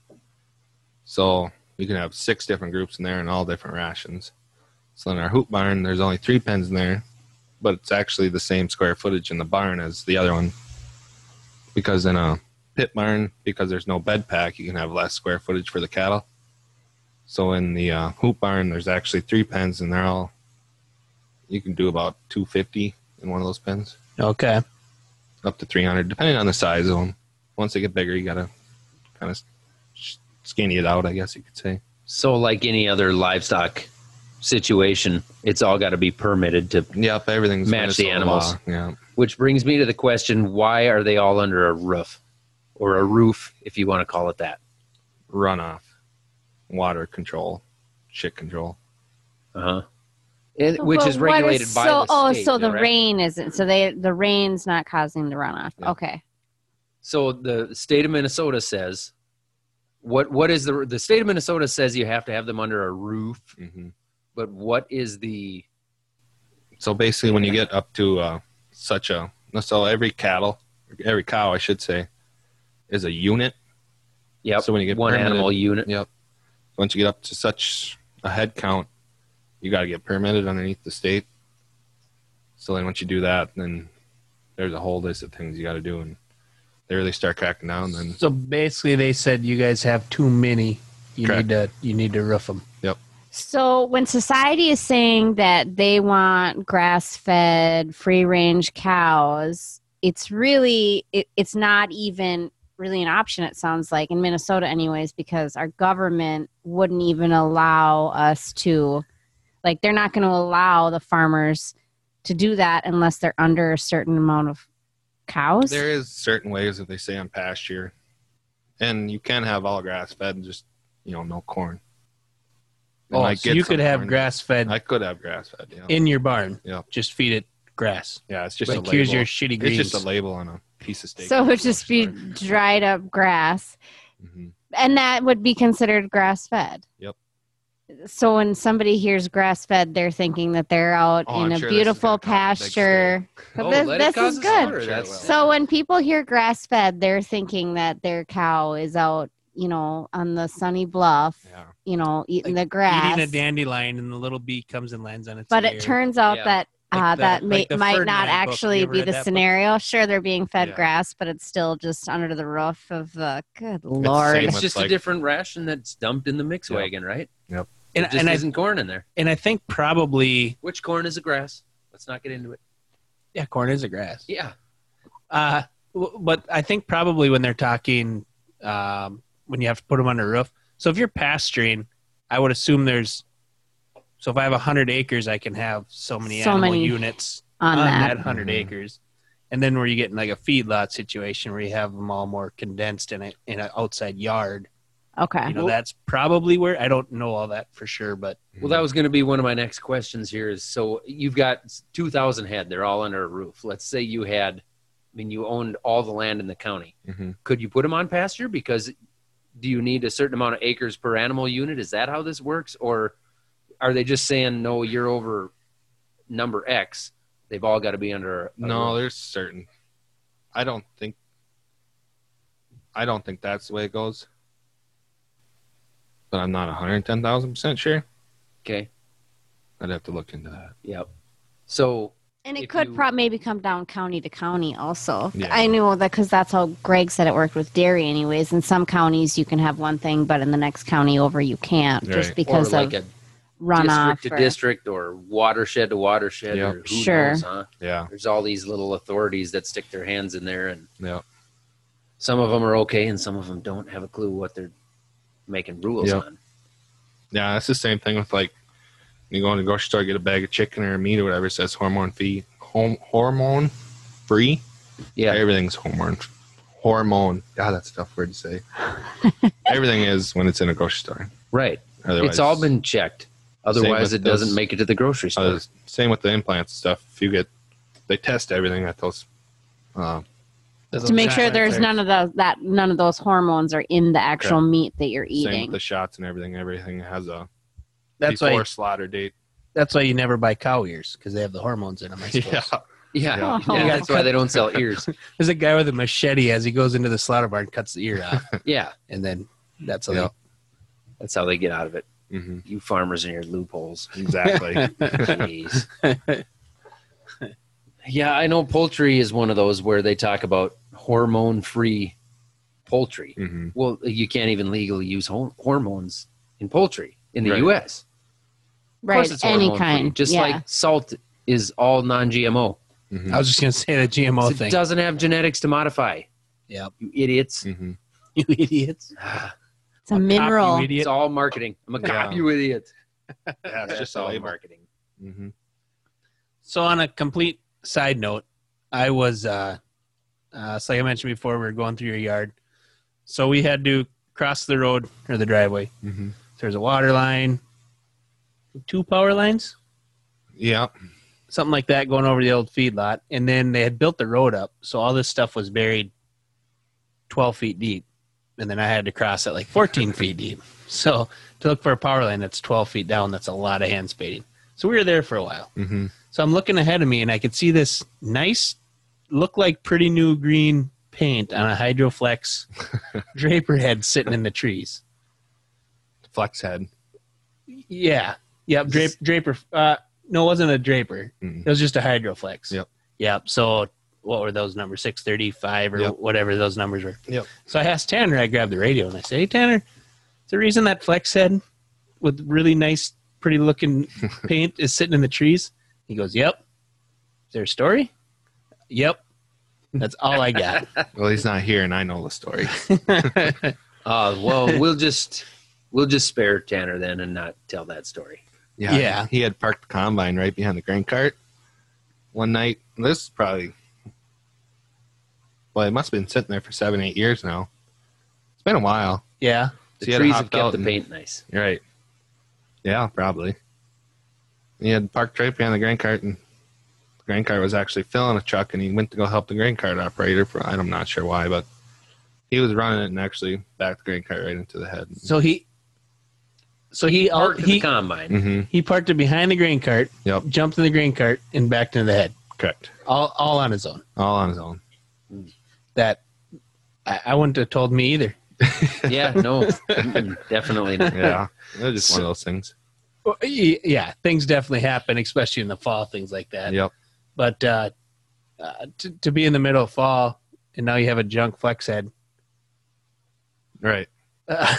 Speaker 6: So you can have six different groups in there and all different rations. So in our hoop barn, there's only three pens in there, but it's actually the same square footage in the barn as the other one. Because in a pit barn, because there's no bed pack, you can have less square footage for the cattle. So in the uh, hoop barn, there's actually three pens, and they're all you can do about 250 in one of those pens
Speaker 5: okay?
Speaker 6: up to 300, depending on the size of them. Once they get bigger, you gotta kind of skinny it out, I guess you could say.
Speaker 1: So, like any other livestock situation, it's all got to be permitted to.
Speaker 6: Yep, everything's
Speaker 1: Match the
Speaker 6: Minnesota
Speaker 1: animals.
Speaker 6: law, Yeah,
Speaker 1: Which brings me to the question: Why are they all under a roof, or a roof, if you want to call it that?
Speaker 6: runoff, water control, shit control.
Speaker 1: Uh huh. Which is
Speaker 4: But what
Speaker 1: regulated by
Speaker 4: so,
Speaker 1: the
Speaker 4: Oh,
Speaker 1: state,
Speaker 4: so the
Speaker 1: though, right?
Speaker 4: rain isn't. So they the rain's not causing the runoff.
Speaker 6: Yeah.
Speaker 4: Okay.
Speaker 1: So the state of Minnesota says, what what is the the state of Minnesota says you have to have them under a roof,
Speaker 6: hmm
Speaker 1: but what is the
Speaker 6: So basically, when you get up to uh, such a so every cattle, every cow, I should say, is a unit.
Speaker 1: yep
Speaker 6: So when you get
Speaker 1: one
Speaker 6: permitted-
Speaker 1: animal unit?
Speaker 6: Yep. Once you get up to such a head count, you got to get permitted underneath the state. So then, once you do that, then there's a whole list of things you got to do, and they really start cracking down. Then
Speaker 5: So basically, they said you guys have too many. You
Speaker 6: Correct.
Speaker 5: need to you need to roof them.
Speaker 4: So when society is saying that they want grass-fed, free-range cows, it's really it, it's not even really an option it sounds like in Minnesota anyways because our government wouldn't even allow us to like they're not going to allow the farmers to do that unless they're under a certain amount of cows.
Speaker 6: there is certain ways that they say on pasture, and you can have all grass fed, and just you know no corn. And
Speaker 5: Oh,
Speaker 6: I
Speaker 5: so
Speaker 6: get
Speaker 5: you
Speaker 6: some
Speaker 5: could have
Speaker 6: corn.
Speaker 5: grass fed
Speaker 6: I could have grass fed. Yeah,
Speaker 5: in your barn.
Speaker 6: Yeah.
Speaker 5: Just feed it grass.
Speaker 6: yeah. It's just
Speaker 5: like
Speaker 6: a label.
Speaker 5: here's your shitty
Speaker 6: it's
Speaker 5: greens.
Speaker 6: just a label on a piece of steak.
Speaker 4: so it would just be dried up grass.
Speaker 6: Mhm.
Speaker 4: and that would be considered grass fed.
Speaker 6: Yep.
Speaker 4: So when somebody hears grass fed, they're thinking that they're out
Speaker 6: Oh,
Speaker 4: in
Speaker 6: I'm
Speaker 4: a
Speaker 6: sure this is
Speaker 4: beautiful
Speaker 6: gonna cause a big
Speaker 4: pasture. But
Speaker 1: Oh,
Speaker 4: this
Speaker 1: let it
Speaker 4: this
Speaker 1: cause
Speaker 4: is
Speaker 1: a
Speaker 4: good.
Speaker 1: slaughter,
Speaker 6: Sure
Speaker 1: that's-
Speaker 6: will.
Speaker 4: So when people hear grass fed, they're thinking that their cow is out, you know, on the sunny bluff,
Speaker 6: Yeah.
Speaker 4: you know, eating
Speaker 5: Like
Speaker 4: the grass.
Speaker 5: Eating a dandelion and the little bee comes and lands on its
Speaker 4: but it
Speaker 5: ear.
Speaker 4: turns out
Speaker 1: Yeah.
Speaker 4: that uh,
Speaker 5: Like the-
Speaker 4: that may,
Speaker 5: like the
Speaker 4: might
Speaker 5: Ferdinand
Speaker 4: not
Speaker 5: book. Have you
Speaker 4: actually
Speaker 5: ever
Speaker 4: be
Speaker 5: read
Speaker 4: the
Speaker 5: that book?
Speaker 4: scenario. Sure, they're being fed
Speaker 6: Yeah.
Speaker 4: grass, but it's still just under the roof of the good lord.
Speaker 6: same
Speaker 1: It's
Speaker 6: with,
Speaker 1: just a
Speaker 6: like-
Speaker 1: different ration that's dumped in the mix
Speaker 6: Yep.
Speaker 1: wagon, right?
Speaker 5: and,
Speaker 1: It just
Speaker 5: and I
Speaker 1: isn't corn in there.
Speaker 5: and I think probably
Speaker 1: Which corn is a grass? Let's not get into it.
Speaker 5: yeah, corn is a grass.
Speaker 1: Yeah.
Speaker 5: Uh, w- but I think probably when they're talking, um, when you have to put them under a roof. So if you're pasturing, I would assume there's. So if I have hundred acres, I can have so many
Speaker 4: So
Speaker 5: animal
Speaker 4: many
Speaker 5: units
Speaker 4: on that.
Speaker 5: 100
Speaker 6: Mhm.
Speaker 5: acres. And then where you get in like a feedlot situation where you have them all more condensed in a in an outside yard.
Speaker 4: Okay.
Speaker 5: You know, that's probably where I don't know all that for sure, but
Speaker 1: Well, that was going to be one of my next questions here is so you've got 2,000 head. They're all under a roof. Let's say you had, I mean, you owned all the land in the county.
Speaker 6: Mhm.
Speaker 1: Could you put them on pasture? Because do you need a certain amount of acres per animal unit? Is that how this works? Or are they just saying, no, you're over number X? They've all got to be under. a
Speaker 6: No,
Speaker 1: roof?
Speaker 6: there's certain. I don't think. I don't think that's the way it goes. But I'm not 110,000 percent sure.
Speaker 1: Okay.
Speaker 6: I'd have to look into that.
Speaker 1: Yep. So
Speaker 4: And it
Speaker 1: if
Speaker 4: could
Speaker 1: you-
Speaker 4: prob maybe come down county to county also.
Speaker 6: Yeah.
Speaker 4: I knew that because that's how Greg said it worked with dairy, anyways. In some counties, you can have one thing, but in the next county over, you can't just
Speaker 6: Right.
Speaker 4: because
Speaker 1: or like
Speaker 4: of
Speaker 1: a
Speaker 4: runoff.
Speaker 1: district to
Speaker 4: or-
Speaker 1: district or watershed to watershed
Speaker 6: Yep.
Speaker 1: or who
Speaker 4: Sure.
Speaker 1: knows, huh?
Speaker 6: Yeah,
Speaker 1: There's all these little authorities that stick their hands in there, and
Speaker 6: yeah.
Speaker 1: some of them are okay, and some of them don't have a clue what they're making rules
Speaker 6: Yep.
Speaker 1: on.
Speaker 6: Yeah, that's the same thing with like you go in the grocery store, get a bag of chicken or meat or whatever it says hormone free, home, hormone free.
Speaker 1: Yeah,
Speaker 6: Everything's hormone. Hormone. God, that's a tough word to say. Everything is when it's in a grocery store.
Speaker 1: right.
Speaker 6: Otherwise,
Speaker 1: it's all been checked. Otherwise,
Speaker 6: with
Speaker 1: it doesn't
Speaker 6: those-
Speaker 1: make it to the grocery store.
Speaker 6: Uh, same with the implants and stuff. If you get they test everything at those. Uh,
Speaker 5: Doesn't
Speaker 4: to make sure
Speaker 5: sound
Speaker 4: there's
Speaker 5: fair.
Speaker 4: none of those that none of those hormones are in the actual meat that you're
Speaker 6: Same
Speaker 4: eating.
Speaker 6: with the shots and everything. Everything has a
Speaker 5: That's
Speaker 6: before
Speaker 5: why.
Speaker 6: slaughter date.
Speaker 5: That's why you never buy cow ears because they have the hormones in them. I suppose.
Speaker 1: Yeah.
Speaker 6: Yeah.
Speaker 4: Oh.
Speaker 1: yeah, that's why they don't sell ears.
Speaker 5: There's a guy with a machete as he goes into the slaughter barn, cuts the ear off,
Speaker 1: Yeah,
Speaker 5: and then that's how
Speaker 6: Yeah.
Speaker 1: that's how they get out of it.
Speaker 6: hmm
Speaker 1: You farmers and your loopholes.
Speaker 6: Exactly.
Speaker 1: Jeez. yeah, I know poultry is one of those where they talk about hormone-free poultry.
Speaker 6: hmm
Speaker 1: Well, you can't even legally use hor- hormones in poultry in the
Speaker 6: Right.
Speaker 1: U.S. Of course
Speaker 4: right,
Speaker 1: it's
Speaker 4: any
Speaker 1: hormone-free,
Speaker 4: kind.
Speaker 1: Just
Speaker 4: yeah.
Speaker 1: like salt is all non-GMO.
Speaker 6: mm-hmm,
Speaker 5: they. I was just gonna say the GMO
Speaker 1: it
Speaker 5: thing.
Speaker 1: doesn't have genetics to modify.
Speaker 5: Yep.
Speaker 1: You idiots.
Speaker 6: hmm
Speaker 5: you idiots.
Speaker 1: Mm.
Speaker 4: it's a mineral.
Speaker 5: Cop, you
Speaker 1: It's
Speaker 5: idiot.
Speaker 1: all marketing. I'm a
Speaker 6: Yeah.
Speaker 1: cop, you idiot.
Speaker 6: Yeah, it's just a
Speaker 1: all
Speaker 6: label.
Speaker 1: marketing.
Speaker 6: hmm
Speaker 5: So on a complete side note, I was uh, uh so like I mentioned before, we were going through your yard, so we had to cross the road or the driveway.
Speaker 6: hmm
Speaker 5: There's a water line, two power lines,
Speaker 6: Yeah.
Speaker 5: something like that, going over the old feedlot, and then they had built the road up, so all this stuff was buried twelve feet deep, and then I had to cross it like fourteen feet deep. So to look for a power line that's twelve feet down, that's a lot of hand spading. So we were there for a while.
Speaker 6: hmm
Speaker 5: So I'm looking ahead of me and I could see this nice, look like pretty new green paint on a Hydroflex draper head sitting in the trees.
Speaker 6: Flex head.
Speaker 5: Yeah. Yep. Drape, draper. Uh, no, it wasn't a draper.
Speaker 6: Mhm.
Speaker 5: It was just a Hydroflex.
Speaker 6: Yep.
Speaker 5: Yep. So what were those numbers? 635 or
Speaker 6: Yep.
Speaker 5: whatever those numbers were.
Speaker 6: Yep.
Speaker 5: So I asked Tanner, I grabbed the radio and I said, Hey, Tanner, is the reason that flex head with really nice, pretty looking paint is sitting in the trees? He goes, Yep. Is there a story? Yep. That's all I got.
Speaker 6: Well, he's not here, and I know the story.
Speaker 1: Uh, well, we'll just we'll just spare Tanner then and not tell that story.
Speaker 6: Yeah.
Speaker 5: Yeah.
Speaker 6: He had parked the combine right behind the grain cart one night. This is probably, well, it must have been sitting there for seven, eight years now. It's been a while.
Speaker 5: yeah.
Speaker 1: The
Speaker 6: So you had it
Speaker 1: trees have
Speaker 6: hopped out
Speaker 1: kept the
Speaker 6: and-
Speaker 1: paint nice.
Speaker 6: You're right. Yeah, probably. He had parked right behind the grain cart, and the grain cart was actually filling a truck, and he went to go help the grain cart operator. For I'm not sure why, but he was running it and actually backed the grain cart right into the head.
Speaker 5: So he, so he,
Speaker 1: Parked in the
Speaker 5: he,
Speaker 1: combine.
Speaker 6: hmm
Speaker 5: he parked it behind the grain cart,
Speaker 6: Yep,
Speaker 5: jumped in the grain cart, and backed into the head.
Speaker 6: correct.
Speaker 5: All, all on his own.
Speaker 6: All on his own.
Speaker 5: That I, I wouldn't have told me either.
Speaker 1: yeah, no, Mm-mm, definitely not.
Speaker 6: Yeah, it was just one of those things.
Speaker 5: Well, y- Yeah, things definitely happen, especially in the fall, things like that.
Speaker 6: Yep.
Speaker 5: But uh, uh, to, to be in the middle of fall and now you have a junk flex head
Speaker 6: Right.
Speaker 5: uh,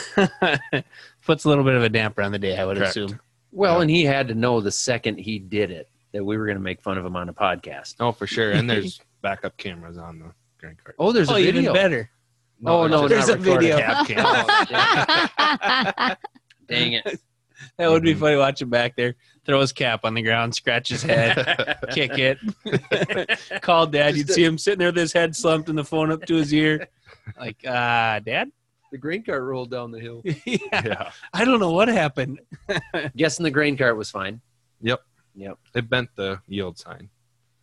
Speaker 5: puts a little bit of a damper on the day, I would
Speaker 6: Correct.
Speaker 5: assume.
Speaker 1: Well,
Speaker 6: Yeah.
Speaker 1: and he had to know the second he did it that we were going to make fun of him on a podcast.
Speaker 6: Oh, for sure. And there's backup cameras on the grain cart.
Speaker 1: Oh, there's a
Speaker 5: oh,
Speaker 1: video.
Speaker 5: even better.
Speaker 1: Oh no,
Speaker 6: it's
Speaker 5: there's
Speaker 1: not
Speaker 5: a
Speaker 1: recorded.
Speaker 5: video.
Speaker 6: cab cam.
Speaker 5: Oh,
Speaker 1: Dang it!
Speaker 5: That would be
Speaker 1: Mm-hmm.
Speaker 6: Mhm.
Speaker 5: funny watching back there. Throw his cap on the ground, scratch his head, kick it. Call dad. You'd see him sitting there with his head slumped and the phone up to his ear. Like, uh, dad?
Speaker 1: The grain cart rolled down the hill.
Speaker 5: yeah,
Speaker 6: yeah.
Speaker 5: I don't know what happened.
Speaker 1: Guessing the grain cart was fine.
Speaker 6: Yep.
Speaker 1: Yep.
Speaker 6: It bent the yield sign.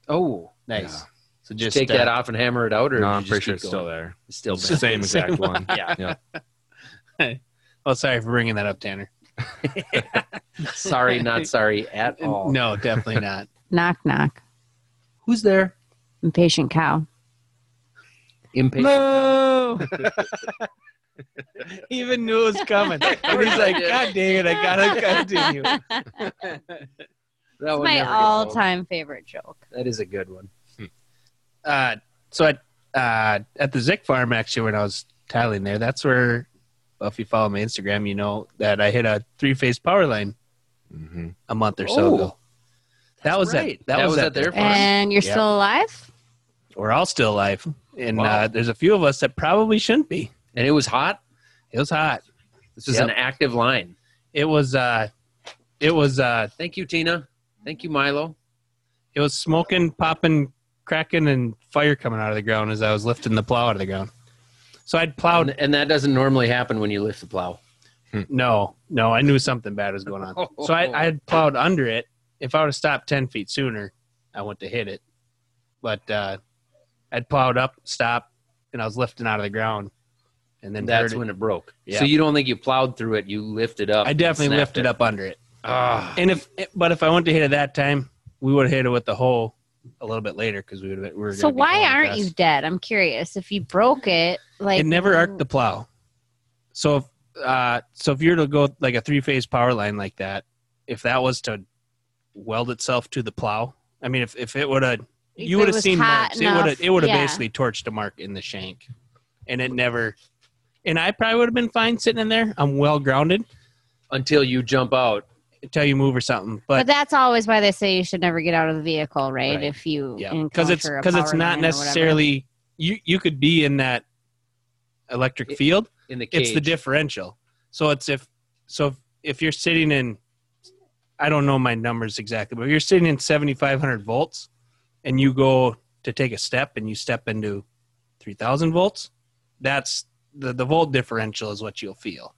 Speaker 1: Oh,
Speaker 5: Nice.
Speaker 6: Yeah.
Speaker 5: So just
Speaker 1: take that
Speaker 5: uh,
Speaker 1: off and hammer it out, or did
Speaker 6: No, I'm
Speaker 1: you
Speaker 6: pretty
Speaker 1: just
Speaker 6: sure
Speaker 1: keep
Speaker 6: it's still
Speaker 1: going?
Speaker 6: there.
Speaker 1: It's still
Speaker 6: It's the
Speaker 1: bad.
Speaker 6: same exact one.
Speaker 1: yeah.
Speaker 5: Well, Oh, sorry for bringing that up, Tanner.
Speaker 1: Sorry, not sorry at all.
Speaker 5: No, definitely not.
Speaker 4: knock knock.
Speaker 1: Who's there?
Speaker 4: Impatient cow.
Speaker 1: Impatient.
Speaker 5: No. he even knew it was coming. And he's like, God dang it, I gotta continue.
Speaker 1: That
Speaker 4: It's
Speaker 1: one never
Speaker 4: my
Speaker 1: gets old.
Speaker 4: all-time favorite joke.
Speaker 1: That is a good one.
Speaker 5: Uh, so at uh, at the Zick farm actually when I was tiling there, that's where well, if you follow my Instagram, you know that I hit a three phase power line
Speaker 6: hmm
Speaker 5: a month or so
Speaker 1: Oh,
Speaker 5: ago. That was
Speaker 1: right.
Speaker 5: at, that, was, at
Speaker 1: their
Speaker 5: their
Speaker 1: farm.
Speaker 5: farm.
Speaker 4: And you're
Speaker 5: Yeah.
Speaker 4: still alive?
Speaker 5: We're all still alive, and
Speaker 1: Wow.
Speaker 5: uh, there's a few of us that probably shouldn't be.
Speaker 1: And it was hot.
Speaker 5: It was hot.
Speaker 1: This is
Speaker 5: Yep.
Speaker 1: an active line.
Speaker 5: It was uh, it was uh,
Speaker 1: Thank you, Tina. Thank you, Milo.
Speaker 5: It was smoking, popping, cracking, and fire coming out of the ground as I was lifting the plow out of the ground. So I'd
Speaker 1: And,
Speaker 5: plowed.
Speaker 1: and that doesn't normally happen when you lift the plow.
Speaker 5: No, no, I knew something bad was going on. So I, I had plowed under it. If I would have stopped 10 feet sooner, I went to hit it. But uh, I'd plowed up, stop, and I was lifting out of the ground. And then
Speaker 1: And that's
Speaker 5: heard it.
Speaker 1: when it broke.
Speaker 5: Yeah.
Speaker 1: So you don't think you plowed through it? You lifted up.
Speaker 5: I
Speaker 1: and
Speaker 5: definitely
Speaker 1: snapped
Speaker 5: lifted up under it.
Speaker 1: Ah,
Speaker 5: And if, eh, but if I went to hit it that time, we would have hit it with the hole a little bit later because we would have. We were
Speaker 4: So
Speaker 5: gonna be
Speaker 4: why
Speaker 5: going
Speaker 4: aren't
Speaker 5: fast.
Speaker 4: you dead? I'm curious. If you broke it, like um,
Speaker 5: it never arced the plow. So if uh, so if you're to go with, like a three phase power line like that, if that was to weld itself to the plow, I mean, if if it would have,
Speaker 4: If
Speaker 5: you
Speaker 4: it
Speaker 5: would have
Speaker 4: was
Speaker 5: seen
Speaker 4: hot
Speaker 5: marks. It would
Speaker 4: enough,
Speaker 5: have it would have
Speaker 4: yeah.
Speaker 5: basically torched a mark in the shank, and it never. And I probably would have been fine sitting in there. I'm well grounded
Speaker 1: until you jump out.
Speaker 5: until you move or something.
Speaker 4: But,
Speaker 5: But
Speaker 4: that's always why they say you should never get out of the vehicle, right?
Speaker 5: Right.
Speaker 4: If you
Speaker 5: yeah, because it's
Speaker 4: encounter a
Speaker 5: because it's
Speaker 4: power
Speaker 5: not
Speaker 4: line or whatever.
Speaker 5: necessarily you. You could be in that electric
Speaker 1: It-
Speaker 5: field.
Speaker 1: In the cage.
Speaker 5: it's the differential. So it's if so if, if you're sitting in I don't know my numbers exactly, but if you're sitting in 7500 volts and you go to take a step and you step into 3000 volts, that's the the volt differential is what you'll feel.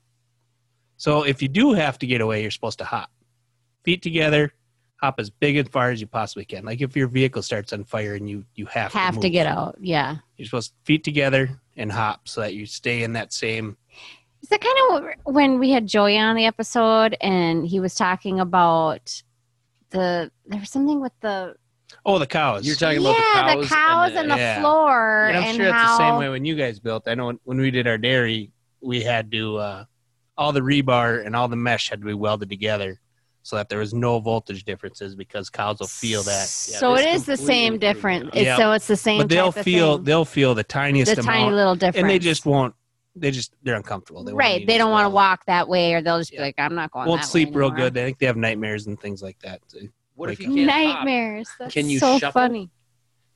Speaker 5: So if you do have to get away, you're supposed to hop. Feet together, hop as big and far as you possibly can. Like if your vehicle starts on fire and you you have,
Speaker 4: have
Speaker 5: to,
Speaker 4: to
Speaker 5: move.
Speaker 4: get out. Yeah.
Speaker 5: You're supposed to feet together and hop so that you stay in that same
Speaker 4: Is that kind of when we had Joey on the episode and he was talking about the there was something with the
Speaker 5: Oh, the cows.
Speaker 1: You're talking
Speaker 4: yeah
Speaker 1: about the cows.
Speaker 4: and the,
Speaker 5: Yeah.
Speaker 4: floor
Speaker 5: And I'm
Speaker 4: and
Speaker 5: sure
Speaker 4: how
Speaker 5: it's the same way when you guys built. I know when- when we did our dairy, we had to uh, all the rebar and all the mesh had to be welded together so that there was no voltage differences because cows will feel that.
Speaker 4: so it is the same difference. It's,
Speaker 5: Yeah.
Speaker 4: So it's the same.
Speaker 5: but they'll
Speaker 4: type of
Speaker 5: feel
Speaker 4: thing.
Speaker 5: they'll feel the tiniest
Speaker 4: the
Speaker 5: amount,
Speaker 4: tiny little difference.
Speaker 5: and they just won't. They just they're uncomfortable. They won't
Speaker 4: right.
Speaker 5: even
Speaker 4: They don't want to
Speaker 5: swallow.
Speaker 4: walk that way, or they'll just
Speaker 5: Yeah.
Speaker 4: be like, "I'm not going."
Speaker 5: Won't
Speaker 4: that way
Speaker 5: sleep real
Speaker 4: anymore."
Speaker 5: good. I think they have nightmares and things like that. too.
Speaker 1: What if you
Speaker 5: Wake
Speaker 1: can't hop?
Speaker 4: Nightmares. That's
Speaker 1: Can you
Speaker 4: so
Speaker 1: shuffle?
Speaker 4: funny.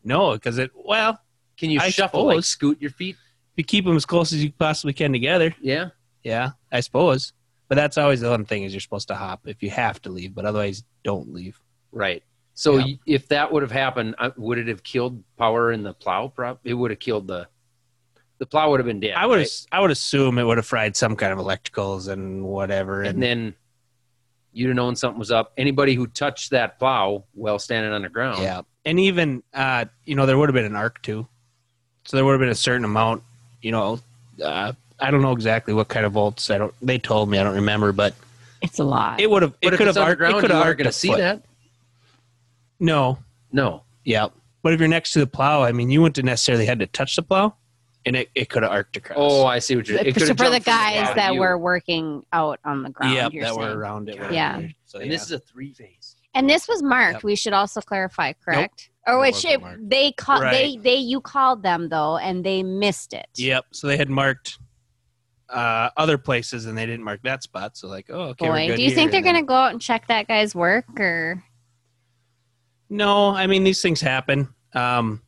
Speaker 5: No, because it well,
Speaker 1: Can you
Speaker 5: I
Speaker 1: shuffle? Like
Speaker 5: suppose.
Speaker 1: scoot your feet?
Speaker 5: you keep them as close as you possibly can together.
Speaker 1: Yeah.
Speaker 5: Yeah, I suppose. But that's always the one thing is you're supposed to hop if you have to leave, but otherwise don't leave.
Speaker 1: Right. So
Speaker 5: Yeah.
Speaker 1: y if that would have happened, uh, would it have killed power in the plow? Prop? It would have killed the. The plow would have been dead.
Speaker 5: I would
Speaker 1: right?
Speaker 5: I would assume it would have fried some kind of electricals and whatever. And,
Speaker 1: and then you'd have known something was up. Anybody who touched that plow while standing on the ground,
Speaker 5: yeah, and even uh, you know there would have been an arc too, so there would have been a certain amount. You know, uh, I don't know exactly what kind of volts. I don't. They told me I don't remember, but
Speaker 4: It's a lot.
Speaker 5: it would have.
Speaker 1: But
Speaker 5: It
Speaker 1: if
Speaker 5: could
Speaker 1: it's
Speaker 5: have arced. It
Speaker 1: underground,
Speaker 5: could
Speaker 1: you
Speaker 5: have
Speaker 1: aren't
Speaker 5: arced
Speaker 1: gonna
Speaker 5: a
Speaker 1: see
Speaker 5: foot.
Speaker 1: that.
Speaker 5: No,
Speaker 1: No,
Speaker 5: yeah. But if you're next to the plow, I mean, you wouldn't have necessarily had to touch the plow, and it, it could have arced across.
Speaker 1: Oh, I see what you're. It
Speaker 4: So
Speaker 1: could've
Speaker 4: for the
Speaker 1: jumped from
Speaker 4: guys
Speaker 1: cloud
Speaker 4: that
Speaker 1: to you.
Speaker 4: were working out on the ground.
Speaker 5: Yep,
Speaker 4: you're
Speaker 5: that were uh,
Speaker 4: saying.
Speaker 5: around it. whatever.
Speaker 4: Yeah.
Speaker 5: So,
Speaker 1: and this is a three phase.
Speaker 4: And this was marked.
Speaker 5: Yep.
Speaker 4: We should also clarify, correct?
Speaker 5: It
Speaker 4: Or which
Speaker 5: wasn't
Speaker 4: it,
Speaker 5: marked.
Speaker 4: they called they
Speaker 5: Right.
Speaker 4: they you called them though, and they missed it.
Speaker 5: Yep. So they had marked uh, other places and they didn't mark that spot. So like, oh, okay.
Speaker 4: Boy, do you think they're gonna go out and check that guy's work or?
Speaker 5: to? No, I mean these things happen. Um,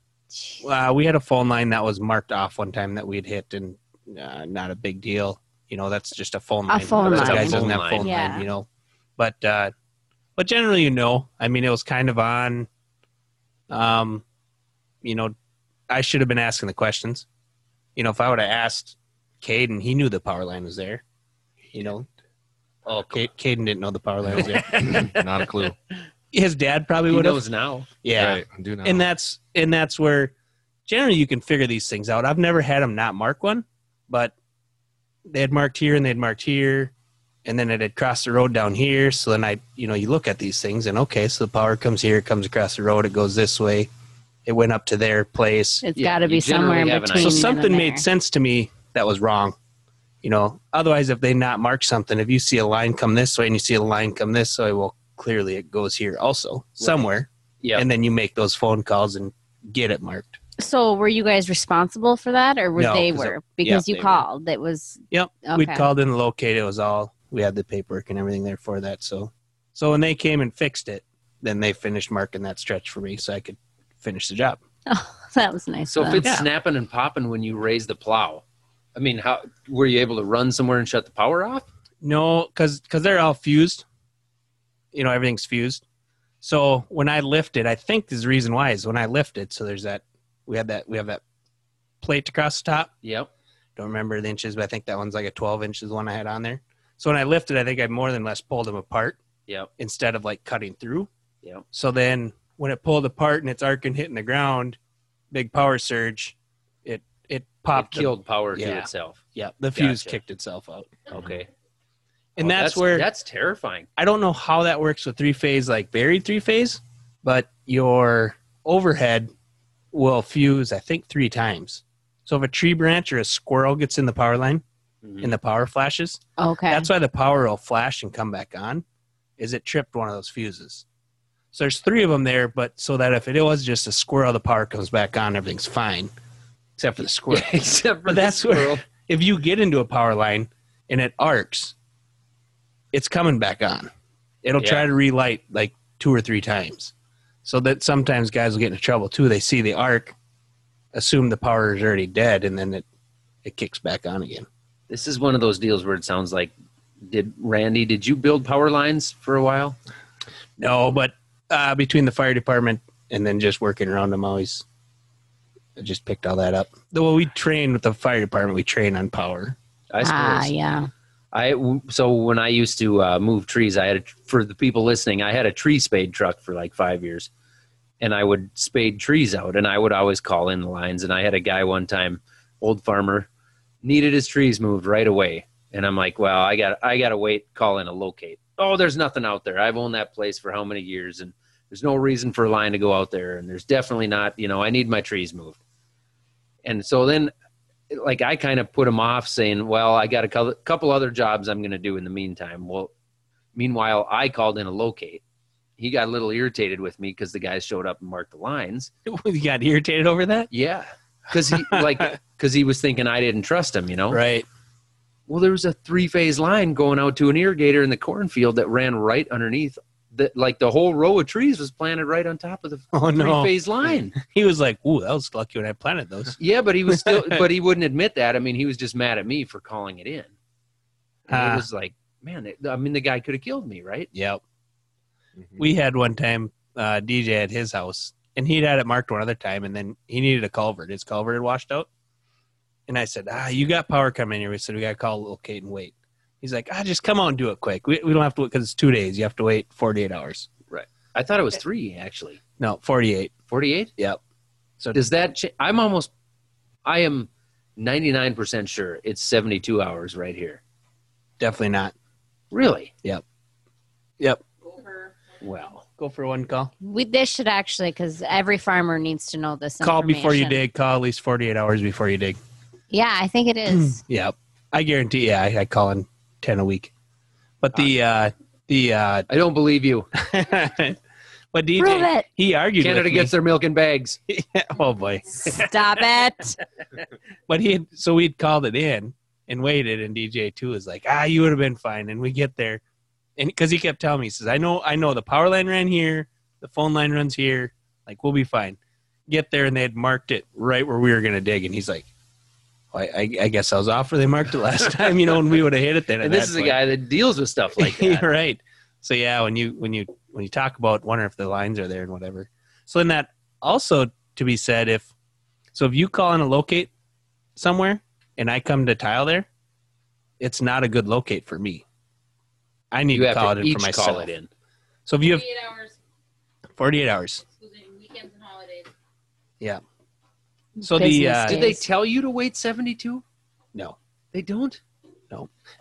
Speaker 5: uh, we had a phone line that was marked off one time that we'd hit, and uh, not a big deal. You know, that's just a phone
Speaker 4: A
Speaker 5: line.
Speaker 4: phone
Speaker 5: Those
Speaker 4: line.
Speaker 1: Phone
Speaker 5: guys doesn't have
Speaker 1: line.
Speaker 5: phone
Speaker 4: Yeah.
Speaker 5: line. You know, but uh, but generally, you know, I mean, it was kind of on. Um, you know, I should have been asking the questions. You know, if I would have asked Caden, he knew the power line was there. You know,
Speaker 1: Oh,
Speaker 5: Ca- Caden didn't know the power line was there.
Speaker 6: Not a clue.
Speaker 5: His dad probably
Speaker 1: he
Speaker 5: would have.
Speaker 1: knows now.
Speaker 5: Yeah,
Speaker 6: Right. I do know.
Speaker 5: and that's and that's where generally you can figure these things out. I've never had them not mark one, but they had marked here and they had marked here, and then it had crossed the road down here. So then I, you know, you look at these things and okay, so the power comes here, it comes across the road, it goes this way, it went up to their place.
Speaker 4: It's
Speaker 1: Yeah,
Speaker 4: got to
Speaker 1: you
Speaker 4: be somewhere in
Speaker 1: generally have an
Speaker 4: between.
Speaker 5: So
Speaker 1: idea.
Speaker 4: then
Speaker 5: something
Speaker 4: and
Speaker 5: made
Speaker 4: there.
Speaker 5: sense to me that was wrong. You know, otherwise, if they not mark something, if you see a line come this way and you see a line come this way, well, clearly it goes here also somewhere,
Speaker 1: Yeah,
Speaker 5: and then you make those phone calls and get it marked.
Speaker 4: So were you guys responsible for that, or were
Speaker 5: No,
Speaker 4: they
Speaker 5: 'cause
Speaker 4: were
Speaker 5: yeah,
Speaker 4: because
Speaker 5: they
Speaker 4: you
Speaker 5: were.
Speaker 4: called? That was
Speaker 5: Yep,
Speaker 4: Okay.
Speaker 5: we'd called in the locate. It was all we had the paperwork and everything there for that. So, so when they came and fixed it, then they finished marking that stretch for me, so I could finish the job.
Speaker 4: Oh, that was nice.
Speaker 1: so
Speaker 4: of
Speaker 1: if
Speaker 4: them.
Speaker 1: it's
Speaker 5: Yeah.
Speaker 1: snapping and popping when you raise the plow, I mean, how were you able to run somewhere and shut the power off?
Speaker 5: No, because they're all fused. You know, everything's fused. So when I lift it, I think is the reason why is when I lift it. So there's that we have that we have that plate across the top.
Speaker 1: Yep.
Speaker 5: Don't remember the inches, but I think that one's like a 12 inches one I had on there. So when I lifted, I think I more than less pulled them apart
Speaker 1: Yep.
Speaker 5: instead of like cutting through.
Speaker 1: Yep.
Speaker 5: So then when it pulled apart and its arc and hitting the ground, big power surge, it it
Speaker 1: It
Speaker 5: popped. the-
Speaker 1: killed power to
Speaker 5: yeah.
Speaker 1: itself.
Speaker 5: yeah, the fuse
Speaker 1: Gotcha.
Speaker 5: kicked itself out,
Speaker 1: Okay.
Speaker 5: and
Speaker 1: Oh,
Speaker 5: that's, where
Speaker 1: that's terrifying.
Speaker 5: I don't know how that works with three phase, like buried three phase, but your overhead will fuse, I think, three times. So if a tree branch or a squirrel gets in the power line
Speaker 1: Mhm.
Speaker 5: and the power flashes,
Speaker 4: Okay.
Speaker 5: that's why the power will flash and come back on, is it tripped one of those fuses. So there's three of them there, but so that if it was just a squirrel, the power comes back on, everything's fine, except for the squirrel.
Speaker 1: Except for
Speaker 5: But that's
Speaker 1: the squirrel.
Speaker 5: where if you get into a power line and it arcs, it's coming back on. It'll
Speaker 1: Yeah.
Speaker 5: try to relight like two or three times. So that sometimes guys will get into trouble too. They see the arc, assume the power is already dead, and then it it kicks back on again.
Speaker 1: This is one of those deals where it sounds like, did Randy? Did you build power lines for a while?
Speaker 5: No, but uh, between the fire department and then just working around them always I just picked all that up. Well, we train with the fire department, we train on power.
Speaker 1: I suppose.
Speaker 4: ah, yeah.
Speaker 1: I w- so when I used to uh, move trees, I had a, for the people listening, I had a tree spade truck for like five years, and I would spade trees out, and I would always call in the lines. And I had a guy one time, old farmer, needed his trees moved right away, and I'm like, well, I got I gotta wait, call in a locate. Oh, there's nothing out there. I've owned that place for how many years, and there's no reason for a line to go out there, and there's definitely not, you know, I need my trees moved. And so then like I kind of put him off saying, well, I got a cou- couple other jobs I'm going to do in the meantime. Well, meanwhile, I called in a locate. He got a little irritated with me because the guy showed up and marked the lines.
Speaker 5: you got irritated over that?
Speaker 1: Yeah. Cause he like, cause he was thinking I didn't trust him, you know?
Speaker 5: Right.
Speaker 1: Well, there was a three phase line going out to an irrigator in the cornfield that ran right underneath that. Like the whole row of trees was planted right on top of the
Speaker 5: Oh no.
Speaker 1: three phase line.
Speaker 5: He was like, "Ooh, that was lucky when I planted those."
Speaker 1: Yeah, but he was still, but he wouldn't admit that. I mean, he was just mad at me for calling it in. And
Speaker 5: Ah.
Speaker 1: it was like, man, it, I mean, the guy could have killed me, right?
Speaker 5: Yep.
Speaker 6: Mm-hmm.
Speaker 5: We had one time uh, DJ at his house, and he'd had it marked one other time, and then he needed a culvert. His culvert had washed out, and I said, "Ah, you got power coming here." We said, "We got to call locate and wait." He's like, "Ah, just come out and do it quick. We, we don't have to wait because it's two days. You have to wait forty eight hours.
Speaker 1: I thought it was three actually,
Speaker 5: No, forty eight.
Speaker 1: forty-eight.
Speaker 5: Yep. So
Speaker 1: Does that? Cha- I'm almost, I am, ninety-nine percent sure it's seventy-two hours right here.
Speaker 5: definitely not.
Speaker 1: Really?
Speaker 5: Yep.
Speaker 1: Well,
Speaker 5: Go for one call.
Speaker 4: We, this should actually, because every farmer needs to know this.
Speaker 5: Call before you
Speaker 4: information.
Speaker 5: dig. Call at least forty eight hours before you dig.
Speaker 4: Yeah, I think it is.
Speaker 5: Yep. I guarantee. Yeah, I, I call in ten a week, but the uh, the uh,
Speaker 1: I don't believe you.
Speaker 5: but DJ,
Speaker 4: Prove it.
Speaker 5: he argued.
Speaker 1: Canada
Speaker 5: with
Speaker 1: gets their milk in bags.
Speaker 5: me. oh boy!
Speaker 4: Stop it.
Speaker 5: But he had, so we'd called it in and waited, and DJ too was like, "Ah, you would have been fine." And we get there, and because he kept telling me, he says, "I know, I know, the power line ran here, the phone line runs here, like we'll be fine." Get there, and they had marked it right where we were gonna dig, and he's like. "Well, I, I, I guess I was off where they marked it last time, you know, and we would have hit it then. at
Speaker 1: And this
Speaker 5: that
Speaker 1: is a
Speaker 5: point.
Speaker 1: guy that deals with stuff like that.
Speaker 5: right. So yeah, when you when you when you talk about wonder if the lines are there and whatever. So then that also to be said if so if you call in a locate somewhere and I come to tile there, it's not a good locate for me. I need
Speaker 1: You
Speaker 5: to
Speaker 1: have
Speaker 5: call
Speaker 1: to
Speaker 5: it in
Speaker 1: each
Speaker 5: for myself.
Speaker 1: call it in.
Speaker 5: So if you have
Speaker 7: 48 hours,
Speaker 5: forty eight hours.
Speaker 7: excluding weekends and holidays.
Speaker 5: So the
Speaker 4: Business
Speaker 5: uh,
Speaker 4: day.
Speaker 1: Did they
Speaker 4: Yes.
Speaker 1: tell you to wait seventy-two?
Speaker 5: No.
Speaker 1: they don't.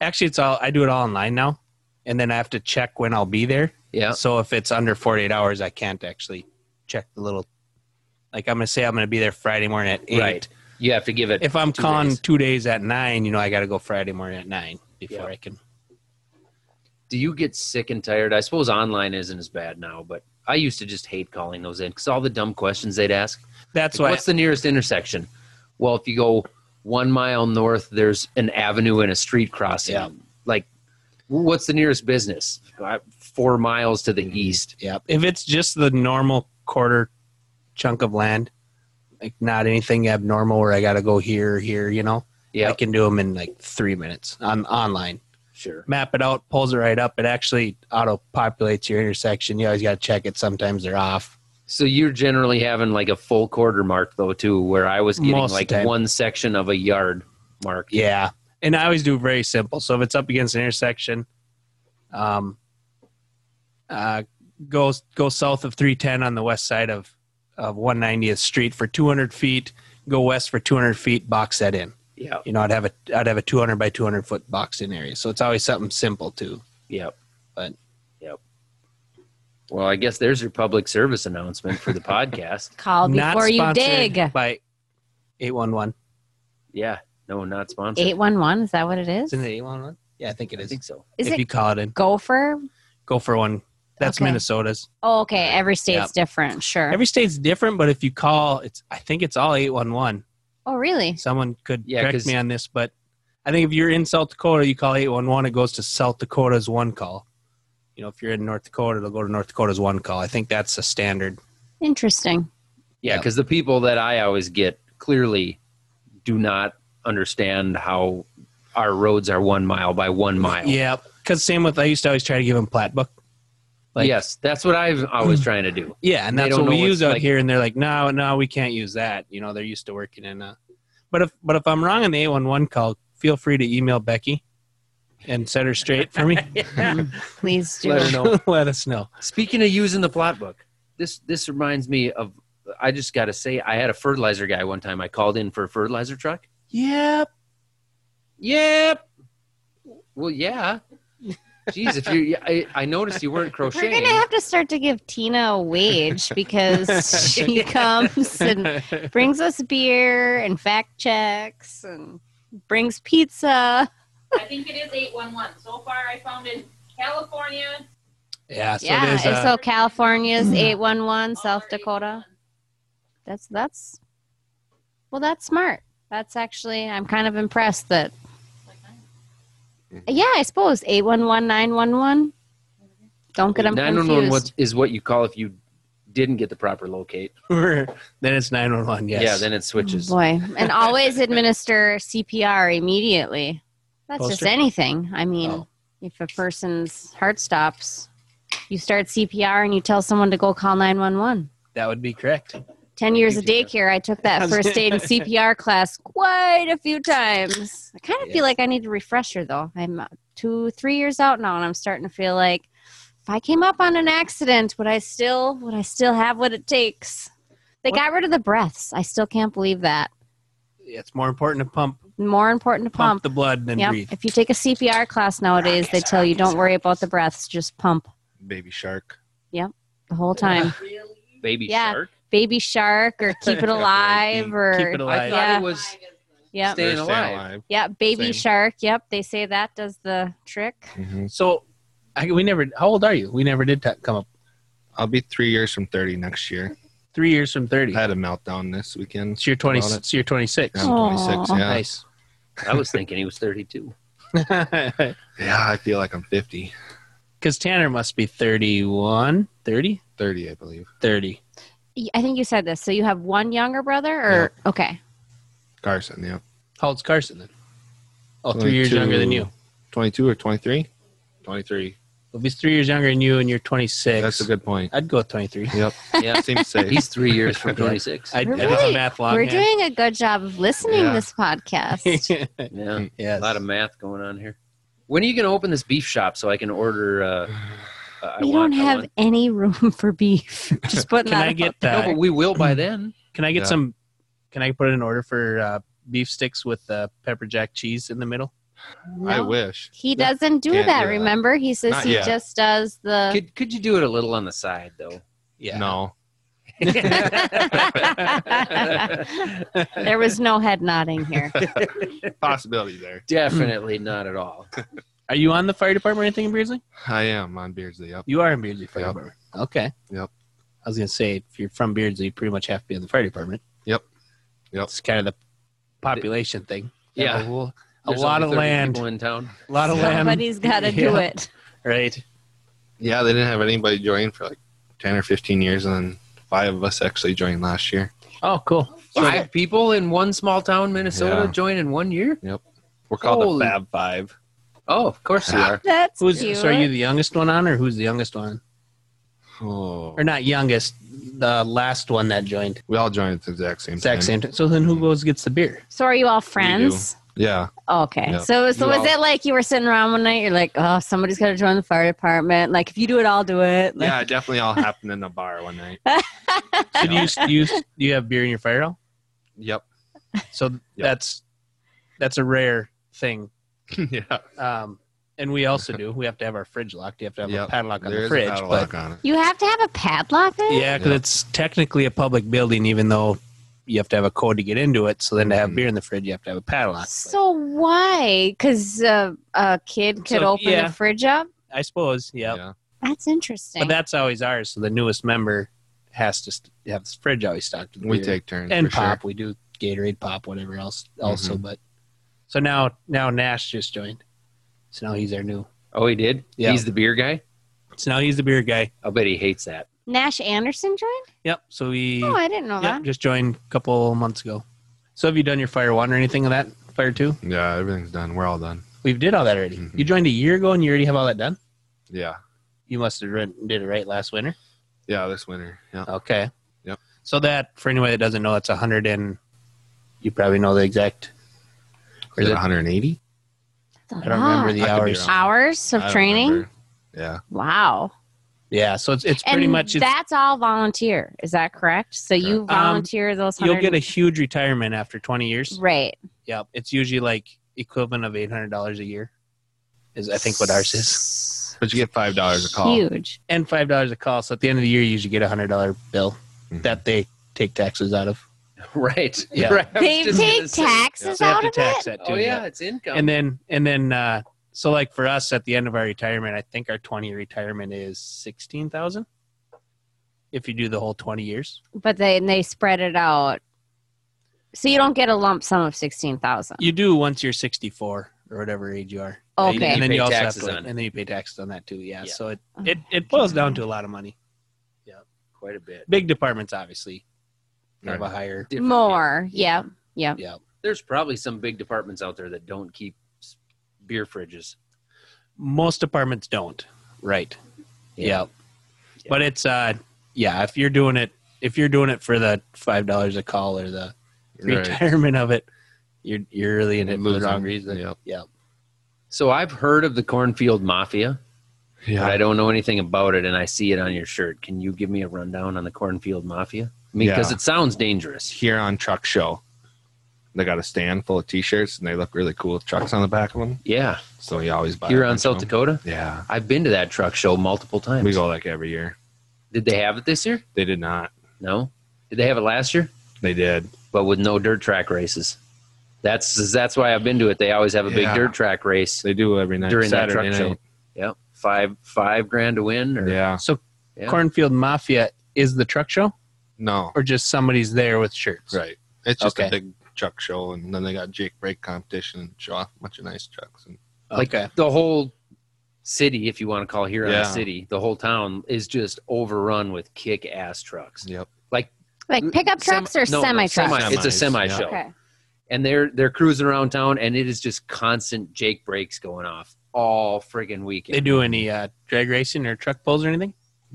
Speaker 5: actually it's all I do it all online now. And then I have to check when I'll be there.
Speaker 1: Yeah.
Speaker 5: So if it's under 48 hours, I can't actually check the little. Like I'm gonna say I'm gonna be there Friday morning at eight.
Speaker 1: Right. You have to give it.
Speaker 5: If I'm
Speaker 1: Two
Speaker 5: con
Speaker 1: days.
Speaker 5: two days at nine, you know I gotta go Friday morning at nine before
Speaker 1: Yeah.
Speaker 5: I can.
Speaker 1: do you get sick and tired? I suppose online isn't as bad now, but I used to just hate calling those in because all the dumb questions they'd ask.
Speaker 5: That's
Speaker 1: Like,
Speaker 5: why.
Speaker 1: What's the nearest intersection? Well, if you go one mile north, there's an avenue and a street crossing.
Speaker 5: Yeah.
Speaker 1: Like, what's the nearest business? Uh, Four miles to the
Speaker 5: Mm-hmm.
Speaker 1: east.
Speaker 5: yeah. If it's just the normal quarter chunk of land, like not anything abnormal where I gotta go here, here, you know,
Speaker 1: Yeah,
Speaker 5: I can do them in like three minutes on online.
Speaker 1: sure.
Speaker 5: map it out, pulls it right up. It actually auto populates your intersection. You always got to check it. Sometimes they're off.
Speaker 1: So you're generally having like a full quarter mark though, too, where I was getting
Speaker 5: Most of the
Speaker 1: like
Speaker 5: time.
Speaker 1: one section of a yard mark.
Speaker 5: Yeah. And I always do very simple. So if it's up against an intersection, um, uh, go go south of 310 on the west side of of 190th Street for 200 feet. Go west for 200 feet. Box that in.
Speaker 8: Yeah.
Speaker 5: You know, I'd have a I'd have a 200 by 200 foot box in area. So it's always something simple too.
Speaker 1: Yep.
Speaker 5: But-
Speaker 1: yep. Well, I guess there's your public service announcement for the podcast.
Speaker 4: Call before you
Speaker 5: sponsored
Speaker 4: dig.
Speaker 5: by 811.
Speaker 1: Yeah. No, not sponsored.
Speaker 4: Eight one one. Is that what it is?
Speaker 5: Isn't it 811? Yeah, I think it
Speaker 1: I
Speaker 5: is.
Speaker 1: think so.
Speaker 4: Is
Speaker 5: if
Speaker 4: it
Speaker 5: you call it in,
Speaker 4: Gopher?
Speaker 5: go for one. That's
Speaker 4: Okay.
Speaker 5: Minnesota's.
Speaker 4: Oh, okay. Every state's different. Sure.
Speaker 5: Every state's different, but if you call, it's I think it's all 811.
Speaker 4: oh, really?
Speaker 5: Someone could
Speaker 1: Yeah,
Speaker 5: correct
Speaker 1: 'cause-
Speaker 5: me on this, but I think if you're in South Dakota, you call 811, it goes to South Dakota's one call. You know, if you're in North Dakota, it'll go to North Dakota's one call. I think that's the standard.
Speaker 4: Interesting.
Speaker 1: Yeah,
Speaker 5: Yep.
Speaker 1: because the people that I always get clearly do not understand how our roads are one mile by one mile.
Speaker 5: Yeah, because same with I used to always try to give them plat book. like-
Speaker 1: yes, that's what I'm always trying to do.
Speaker 5: Yeah, and
Speaker 1: They
Speaker 5: that's
Speaker 1: don't
Speaker 5: what we
Speaker 1: know what's
Speaker 5: use out
Speaker 1: like-
Speaker 5: here, and they're like, no, no, we can't use that. You know, they're used to working in a. But if but if I'm wrong on the eight one one call, feel free to email Becky, and set her straight for me.
Speaker 4: Please do.
Speaker 1: Let her know.
Speaker 5: Let us know.
Speaker 1: Speaking of using the plot book, this this reminds me of. I just got to say, I had a fertilizer guy one time. I called in for a fertilizer truck.
Speaker 5: Yep.
Speaker 1: Yep. Well, yeah. Jeez, if you, I, I noticed you weren't
Speaker 4: We're
Speaker 1: crocheting.
Speaker 4: gonna have to start to give Tina a wage because she comes and brings us beer and fact checks and brings pizza.
Speaker 9: I think it is eight one one. So far, I found in California.
Speaker 5: Yeah. So
Speaker 4: yeah,
Speaker 5: there's uh, a, Mm.
Speaker 4: so California's eight one one,
Speaker 9: all
Speaker 4: South
Speaker 9: are
Speaker 4: Dakota.
Speaker 9: 811.
Speaker 4: That's that's well, that's smart. That's actually I'm kind of impressed that
Speaker 9: Like mine.
Speaker 4: yeah, I suppose eight one one nine one one. Don't get them confused.
Speaker 1: what is what you call if you didn't get the proper locate.
Speaker 5: then it's nine one one. Yes.
Speaker 1: Yeah, then it switches.
Speaker 4: Oh, Boy, and always administer CPR immediately. That's just
Speaker 5: Poster?
Speaker 4: anything. I mean,
Speaker 5: Oh.
Speaker 4: if a person's heart stops, you start CPR and you tell someone to go call 911.
Speaker 5: that would be correct.
Speaker 4: 10 years of
Speaker 1: Thank you,
Speaker 4: daycare, I took that first aid and CPR class quite a few times. I kind of
Speaker 5: Yeah.
Speaker 4: feel like I need a refresher, though. I'm uh, two, three years out now, and I'm starting to feel like if I came up on an accident, would I still would I still have what it takes? They
Speaker 5: What-
Speaker 4: got rid of the breaths. I still can't believe that
Speaker 5: It's more important to pump pump,
Speaker 4: more important to pump.
Speaker 5: the blood than
Speaker 4: Yep.
Speaker 5: breathe.
Speaker 4: If you take a CPR class nowadays, they tell you don't worry about the breaths, just pump
Speaker 6: Baby shark.
Speaker 4: the whole time.
Speaker 1: Baby
Speaker 4: Yeah.
Speaker 1: shark.
Speaker 4: Baby shark or keep it alive or
Speaker 5: Keep it
Speaker 1: I
Speaker 5: alive.
Speaker 1: thought
Speaker 4: Yeah.
Speaker 1: it was
Speaker 4: yep.
Speaker 1: Staying
Speaker 6: They're
Speaker 1: alive.
Speaker 4: Yeah, baby
Speaker 6: Same.
Speaker 4: shark. Yep, they say that does the trick.
Speaker 6: Mhm.
Speaker 5: So, I, we never. How old are you? We never did ta come up.
Speaker 6: I'll be three years from 30 next year.
Speaker 5: Three years from thirty.
Speaker 6: I had a meltdown this weekend.
Speaker 5: So you're twenty.
Speaker 6: Well, that's-
Speaker 5: So you're twenty six.
Speaker 6: I'm 26.
Speaker 4: Aw.
Speaker 6: Yeah.
Speaker 5: Nice.
Speaker 1: I was thinking he was 32.
Speaker 6: Oh.
Speaker 5: Because
Speaker 6: yeah, I feel like I'm 50.
Speaker 5: Tanner must be 31, 30,
Speaker 6: 30, I believe.
Speaker 5: 30.
Speaker 4: Y- I think you said this. So you have one younger brother, or okay,
Speaker 6: Carson, yeah.
Speaker 5: How old's Carson then? Oh, three years
Speaker 6: 22
Speaker 5: younger than you.
Speaker 6: 22 or 23? 23.
Speaker 5: If he's three years younger than you and you're 26,
Speaker 6: That's a good point.
Speaker 5: I'd go with 23.
Speaker 6: Yep.
Speaker 1: Yeah.
Speaker 6: Seems safe.
Speaker 1: He's three years from 26.
Speaker 5: I, I did
Speaker 4: Really?
Speaker 5: the math long.
Speaker 4: we're
Speaker 5: yeah.
Speaker 4: doing a good job of listening
Speaker 6: Yeah.
Speaker 4: this podcast.
Speaker 1: Yeah. A
Speaker 5: yes.
Speaker 1: lot of math going on here. When are you going to open this beef shop so I can order? Uh, uh, I
Speaker 4: you
Speaker 1: want,
Speaker 4: don't
Speaker 1: I
Speaker 4: have
Speaker 1: want-
Speaker 4: any room for beef. Just putting
Speaker 5: Can
Speaker 4: that
Speaker 5: I
Speaker 4: out
Speaker 5: get
Speaker 4: there.
Speaker 5: that?
Speaker 1: No, but we will by then.
Speaker 5: Can I get
Speaker 6: Yeah.
Speaker 5: some? Can I put an order for uh, beef sticks with uh, pepper jack cheese in the middle?
Speaker 6: I
Speaker 4: No.
Speaker 6: wish.
Speaker 4: He
Speaker 6: Yeah.
Speaker 4: doesn't do
Speaker 6: Can't
Speaker 4: that.
Speaker 6: do that.
Speaker 4: Remember, he says
Speaker 6: Not
Speaker 4: he
Speaker 6: yet.
Speaker 4: just does the.
Speaker 1: Could could you do it a little on the side though?
Speaker 5: Yeah.
Speaker 6: No.
Speaker 4: there was no head nodding here.
Speaker 6: Possibility there.
Speaker 1: Definitely not at all.
Speaker 5: Are you on the fire department or anything in Beardsley?
Speaker 6: I am on Beardsley. Yep.
Speaker 5: You are in Beardsley Fire
Speaker 6: Yep.
Speaker 5: Department. Okay.
Speaker 6: Yep.
Speaker 5: I was gonna say if you're from Beardsley, you pretty much have to be in the fire department.
Speaker 6: Yep. Yep.
Speaker 5: It's kind of the population thing.
Speaker 1: Yeah.
Speaker 5: A, whole- a
Speaker 1: There's
Speaker 5: lot of
Speaker 1: only 30
Speaker 5: land.
Speaker 1: people in town.
Speaker 5: A lot of land.
Speaker 4: Somebody's got to do
Speaker 5: Yeah.
Speaker 4: it.
Speaker 5: Right.
Speaker 6: Yeah, they didn't have anybody join for like 10 or 15 years, and then five of us actually joined last year.
Speaker 5: Oh, cool.
Speaker 1: Five people in one small town, Minnesota,
Speaker 6: Yeah.
Speaker 1: join in one year.
Speaker 6: We're called
Speaker 1: Holy-
Speaker 6: the Fab Five.
Speaker 1: Oh, of course you are.
Speaker 4: That's
Speaker 5: Who's
Speaker 4: cute.
Speaker 5: so? Are you the youngest one on, or who's the youngest one?
Speaker 6: Oh.
Speaker 5: Or not youngest? The last one that joined.
Speaker 6: We all joined at the exact same time.
Speaker 5: Exact same. time. So then, who goes gets the beer?
Speaker 4: So are you all friends? Oh,
Speaker 6: Yeah.
Speaker 4: Okay.
Speaker 6: Yeah.
Speaker 4: So so
Speaker 6: You
Speaker 4: was
Speaker 6: all-
Speaker 4: it like you were sitting around one night, you're like, Oh, somebody's gotta join the fire department. Like if you do it, I'll do it.
Speaker 6: Yeah,
Speaker 4: Like,
Speaker 6: it definitely all happened in a bar one night.
Speaker 5: So do you, do you do you have beer in your fire ale?
Speaker 6: Yep.
Speaker 5: So that's that's a rare thing.
Speaker 6: yeah.
Speaker 5: Um, and we also do. We have to have our fridge locked. You have to have
Speaker 6: Yep.
Speaker 5: a padlock on
Speaker 6: There
Speaker 5: the
Speaker 6: is
Speaker 5: fridge.
Speaker 6: a padlock on it.
Speaker 4: You have to have a padlock
Speaker 5: But
Speaker 4: on it?
Speaker 5: yeah, because
Speaker 6: Yeah.
Speaker 5: it's technically a public building, even though you have to have a code to get into it. So then to have
Speaker 6: Mhm.
Speaker 5: beer in the fridge, you have to have a padlock. But
Speaker 4: So why? Because uh, a kid could
Speaker 5: So,
Speaker 4: open
Speaker 5: yeah.
Speaker 4: the fridge up.
Speaker 5: I suppose, yeah.
Speaker 6: Yeah.
Speaker 4: That's interesting.
Speaker 5: But that's always ours. So the newest member has to st- have the fridge always stocked. with
Speaker 6: We
Speaker 5: beer.
Speaker 6: take turns.
Speaker 5: and
Speaker 6: for sure. Mm-hmm.
Speaker 5: pop. We do Gatorade pop, whatever else. Also, but so now now Nash just joined, so now he's our new.
Speaker 1: Oh, he did.
Speaker 5: Yeah.
Speaker 1: He's the beer guy.
Speaker 5: So now he's the beer guy.
Speaker 1: I'll bet he hates that.
Speaker 4: Nash Anderson joined?
Speaker 5: Yep. So we
Speaker 4: Oh, I didn't know
Speaker 5: yep, just joined a couple months ago. So have you done your fire one or anything of that? Fire two?
Speaker 6: Yeah, everything's done. We're all done.
Speaker 5: We've did all that already.
Speaker 6: Mhm.
Speaker 5: You joined a year ago and you already have all that done.
Speaker 6: Yeah.
Speaker 5: You must have run- did it right last winter.
Speaker 6: Yeah, this winter. Yeah.
Speaker 5: Okay.
Speaker 6: Yep.
Speaker 5: So that for anyone that doesn't know, it's a hundred and you probably know the exact.
Speaker 6: Is
Speaker 5: is
Speaker 6: it
Speaker 5: it-
Speaker 6: 180?
Speaker 4: that.
Speaker 5: I don't
Speaker 4: Ah.
Speaker 5: remember
Speaker 6: I
Speaker 5: the
Speaker 6: could be
Speaker 5: hours.
Speaker 6: wrong.
Speaker 4: Hours of
Speaker 6: I don't
Speaker 4: training?
Speaker 6: remember. Yeah.
Speaker 4: Wow.
Speaker 5: Yeah. So it's it's pretty
Speaker 4: and
Speaker 5: much it's,
Speaker 4: that's all volunteer. Is that correct? So you
Speaker 5: Correct.
Speaker 4: volunteer those.
Speaker 5: you'll get a
Speaker 4: 100
Speaker 5: huge retirement after twenty years.
Speaker 4: right.
Speaker 5: Yep. It's usually like equivalent of eight hundred dollars a year is I think what ours is.
Speaker 6: But you get five dollars a call.
Speaker 4: Huge.
Speaker 5: And five dollars a call. So at the end of the year you usually get a hundred dollar bill
Speaker 1: Mm-hmm.
Speaker 6: Mhm.
Speaker 5: that they take taxes out of.
Speaker 1: Right.
Speaker 5: Yeah.
Speaker 1: Right. I was
Speaker 4: They
Speaker 1: just gonna
Speaker 4: take
Speaker 1: say.
Speaker 4: taxes
Speaker 5: So they
Speaker 4: out
Speaker 5: have
Speaker 4: of
Speaker 5: to tax
Speaker 4: it.
Speaker 5: that too.
Speaker 1: Oh yeah, it's income.
Speaker 5: And then and then uh so like for us at the end of our retirement, I think our twenty year retirement is sixteen thousand. If you do the whole twenty years.
Speaker 4: But they and they spread it out. So you don't get a lump sum of sixteen thousand.
Speaker 5: You do once you're 64 or whatever age you are.
Speaker 4: Okay.
Speaker 1: You
Speaker 5: And, then
Speaker 1: pay
Speaker 5: you also have
Speaker 1: taxes
Speaker 5: to,
Speaker 1: on it.
Speaker 5: and then you pay taxes on that too. Yeah.
Speaker 1: Yeah.
Speaker 5: So it,
Speaker 4: Oh
Speaker 5: it, it boils down to a lot of money.
Speaker 1: quite a bit.
Speaker 5: Big departments obviously have
Speaker 6: Right.
Speaker 5: a higher.
Speaker 1: Different
Speaker 4: More. Yeah.
Speaker 5: Yeah.
Speaker 1: There's probably some big departments out there that don't keep s- beer fridges.
Speaker 5: Most departments don't. Right. Yeah.
Speaker 1: Yeah.
Speaker 5: Yeah. But it's uh yeah, if you're doing it if you're doing it for the five dollars a call or the
Speaker 6: Right.
Speaker 5: retirement of it, you're you're really in it for the
Speaker 6: Losing.
Speaker 5: wrong reason.
Speaker 6: Yep.
Speaker 5: Yeah.
Speaker 1: So I've heard of the cornfield mafia, but I
Speaker 6: Yeah.
Speaker 1: don't know anything about it, and I see it on your shirt. Can you give me a rundown on the cornfield mafia? Because
Speaker 6: Yeah.
Speaker 1: it sounds dangerous.
Speaker 6: Here on Truck Show, they got a stand full of T-shirts and they look really cool with trucks on the back of them.
Speaker 1: Yeah,
Speaker 6: So you always buy.
Speaker 1: here
Speaker 6: a
Speaker 1: on
Speaker 6: bunch
Speaker 1: South
Speaker 6: of them.
Speaker 1: Dakota,
Speaker 6: Yeah.
Speaker 1: I've been to that truck show multiple times.
Speaker 6: We go like every year.
Speaker 1: Did they have it this year?
Speaker 6: They did not.
Speaker 1: No. Did they have it last year?
Speaker 6: They did.
Speaker 1: But with no dirt track races. That's that's why I've been to it. They always have a big
Speaker 6: Yeah.
Speaker 1: dirt track race
Speaker 6: They do every night
Speaker 1: during
Speaker 6: Saturday
Speaker 1: that truck
Speaker 6: night.
Speaker 1: show. Yep. Five five grand to win. Or,
Speaker 6: Yeah.
Speaker 5: So
Speaker 1: Yeah.
Speaker 5: Cornfield Mafia is the truck show
Speaker 6: No.
Speaker 5: or just somebody's there with shirts.
Speaker 6: Right. It's just a
Speaker 5: Okay.
Speaker 6: big truck show, and then they got Jake Brake competition and show off a bunch of nice trucks. And
Speaker 1: Like
Speaker 5: okay.
Speaker 1: the whole city, if you want to call Huron
Speaker 6: Yeah.
Speaker 1: a city, the whole town is just overrun with kick ass trucks.
Speaker 6: yep.
Speaker 4: Like pickup
Speaker 1: Sem-
Speaker 4: trucks or
Speaker 1: no, no,
Speaker 4: semi trucks.
Speaker 1: semi- It's a semi
Speaker 6: Semis, yeah.
Speaker 1: show.
Speaker 4: Okay.
Speaker 1: and they're they're cruising around town, and it is just constant Jake breaks going off all friggin'
Speaker 5: They
Speaker 1: weekend.
Speaker 5: do any uh, drag racing or truck pulls or anything?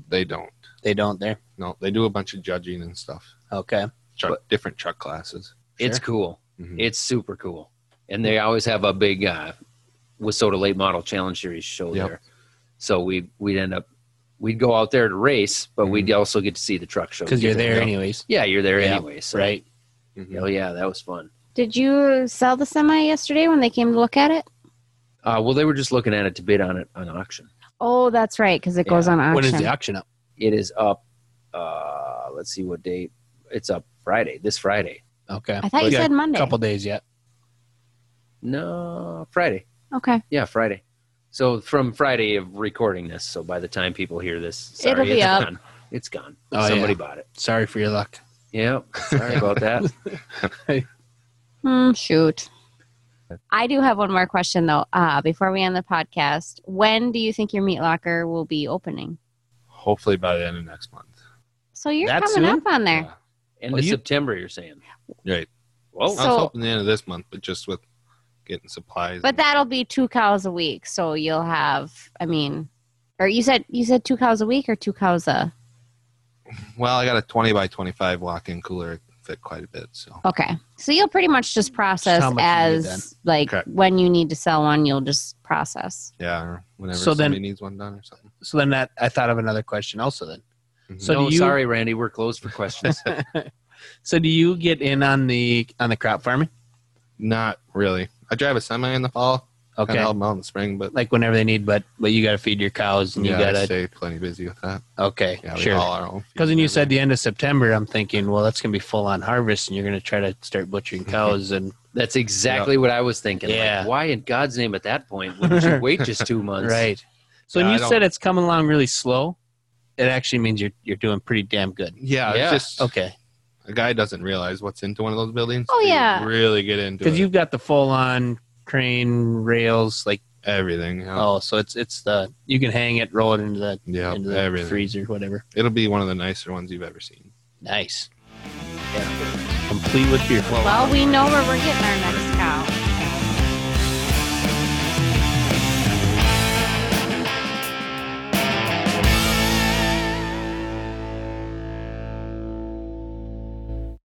Speaker 6: They don't.
Speaker 5: They don't there.
Speaker 6: No, they do a bunch of judging and stuff.
Speaker 5: Okay.
Speaker 6: Truck, different truck classes.
Speaker 1: It's cool.
Speaker 5: Mm-hmm.
Speaker 6: Mhm.
Speaker 1: It's super cool, and they always have a big uh, Wasota Late Model Challenge Series show
Speaker 6: Yep.
Speaker 1: there. So we we'd end up we'd go out there to race, but we'd also get to see the truck show
Speaker 5: Because Mm-hmm. you're
Speaker 1: Yeah.
Speaker 5: there anyways.
Speaker 1: Yeah, you're there
Speaker 5: Yeah.
Speaker 1: anyway. So.
Speaker 5: Right.
Speaker 6: Mhm.
Speaker 1: Oh yeah, that was fun.
Speaker 4: Did you sell the semi yesterday when they came to look at it?
Speaker 1: Uh, well, they were just looking at it to bid on it on auction.
Speaker 4: Oh, that's right, because it goes on auction.
Speaker 5: When is the auction up?
Speaker 1: It is up. Uh, let's see what date. It's up Friday. This Friday.
Speaker 5: Okay.
Speaker 4: I thought you
Speaker 5: But
Speaker 4: said
Speaker 5: a
Speaker 4: Monday.
Speaker 5: couple days yet.
Speaker 1: No, Friday.
Speaker 4: Okay.
Speaker 1: Yeah, Friday. So from Friday of recording this, so by the time people hear this, sorry,
Speaker 4: It'll be
Speaker 1: it's
Speaker 4: up.
Speaker 1: gone. It's gone.
Speaker 5: Oh,
Speaker 1: Somebody
Speaker 5: yeah.
Speaker 1: bought it.
Speaker 5: Sorry for your luck.
Speaker 1: Yeah. Sorry about that.
Speaker 4: Hmm, shoot. I do have one more question though. Uh, before we end the podcast, when do you think your meat locker will be opening?
Speaker 6: Hopefully by the end of next month.
Speaker 4: So you're
Speaker 5: That
Speaker 4: coming up
Speaker 5: soon?
Speaker 4: on there.
Speaker 1: End
Speaker 5: Well,
Speaker 1: of
Speaker 5: you-
Speaker 1: September, you're saying.
Speaker 6: Right.
Speaker 1: Whoa.
Speaker 4: So-
Speaker 6: I was hoping the end of this month, but just with getting supplies.
Speaker 4: But
Speaker 6: and-
Speaker 4: that'll be two cows a week. So you'll have, I mean, or you said you said two cows a week or two cows a
Speaker 6: well, I got a 20 by 25 walk in cooler with it quite a bit. So
Speaker 4: Okay. So you'll pretty much just process
Speaker 5: how much you need then.
Speaker 4: as like
Speaker 6: Correct.
Speaker 4: when you need to sell one, you'll just process.
Speaker 6: yeah, or whenever
Speaker 5: So then-
Speaker 6: somebody needs one done or something.
Speaker 5: So then that I thought of another question also then.
Speaker 6: Mhm.
Speaker 5: So
Speaker 1: no,
Speaker 5: do you
Speaker 1: sorry, Randy, we're closed for questions.
Speaker 5: so do you get in on the on the crop farming?
Speaker 6: Not really. I drive a semi in the fall. Okay.
Speaker 5: Okay.
Speaker 6: Kind of help 'em out in the spring, but
Speaker 5: Like whenever they need, but but you got to feed your cows and you
Speaker 6: yeah, I
Speaker 5: got to
Speaker 6: stay plenty busy with that.
Speaker 5: okay
Speaker 6: Yeah, we
Speaker 5: sure.
Speaker 6: all our own.
Speaker 5: Because when
Speaker 6: feed
Speaker 5: you
Speaker 6: and
Speaker 5: said the end of September, I'm thinking, well, that's gonna be full on harvest, and you're gonna try to start butchering cows and
Speaker 1: That's exactly what I was thinking. Like,
Speaker 5: Yeah.
Speaker 1: why in God's name at that point would you wait just two months?
Speaker 5: right. So
Speaker 6: Yeah,
Speaker 5: when
Speaker 6: I
Speaker 5: you
Speaker 6: don't-
Speaker 5: said it's coming along really slow, it actually means you're you're doing pretty damn good.
Speaker 6: everything. Yeah,
Speaker 1: Yeah.
Speaker 6: it's just
Speaker 5: Okay,
Speaker 6: a guy doesn't realize what's into one of those buildings.
Speaker 4: Oh,
Speaker 6: They
Speaker 4: yeah.
Speaker 6: really get into
Speaker 5: because
Speaker 6: it.
Speaker 5: you've got the full on crane rails, like
Speaker 6: everything. Yeah,
Speaker 5: oh, so it's it's the you can hang it, roll it into the
Speaker 6: yeah
Speaker 5: into the
Speaker 6: everything.
Speaker 5: freezer, whatever.
Speaker 6: It'll be one of the nicer ones you've ever seen.
Speaker 5: Nice. Complete with your
Speaker 4: Well, we know where we're getting our next cow.